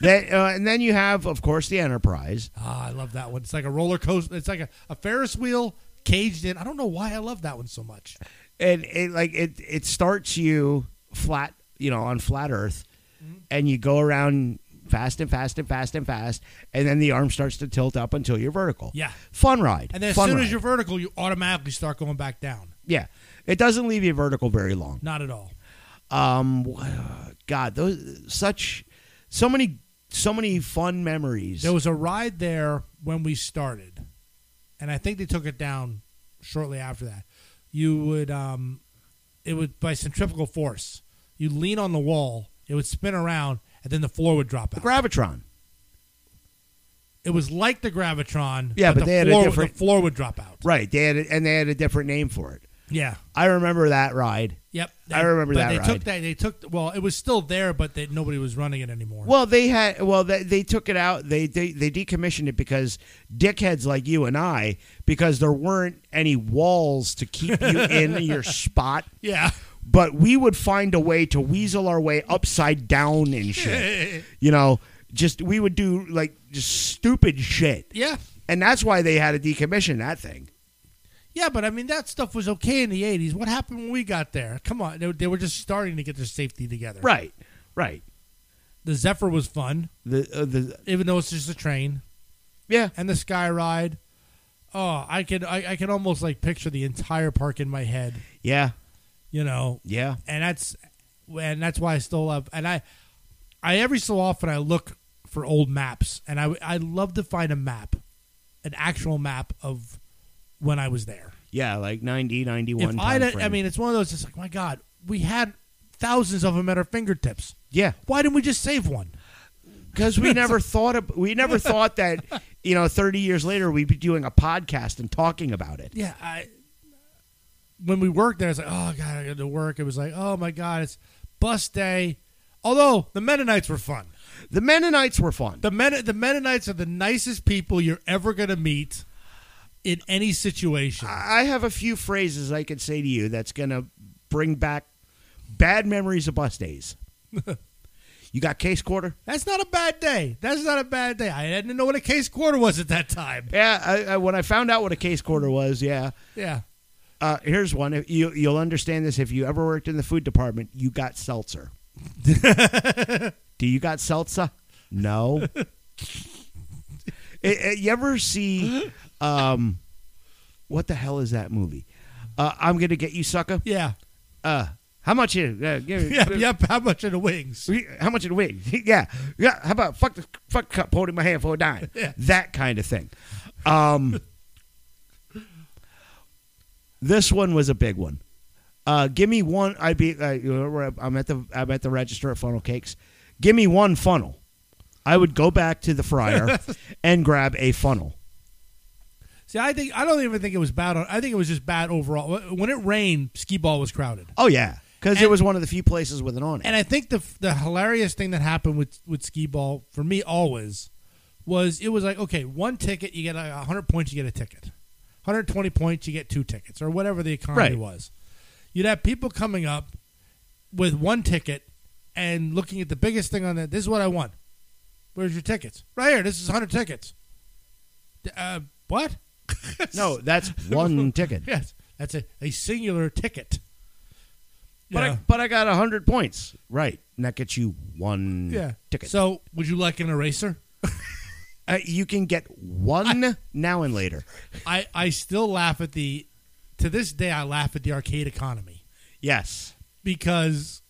[SPEAKER 1] then, uh, and then you have, of course, the Enterprise.
[SPEAKER 2] Ah, I love that one. It's like a roller coaster. It's like a, a Ferris wheel caged in. I don't know why I love that one so much.
[SPEAKER 1] and it like it it starts you flat you know on flat earth
[SPEAKER 2] Mm-hmm.
[SPEAKER 1] and you go around fast and fast and fast and fast and then the arm starts to tilt up until you're vertical
[SPEAKER 2] Yeah.
[SPEAKER 1] fun ride
[SPEAKER 2] And then as
[SPEAKER 1] Fun
[SPEAKER 2] soon
[SPEAKER 1] ride.
[SPEAKER 2] as you're vertical, you automatically start going back down.
[SPEAKER 1] yeah it doesn't leave you vertical very long
[SPEAKER 2] Not at all.
[SPEAKER 1] um wh- god those such so many so many fun memories
[SPEAKER 2] There was a ride there when we started, and I think they took it down shortly after that. You would, um, it would by centrifugal force. You lean on the wall, it would spin around, and then the floor would drop out.
[SPEAKER 1] gravitron
[SPEAKER 2] it was like the gravitron.
[SPEAKER 1] Yeah, but
[SPEAKER 2] the
[SPEAKER 1] they had a
[SPEAKER 2] floor,
[SPEAKER 1] different-
[SPEAKER 2] The floor would drop out.
[SPEAKER 1] right they had a, and they had a different name for it
[SPEAKER 2] Yeah.
[SPEAKER 1] i remember that ride
[SPEAKER 2] Yep.
[SPEAKER 1] I remember
[SPEAKER 2] but
[SPEAKER 1] that
[SPEAKER 2] They
[SPEAKER 1] ride.
[SPEAKER 2] took that. They took. Well, it was still there, but they, nobody was running it anymore.
[SPEAKER 1] Well, they had. Well, they, they took it out. They, they they decommissioned it because dickheads like you and I, because there weren't any walls to keep you in your spot.
[SPEAKER 2] Yeah.
[SPEAKER 1] But we would find a way to weasel our way upside down and shit. you know, just we would do like just stupid shit,
[SPEAKER 2] Yeah.
[SPEAKER 1] and that's why they had to decommission that thing.
[SPEAKER 2] Yeah, but I mean that stuff was okay in the '80s. What happened when we got there? Come on, they, they were just starting to get their safety together.
[SPEAKER 1] Right, right.
[SPEAKER 2] The Zephyr was fun,
[SPEAKER 1] The uh, the
[SPEAKER 2] even though it's just a train,
[SPEAKER 1] yeah,
[SPEAKER 2] and the Sky Ride. Oh, I could I, I could almost like picture the entire park in my head.
[SPEAKER 1] yeah,
[SPEAKER 2] You know,
[SPEAKER 1] yeah.
[SPEAKER 2] and that's and that's why I still love and I I every so often I look for old maps and I I love to find a map, an actual map of when I was there.
[SPEAKER 1] Yeah, like 90, 91
[SPEAKER 2] If I
[SPEAKER 1] time
[SPEAKER 2] did,
[SPEAKER 1] frame.
[SPEAKER 2] I mean it's one of those it's like my god, we had thousands of them at our fingertips.
[SPEAKER 1] yeah,
[SPEAKER 2] Why didn't we just save one?
[SPEAKER 1] because we never thought ab- we never thought that you know thirty years later we'd be doing a podcast and talking about it.
[SPEAKER 2] Yeah, I when we worked there it's like, "Oh god, I got to work." It was like, "Oh my god, it's bus day." Although the Mennonites were fun.
[SPEAKER 1] The Mennonites were fun.
[SPEAKER 2] The Men- the Mennonites are the nicest people you're ever going to meet in any situation.
[SPEAKER 1] I have a few phrases I could say to you that's gonna bring back bad memories of bus days. you got case quarter?
[SPEAKER 2] That's not a bad day. That's not a bad day. I didn't know what a case quarter was at that time.
[SPEAKER 1] Yeah. I, I, when I found out what a case quarter was, yeah.
[SPEAKER 2] Yeah.
[SPEAKER 1] Uh, here's one. If You you'll understand this if you ever worked in the food department. You got seltzer. Do you got seltzer? No. Eh, eh, you ever see, um, what the hell is that movie? Uh, I'm gonna get you, sucker.
[SPEAKER 2] Yeah.
[SPEAKER 1] Uh, how much? Is, uh, give,
[SPEAKER 2] Yep. Yep. How much are the wings?
[SPEAKER 1] How much did it weigh? yeah, yeah. How about fuck the fuck cup holding my hand for a dime?
[SPEAKER 2] Yeah.
[SPEAKER 1] That kind of thing. Um, this one was a big one. Uh, give me one. I be. Uh, you know, I'm at the. I'm at the register at Funnel Cakes. Give me one funnel. I would go back to the fryer and grab a funnel.
[SPEAKER 2] See, I think I don't even think it was bad. On, I think it was just bad overall. When it rained, skee ball was crowded.
[SPEAKER 1] Oh yeah, because it
[SPEAKER 2] And-
[SPEAKER 1] was one of the few places with an awning.
[SPEAKER 2] And I think the the hilarious thing that happened with with skee ball for me always was it was like okay, one ticket you get like hundred points, you get a ticket. Hundred twenty points, you get two tickets, or whatever the economy
[SPEAKER 1] Right.
[SPEAKER 2] was. You'd have people coming up with one ticket and looking at the biggest thing on that. This is what I want. Where's your tickets? Right here. This is hundred tickets. D- Uh, what?
[SPEAKER 1] no, that's one ticket.
[SPEAKER 2] Yes, that's a, a singular ticket.
[SPEAKER 1] But I,
[SPEAKER 2] Yeah.
[SPEAKER 1] but I got hundred points, right? And that gets you one
[SPEAKER 2] yeah.
[SPEAKER 1] ticket.
[SPEAKER 2] So, would you like an eraser?
[SPEAKER 1] Uh, you can get one now and later.
[SPEAKER 2] I, I still laugh at the to this day I laugh at the arcade economy
[SPEAKER 1] Yes.
[SPEAKER 2] because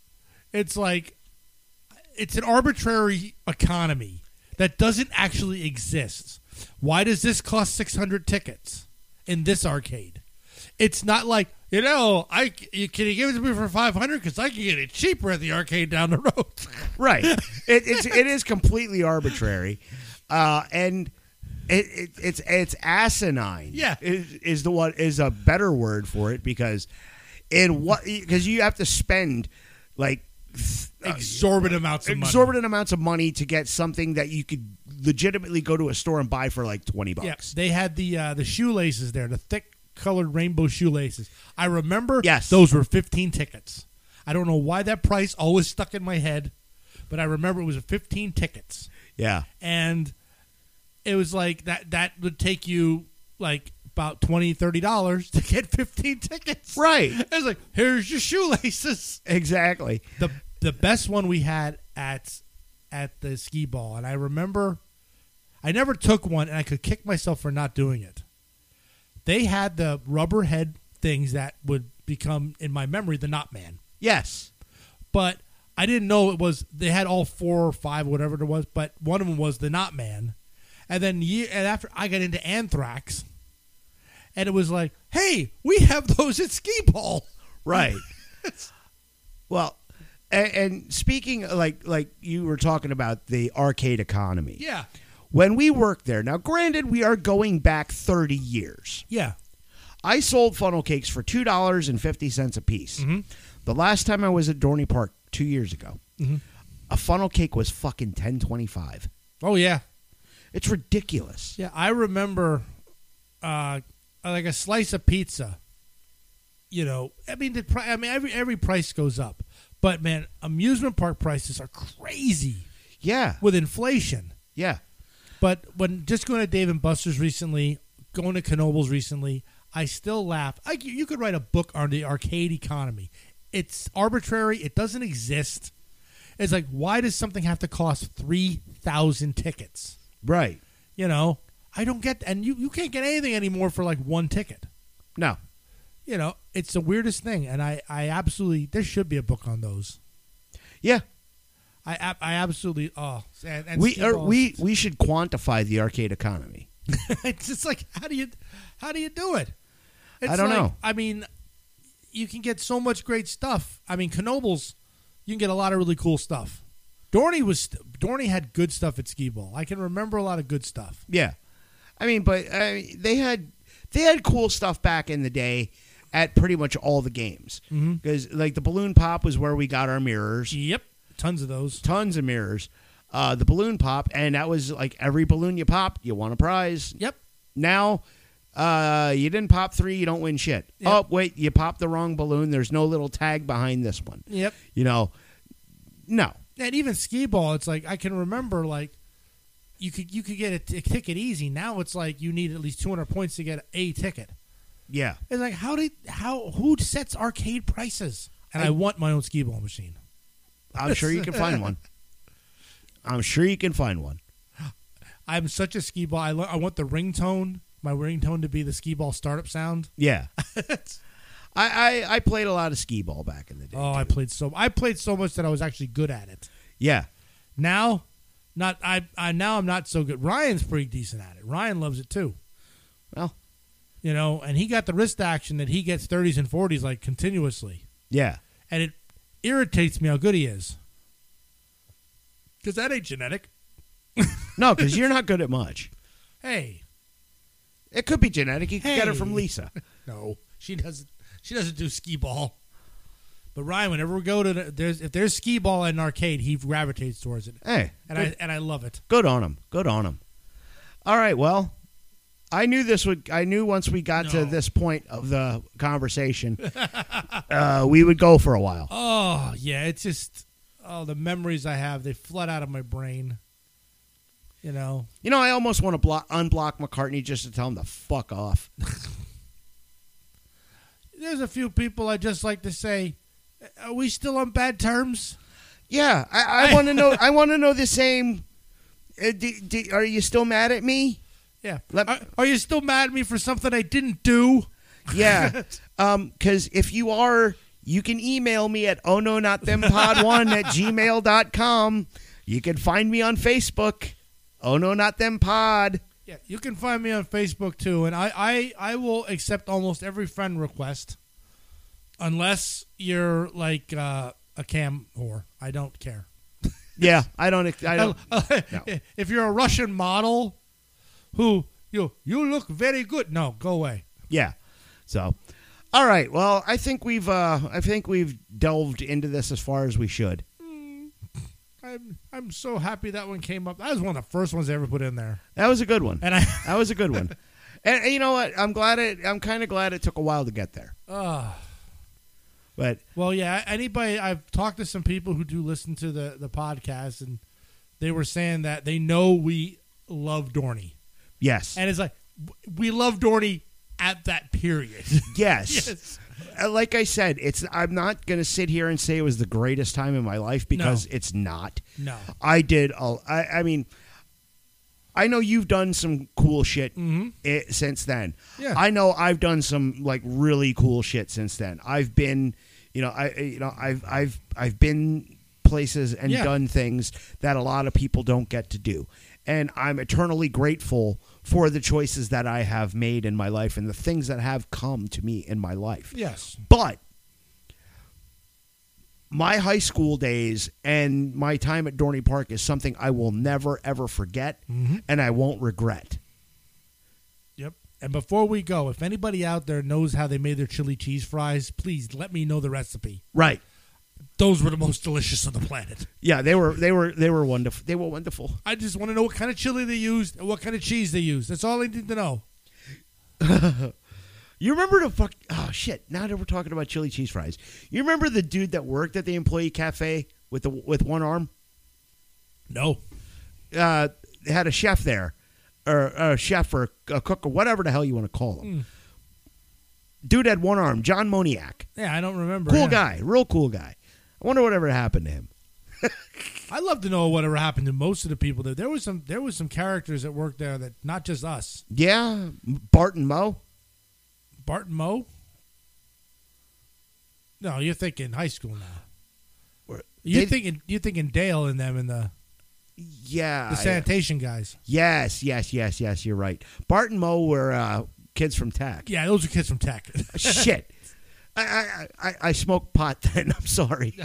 [SPEAKER 2] it's like it's an arbitrary economy that doesn't actually exist. Why does this cost 600 tickets in this arcade? It's not like, you know, I c- you, can you give it to me for 500 cuz I can get it cheaper at the arcade down the road.
[SPEAKER 1] Right. it, it's it is completely arbitrary, uh, and it, it it's it's asinine.
[SPEAKER 2] Yeah.
[SPEAKER 1] is, is the one is a better word for it because in what because you have to spend like th-
[SPEAKER 2] exorbitant amounts of money.
[SPEAKER 1] exorbitant amounts of money to get something that you could legitimately go to a store and buy for like twenty bucks.
[SPEAKER 2] Yes, they had the uh, the shoelaces there, the thick colored rainbow shoelaces. I remember.
[SPEAKER 1] Yes.
[SPEAKER 2] those were fifteen tickets. I don't know why that price always stuck in my head, but I remember it was fifteen tickets,
[SPEAKER 1] Yeah.
[SPEAKER 2] and it was like that. That would take you like about 20 30 dollars to get 15 tickets
[SPEAKER 1] Right.
[SPEAKER 2] i was like here's your shoelaces
[SPEAKER 1] Exactly.
[SPEAKER 2] the the best one we had at at the ski ball, and I remember I never took one, and I could kick myself for not doing it. They had the rubber head things that would become in my memory the knot man,
[SPEAKER 1] Yes.
[SPEAKER 2] but I didn't know it was. They had all four or five, whatever it was, but one of them was the knot man, and then year and after I got into anthrax, and it was like, hey, we have those at ski ball,
[SPEAKER 1] Right. Well, and, and speaking like like you were talking about the arcade economy.
[SPEAKER 2] yeah,
[SPEAKER 1] When we worked there, now granted we are going back 30 years.
[SPEAKER 2] yeah,
[SPEAKER 1] I sold funnel cakes for $2.50 a piece.
[SPEAKER 2] Mm-hmm.
[SPEAKER 1] The last time I was at Dorney Park 2 years ago.
[SPEAKER 2] Mm-hmm.
[SPEAKER 1] A funnel cake was fucking 10.25.
[SPEAKER 2] oh yeah.
[SPEAKER 1] It's ridiculous.
[SPEAKER 2] Yeah, I remember uh, like a slice of pizza. You know, I mean, the pri- I mean, every every price goes up, but man, amusement park prices are crazy
[SPEAKER 1] Yeah.
[SPEAKER 2] with inflation.
[SPEAKER 1] Yeah.
[SPEAKER 2] But when just going to Dave and Buster's recently, going to Knobles recently, I still laugh. Like you, you could write a book on the arcade economy. It's arbitrary. It doesn't exist. It's like why does something have to cost three thousand tickets?
[SPEAKER 1] Right.
[SPEAKER 2] You know, I don't get. And you you can't get anything anymore for like one ticket.
[SPEAKER 1] No.
[SPEAKER 2] You know, it's the weirdest thing, and I I absolutely there should be a book on those.
[SPEAKER 1] Yeah.
[SPEAKER 2] I ab- I absolutely oh and, and
[SPEAKER 1] we
[SPEAKER 2] Steve
[SPEAKER 1] or
[SPEAKER 2] Ballmer.
[SPEAKER 1] we we should quantify the arcade economy.
[SPEAKER 2] it's just like how do you how do you do it? It's
[SPEAKER 1] don't
[SPEAKER 2] like-
[SPEAKER 1] know.
[SPEAKER 2] I mean, you can get so much great stuff. I mean, Knobles, you can get a lot of really cool stuff. Dorney was Dorney had good stuff at Skee Ball. I can remember a lot of good stuff.
[SPEAKER 1] Yeah. I mean, but uh, they had they had cool stuff back in the day at pretty much all the games
[SPEAKER 2] Mm-hmm.
[SPEAKER 1] because like the balloon pop was where we got our mirrors.
[SPEAKER 2] Yep, tons of those.
[SPEAKER 1] tons of mirrors. Uh, the balloon pop, and that was like every balloon you popped, you won a prize.
[SPEAKER 2] Yep,
[SPEAKER 1] Now, uh, you didn't pop three, you don't win shit.
[SPEAKER 2] Yep.
[SPEAKER 1] Oh wait, you popped the wrong balloon. There's no little tag behind this one.
[SPEAKER 2] yep.
[SPEAKER 1] You know, no,
[SPEAKER 2] And even Skee Ball, it's like I can remember like you could you could get a, t- a ticket easy. Now it's like you need at least two hundred points to get a ticket.
[SPEAKER 1] yeah,
[SPEAKER 2] It's like how did how who sets arcade prices? And I,
[SPEAKER 1] I-
[SPEAKER 2] want my own skee ball machine.
[SPEAKER 1] I'm sure you can find one. I'm sure you can find one.
[SPEAKER 2] I'm such a skee ball. I, lo- I want the ringtone. My ringtone to be the skee ball startup sound.
[SPEAKER 1] Yeah,
[SPEAKER 2] oh,
[SPEAKER 1] I I, I played a lot of skee ball back in the day.
[SPEAKER 2] Oh, I played so I played so much that I was actually good at it.
[SPEAKER 1] yeah,
[SPEAKER 2] Now, not I, I now I'm not so good. Ryan's pretty decent at it. Ryan loves it too.
[SPEAKER 1] well,
[SPEAKER 2] You know, and he got the wrist action that he gets 30s and 40s like continuously,
[SPEAKER 1] yeah,
[SPEAKER 2] and it irritates me how good he is. Because that ain't genetic.
[SPEAKER 1] no, because you're not good at much.
[SPEAKER 2] Hey,
[SPEAKER 1] It could be genetic. You could get it
[SPEAKER 2] Hey.
[SPEAKER 1] from Lisa.
[SPEAKER 2] No, she doesn't. She doesn't do skee ball. But Ryan, whenever we go to the, there's if there's skee ball in an arcade, he gravitates towards it,
[SPEAKER 1] Hey,
[SPEAKER 2] and I and I love it.
[SPEAKER 1] Good on him. Good on him. All right. Well, I knew this would. I knew once we got
[SPEAKER 2] No.
[SPEAKER 1] to this point of the conversation, uh, we would go for a while.
[SPEAKER 2] Oh yeah, it's just oh the memories I have they flood out of my brain. You know,
[SPEAKER 1] You know, I almost want to block, unblock McCartney just to tell him to fuck off.
[SPEAKER 2] there's a few people I just like to say, are we still on bad terms?
[SPEAKER 1] Yeah, I, I want to know. I want to know the same. Uh, d- d- are you still mad at me?
[SPEAKER 2] Yeah.
[SPEAKER 1] Let-
[SPEAKER 2] are, are you still mad at me for something I didn't do?
[SPEAKER 1] Yeah, because if you are, you can email me at oh no not them pod one at gmail.com. You can find me on Facebook. Oh no not them pod.
[SPEAKER 2] Yeah, you can find me on Facebook too, and I, I, I will accept almost every friend request, unless you're like uh, a cam whore. I don't care.
[SPEAKER 1] Yeah, I don't. ex- I don't. No.
[SPEAKER 2] If you're a Russian model, who you you look very good. No, go away.
[SPEAKER 1] Yeah. So, all right. Well, I think we've. Uh, I think we've delved into this as far as we should.
[SPEAKER 2] I'm I'm so happy that one came up. That was one of the first ones I ever put in there,
[SPEAKER 1] That was a good one.
[SPEAKER 2] and I
[SPEAKER 1] That was a good one. And, and you know what? I'm glad it. I'm kind of glad it took a while to get there.
[SPEAKER 2] uh,
[SPEAKER 1] But
[SPEAKER 2] Well, yeah. Anybody, I've talked to some people who do listen to the the podcast, and they were saying that they know we love Dorney,
[SPEAKER 1] yes,
[SPEAKER 2] and it's like w- we love Dorney at that period.
[SPEAKER 1] yes. Uh, Like I said, it's. I'm not gonna sit here and say it was the greatest time in my life because it's not.
[SPEAKER 2] No.
[SPEAKER 1] I did. A, I, I mean, I know you've done some cool shit i since then.
[SPEAKER 2] Mm-hmm. Yeah.
[SPEAKER 1] I know I've done some like really cool shit since then. I've been, you know, I I- you know I've I've I've been places and
[SPEAKER 2] Yeah.
[SPEAKER 1] done things that a lot of people don't get to do, and I'm eternally grateful for the choices that I have made in my life and the things that have come to me in my life.
[SPEAKER 2] Yes.
[SPEAKER 1] But my high school days and my time at Dorney Park is something I will never ever forget and I won't regret.
[SPEAKER 2] Yep. And before we go, if anybody out there knows how they made their chili cheese fries, please let me know the recipe.
[SPEAKER 1] Right.
[SPEAKER 2] Those were the most delicious on the planet.
[SPEAKER 1] Yeah, they were they were they were wonderful. They were wonderful.
[SPEAKER 2] I just want to know what kind of chili they used and what kind of cheese they used. That's all I need to know.
[SPEAKER 1] You remember the fuck oh shit, now that we're talking about chili cheese fries. You remember the dude that worked at the employee cafe with the with one arm?
[SPEAKER 2] No.
[SPEAKER 1] uh, had a chef there, or, or a chef or a cook or whatever the hell you want to call them. Dude had one arm, John Moniak.
[SPEAKER 2] Yeah, I don't remember.
[SPEAKER 1] Cool
[SPEAKER 2] yeah.
[SPEAKER 1] guy, real cool guy. I wonder whatever happened to him.
[SPEAKER 2] I'd love to know whatever happened to most of the people there. There was some there was some characters that worked there that not just us.
[SPEAKER 1] Yeah, Bart and Mo.
[SPEAKER 2] Bart and Mo. No, you're thinking high school now.
[SPEAKER 1] Were-
[SPEAKER 2] You're
[SPEAKER 1] they-
[SPEAKER 2] thinking you're thinking Dale and them and the,
[SPEAKER 1] Yeah.
[SPEAKER 2] the sanitation guys.
[SPEAKER 1] Yes, yes, yes, yes. You're right. Bart and Mo were uh, kids from Tac.
[SPEAKER 2] Yeah, those are kids from Tech.
[SPEAKER 1] Shit. I, I, I, I smoked pot then. I'm sorry.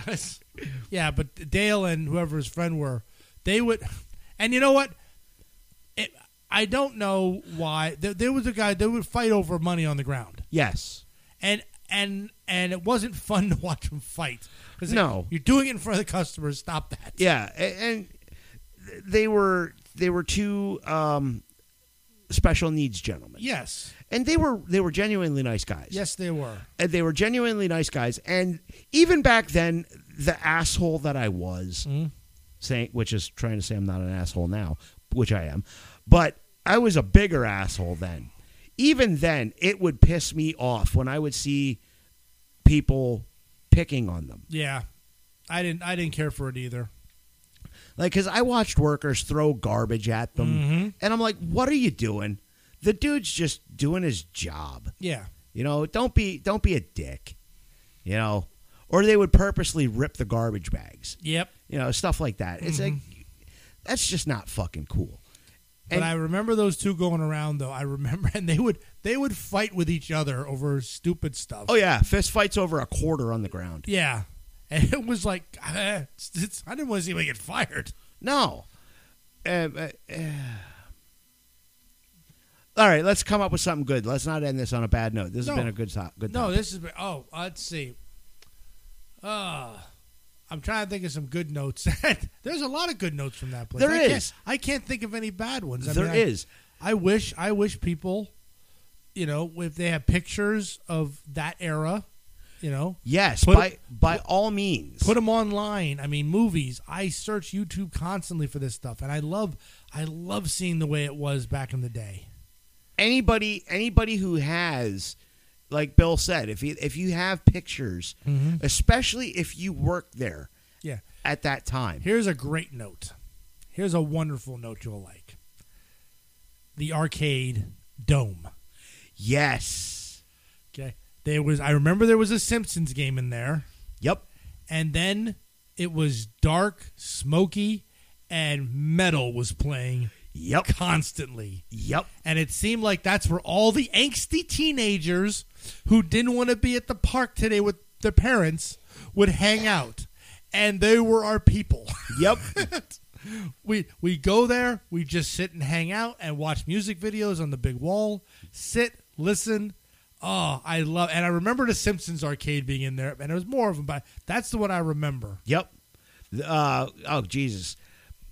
[SPEAKER 2] yeah, but Dale and whoever his friend were, they would. And you know what? It, I don't know why. There, there was a guy. They would fight over money on the ground,
[SPEAKER 1] Yes.
[SPEAKER 2] and and and it wasn't fun to watch them fight. 'Cause
[SPEAKER 1] No.
[SPEAKER 2] you're doing it in front of the customers. Stop that.
[SPEAKER 1] Yeah, a- and they were they were two um, special needs gentlemen,
[SPEAKER 2] Yes,
[SPEAKER 1] and they were they were genuinely nice guys.
[SPEAKER 2] yes, they were.
[SPEAKER 1] And they were genuinely nice guys. And even back then, the asshole that I was, saying, which is trying to say I'm not an asshole now, which I am, but I was a bigger asshole then. Even then, it would piss me off when I would see people picking on them.
[SPEAKER 2] Yeah, I didn't. I didn't care for it either.
[SPEAKER 1] Like, because I watched workers throw garbage at them, and I'm like, what are you doing? The dude's just doing his job.
[SPEAKER 2] Yeah,
[SPEAKER 1] You know, don't be don't be a dick. You know, or they would purposely rip the garbage bags.
[SPEAKER 2] yep.
[SPEAKER 1] You know, stuff like that. It's
[SPEAKER 2] Mm-hmm.
[SPEAKER 1] like that's just not fucking cool.
[SPEAKER 2] but
[SPEAKER 1] And-
[SPEAKER 2] I remember those two going around though. I remember, and they would they would fight with each other over stupid stuff.
[SPEAKER 1] Oh yeah, fist fights over a quarter on the ground.
[SPEAKER 2] Yeah. And it was like, I didn't want to see anybody get fired.
[SPEAKER 1] No. Uh, uh, uh. All right, let's come up with something good. Let's not end this on a bad note. This
[SPEAKER 2] No.
[SPEAKER 1] has been a good top. Good
[SPEAKER 2] No,
[SPEAKER 1] topic.
[SPEAKER 2] this is, oh, let's see. Uh, I'm trying to think of some good notes. There's a lot of good notes from that place.
[SPEAKER 1] There
[SPEAKER 2] I can't-
[SPEAKER 1] is.
[SPEAKER 2] I can't think of any bad ones. I
[SPEAKER 1] There
[SPEAKER 2] mean, I-
[SPEAKER 1] is.
[SPEAKER 2] I wish, I wish people, you know, if they have pictures of that era, you know,
[SPEAKER 1] Yes,
[SPEAKER 2] Put-
[SPEAKER 1] by by all means.
[SPEAKER 2] put them online. I mean, movies. I search YouTube constantly for this stuff, and I love, I love seeing the way it was back in the day.
[SPEAKER 1] anybody anybody who has like Bill said, if you if you have pictures, especially if you work there
[SPEAKER 2] Mm-hmm. Yeah.
[SPEAKER 1] at that time.
[SPEAKER 2] Here's a great note. Here's a wonderful note you'll like. The arcade dome.
[SPEAKER 1] Yes.
[SPEAKER 2] Okay. There was I remember there was a Simpsons game in there,
[SPEAKER 1] Yep.
[SPEAKER 2] and then it was dark, smoky, and metal was playing
[SPEAKER 1] Yep.
[SPEAKER 2] constantly.
[SPEAKER 1] Yep.
[SPEAKER 2] And it seemed like that's where all the angsty teenagers who didn't want to be at the park today with their parents would hang out. And they were our people.
[SPEAKER 1] Yep.
[SPEAKER 2] we we go there, we just sit and hang out and watch music videos on the big wall, sit, listen. Oh, I love and I remember the Simpsons arcade being in there, and there was more of them, but that's the one I remember.
[SPEAKER 1] yep. Uh, oh Jesus.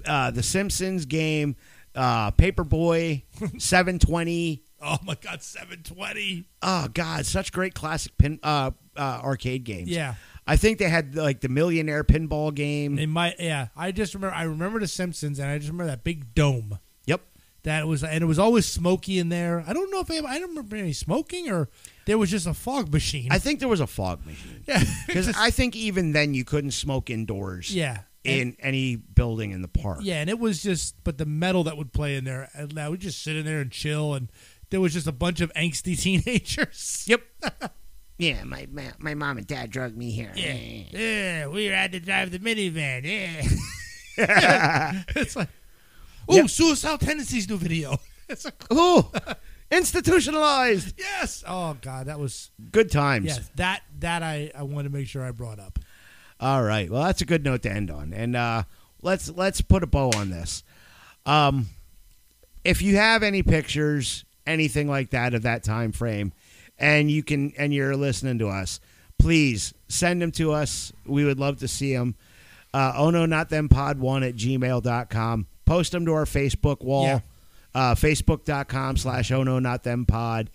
[SPEAKER 1] Uh, the Simpsons game, uh, Paperboy, 720.
[SPEAKER 2] Oh my god, seven twenty.
[SPEAKER 1] Oh God, such great classic pin uh, uh, arcade games.
[SPEAKER 2] Yeah.
[SPEAKER 1] I think they had like the millionaire pinball game.
[SPEAKER 2] They might yeah. I just remember I remember the Simpsons and I just remember that big dome.
[SPEAKER 1] Yep.
[SPEAKER 2] That was and it was always smoky in there. I don't know if I, I don't remember any smoking or there was just a fog machine.
[SPEAKER 1] I think there was a fog machine.
[SPEAKER 2] yeah.
[SPEAKER 1] Because I think even then you couldn't smoke indoors
[SPEAKER 2] yeah. And-
[SPEAKER 1] in any building in the park.
[SPEAKER 2] Yeah, and it was just, but the metal that would play in there, and that would just sit in there and chill, and there was just a bunch of angsty teenagers.
[SPEAKER 1] Yep. yeah, my, my my mom and dad dragged me here.
[SPEAKER 2] yeah, we had to drive the minivan. Yeah, it's like, oh,
[SPEAKER 1] Yep.
[SPEAKER 2] Suicidal Tendencies new video. It's like,
[SPEAKER 1] Ooh, institutionalized.
[SPEAKER 2] yes. Oh God, that was
[SPEAKER 1] Good times.
[SPEAKER 2] yes. That that I I want to make sure I brought up.
[SPEAKER 1] All right. Well, that's a good note to end on. And uh, let's let's put a bow on this. Um, if you have any pictures, anything like that of that time frame, and you can and you're listening to us, please send them to us. We would love to see them. Uh, oh no, not them pod one at gmail.com. Post them to our Facebook wall.
[SPEAKER 2] Yeah.
[SPEAKER 1] Uh, Facebook.com slash oh no, not them pod.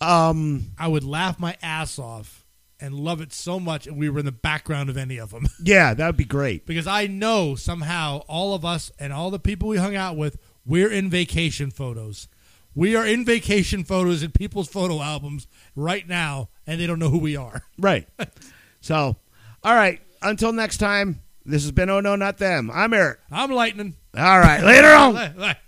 [SPEAKER 1] Um,
[SPEAKER 2] I would laugh my ass off and love it so much, and we were in the background of any of them.
[SPEAKER 1] yeah, that would be great.
[SPEAKER 2] because I know somehow all of us and all the people we hung out with, we're in vacation photos. We are in vacation photos in people's photo albums right now, and they don't know who we are.
[SPEAKER 1] Right. so, all right. Until next time, this has been Oh No, Not Them. I'm Eric.
[SPEAKER 2] I'm Lightning.
[SPEAKER 1] All right. Later on.
[SPEAKER 2] Like- like-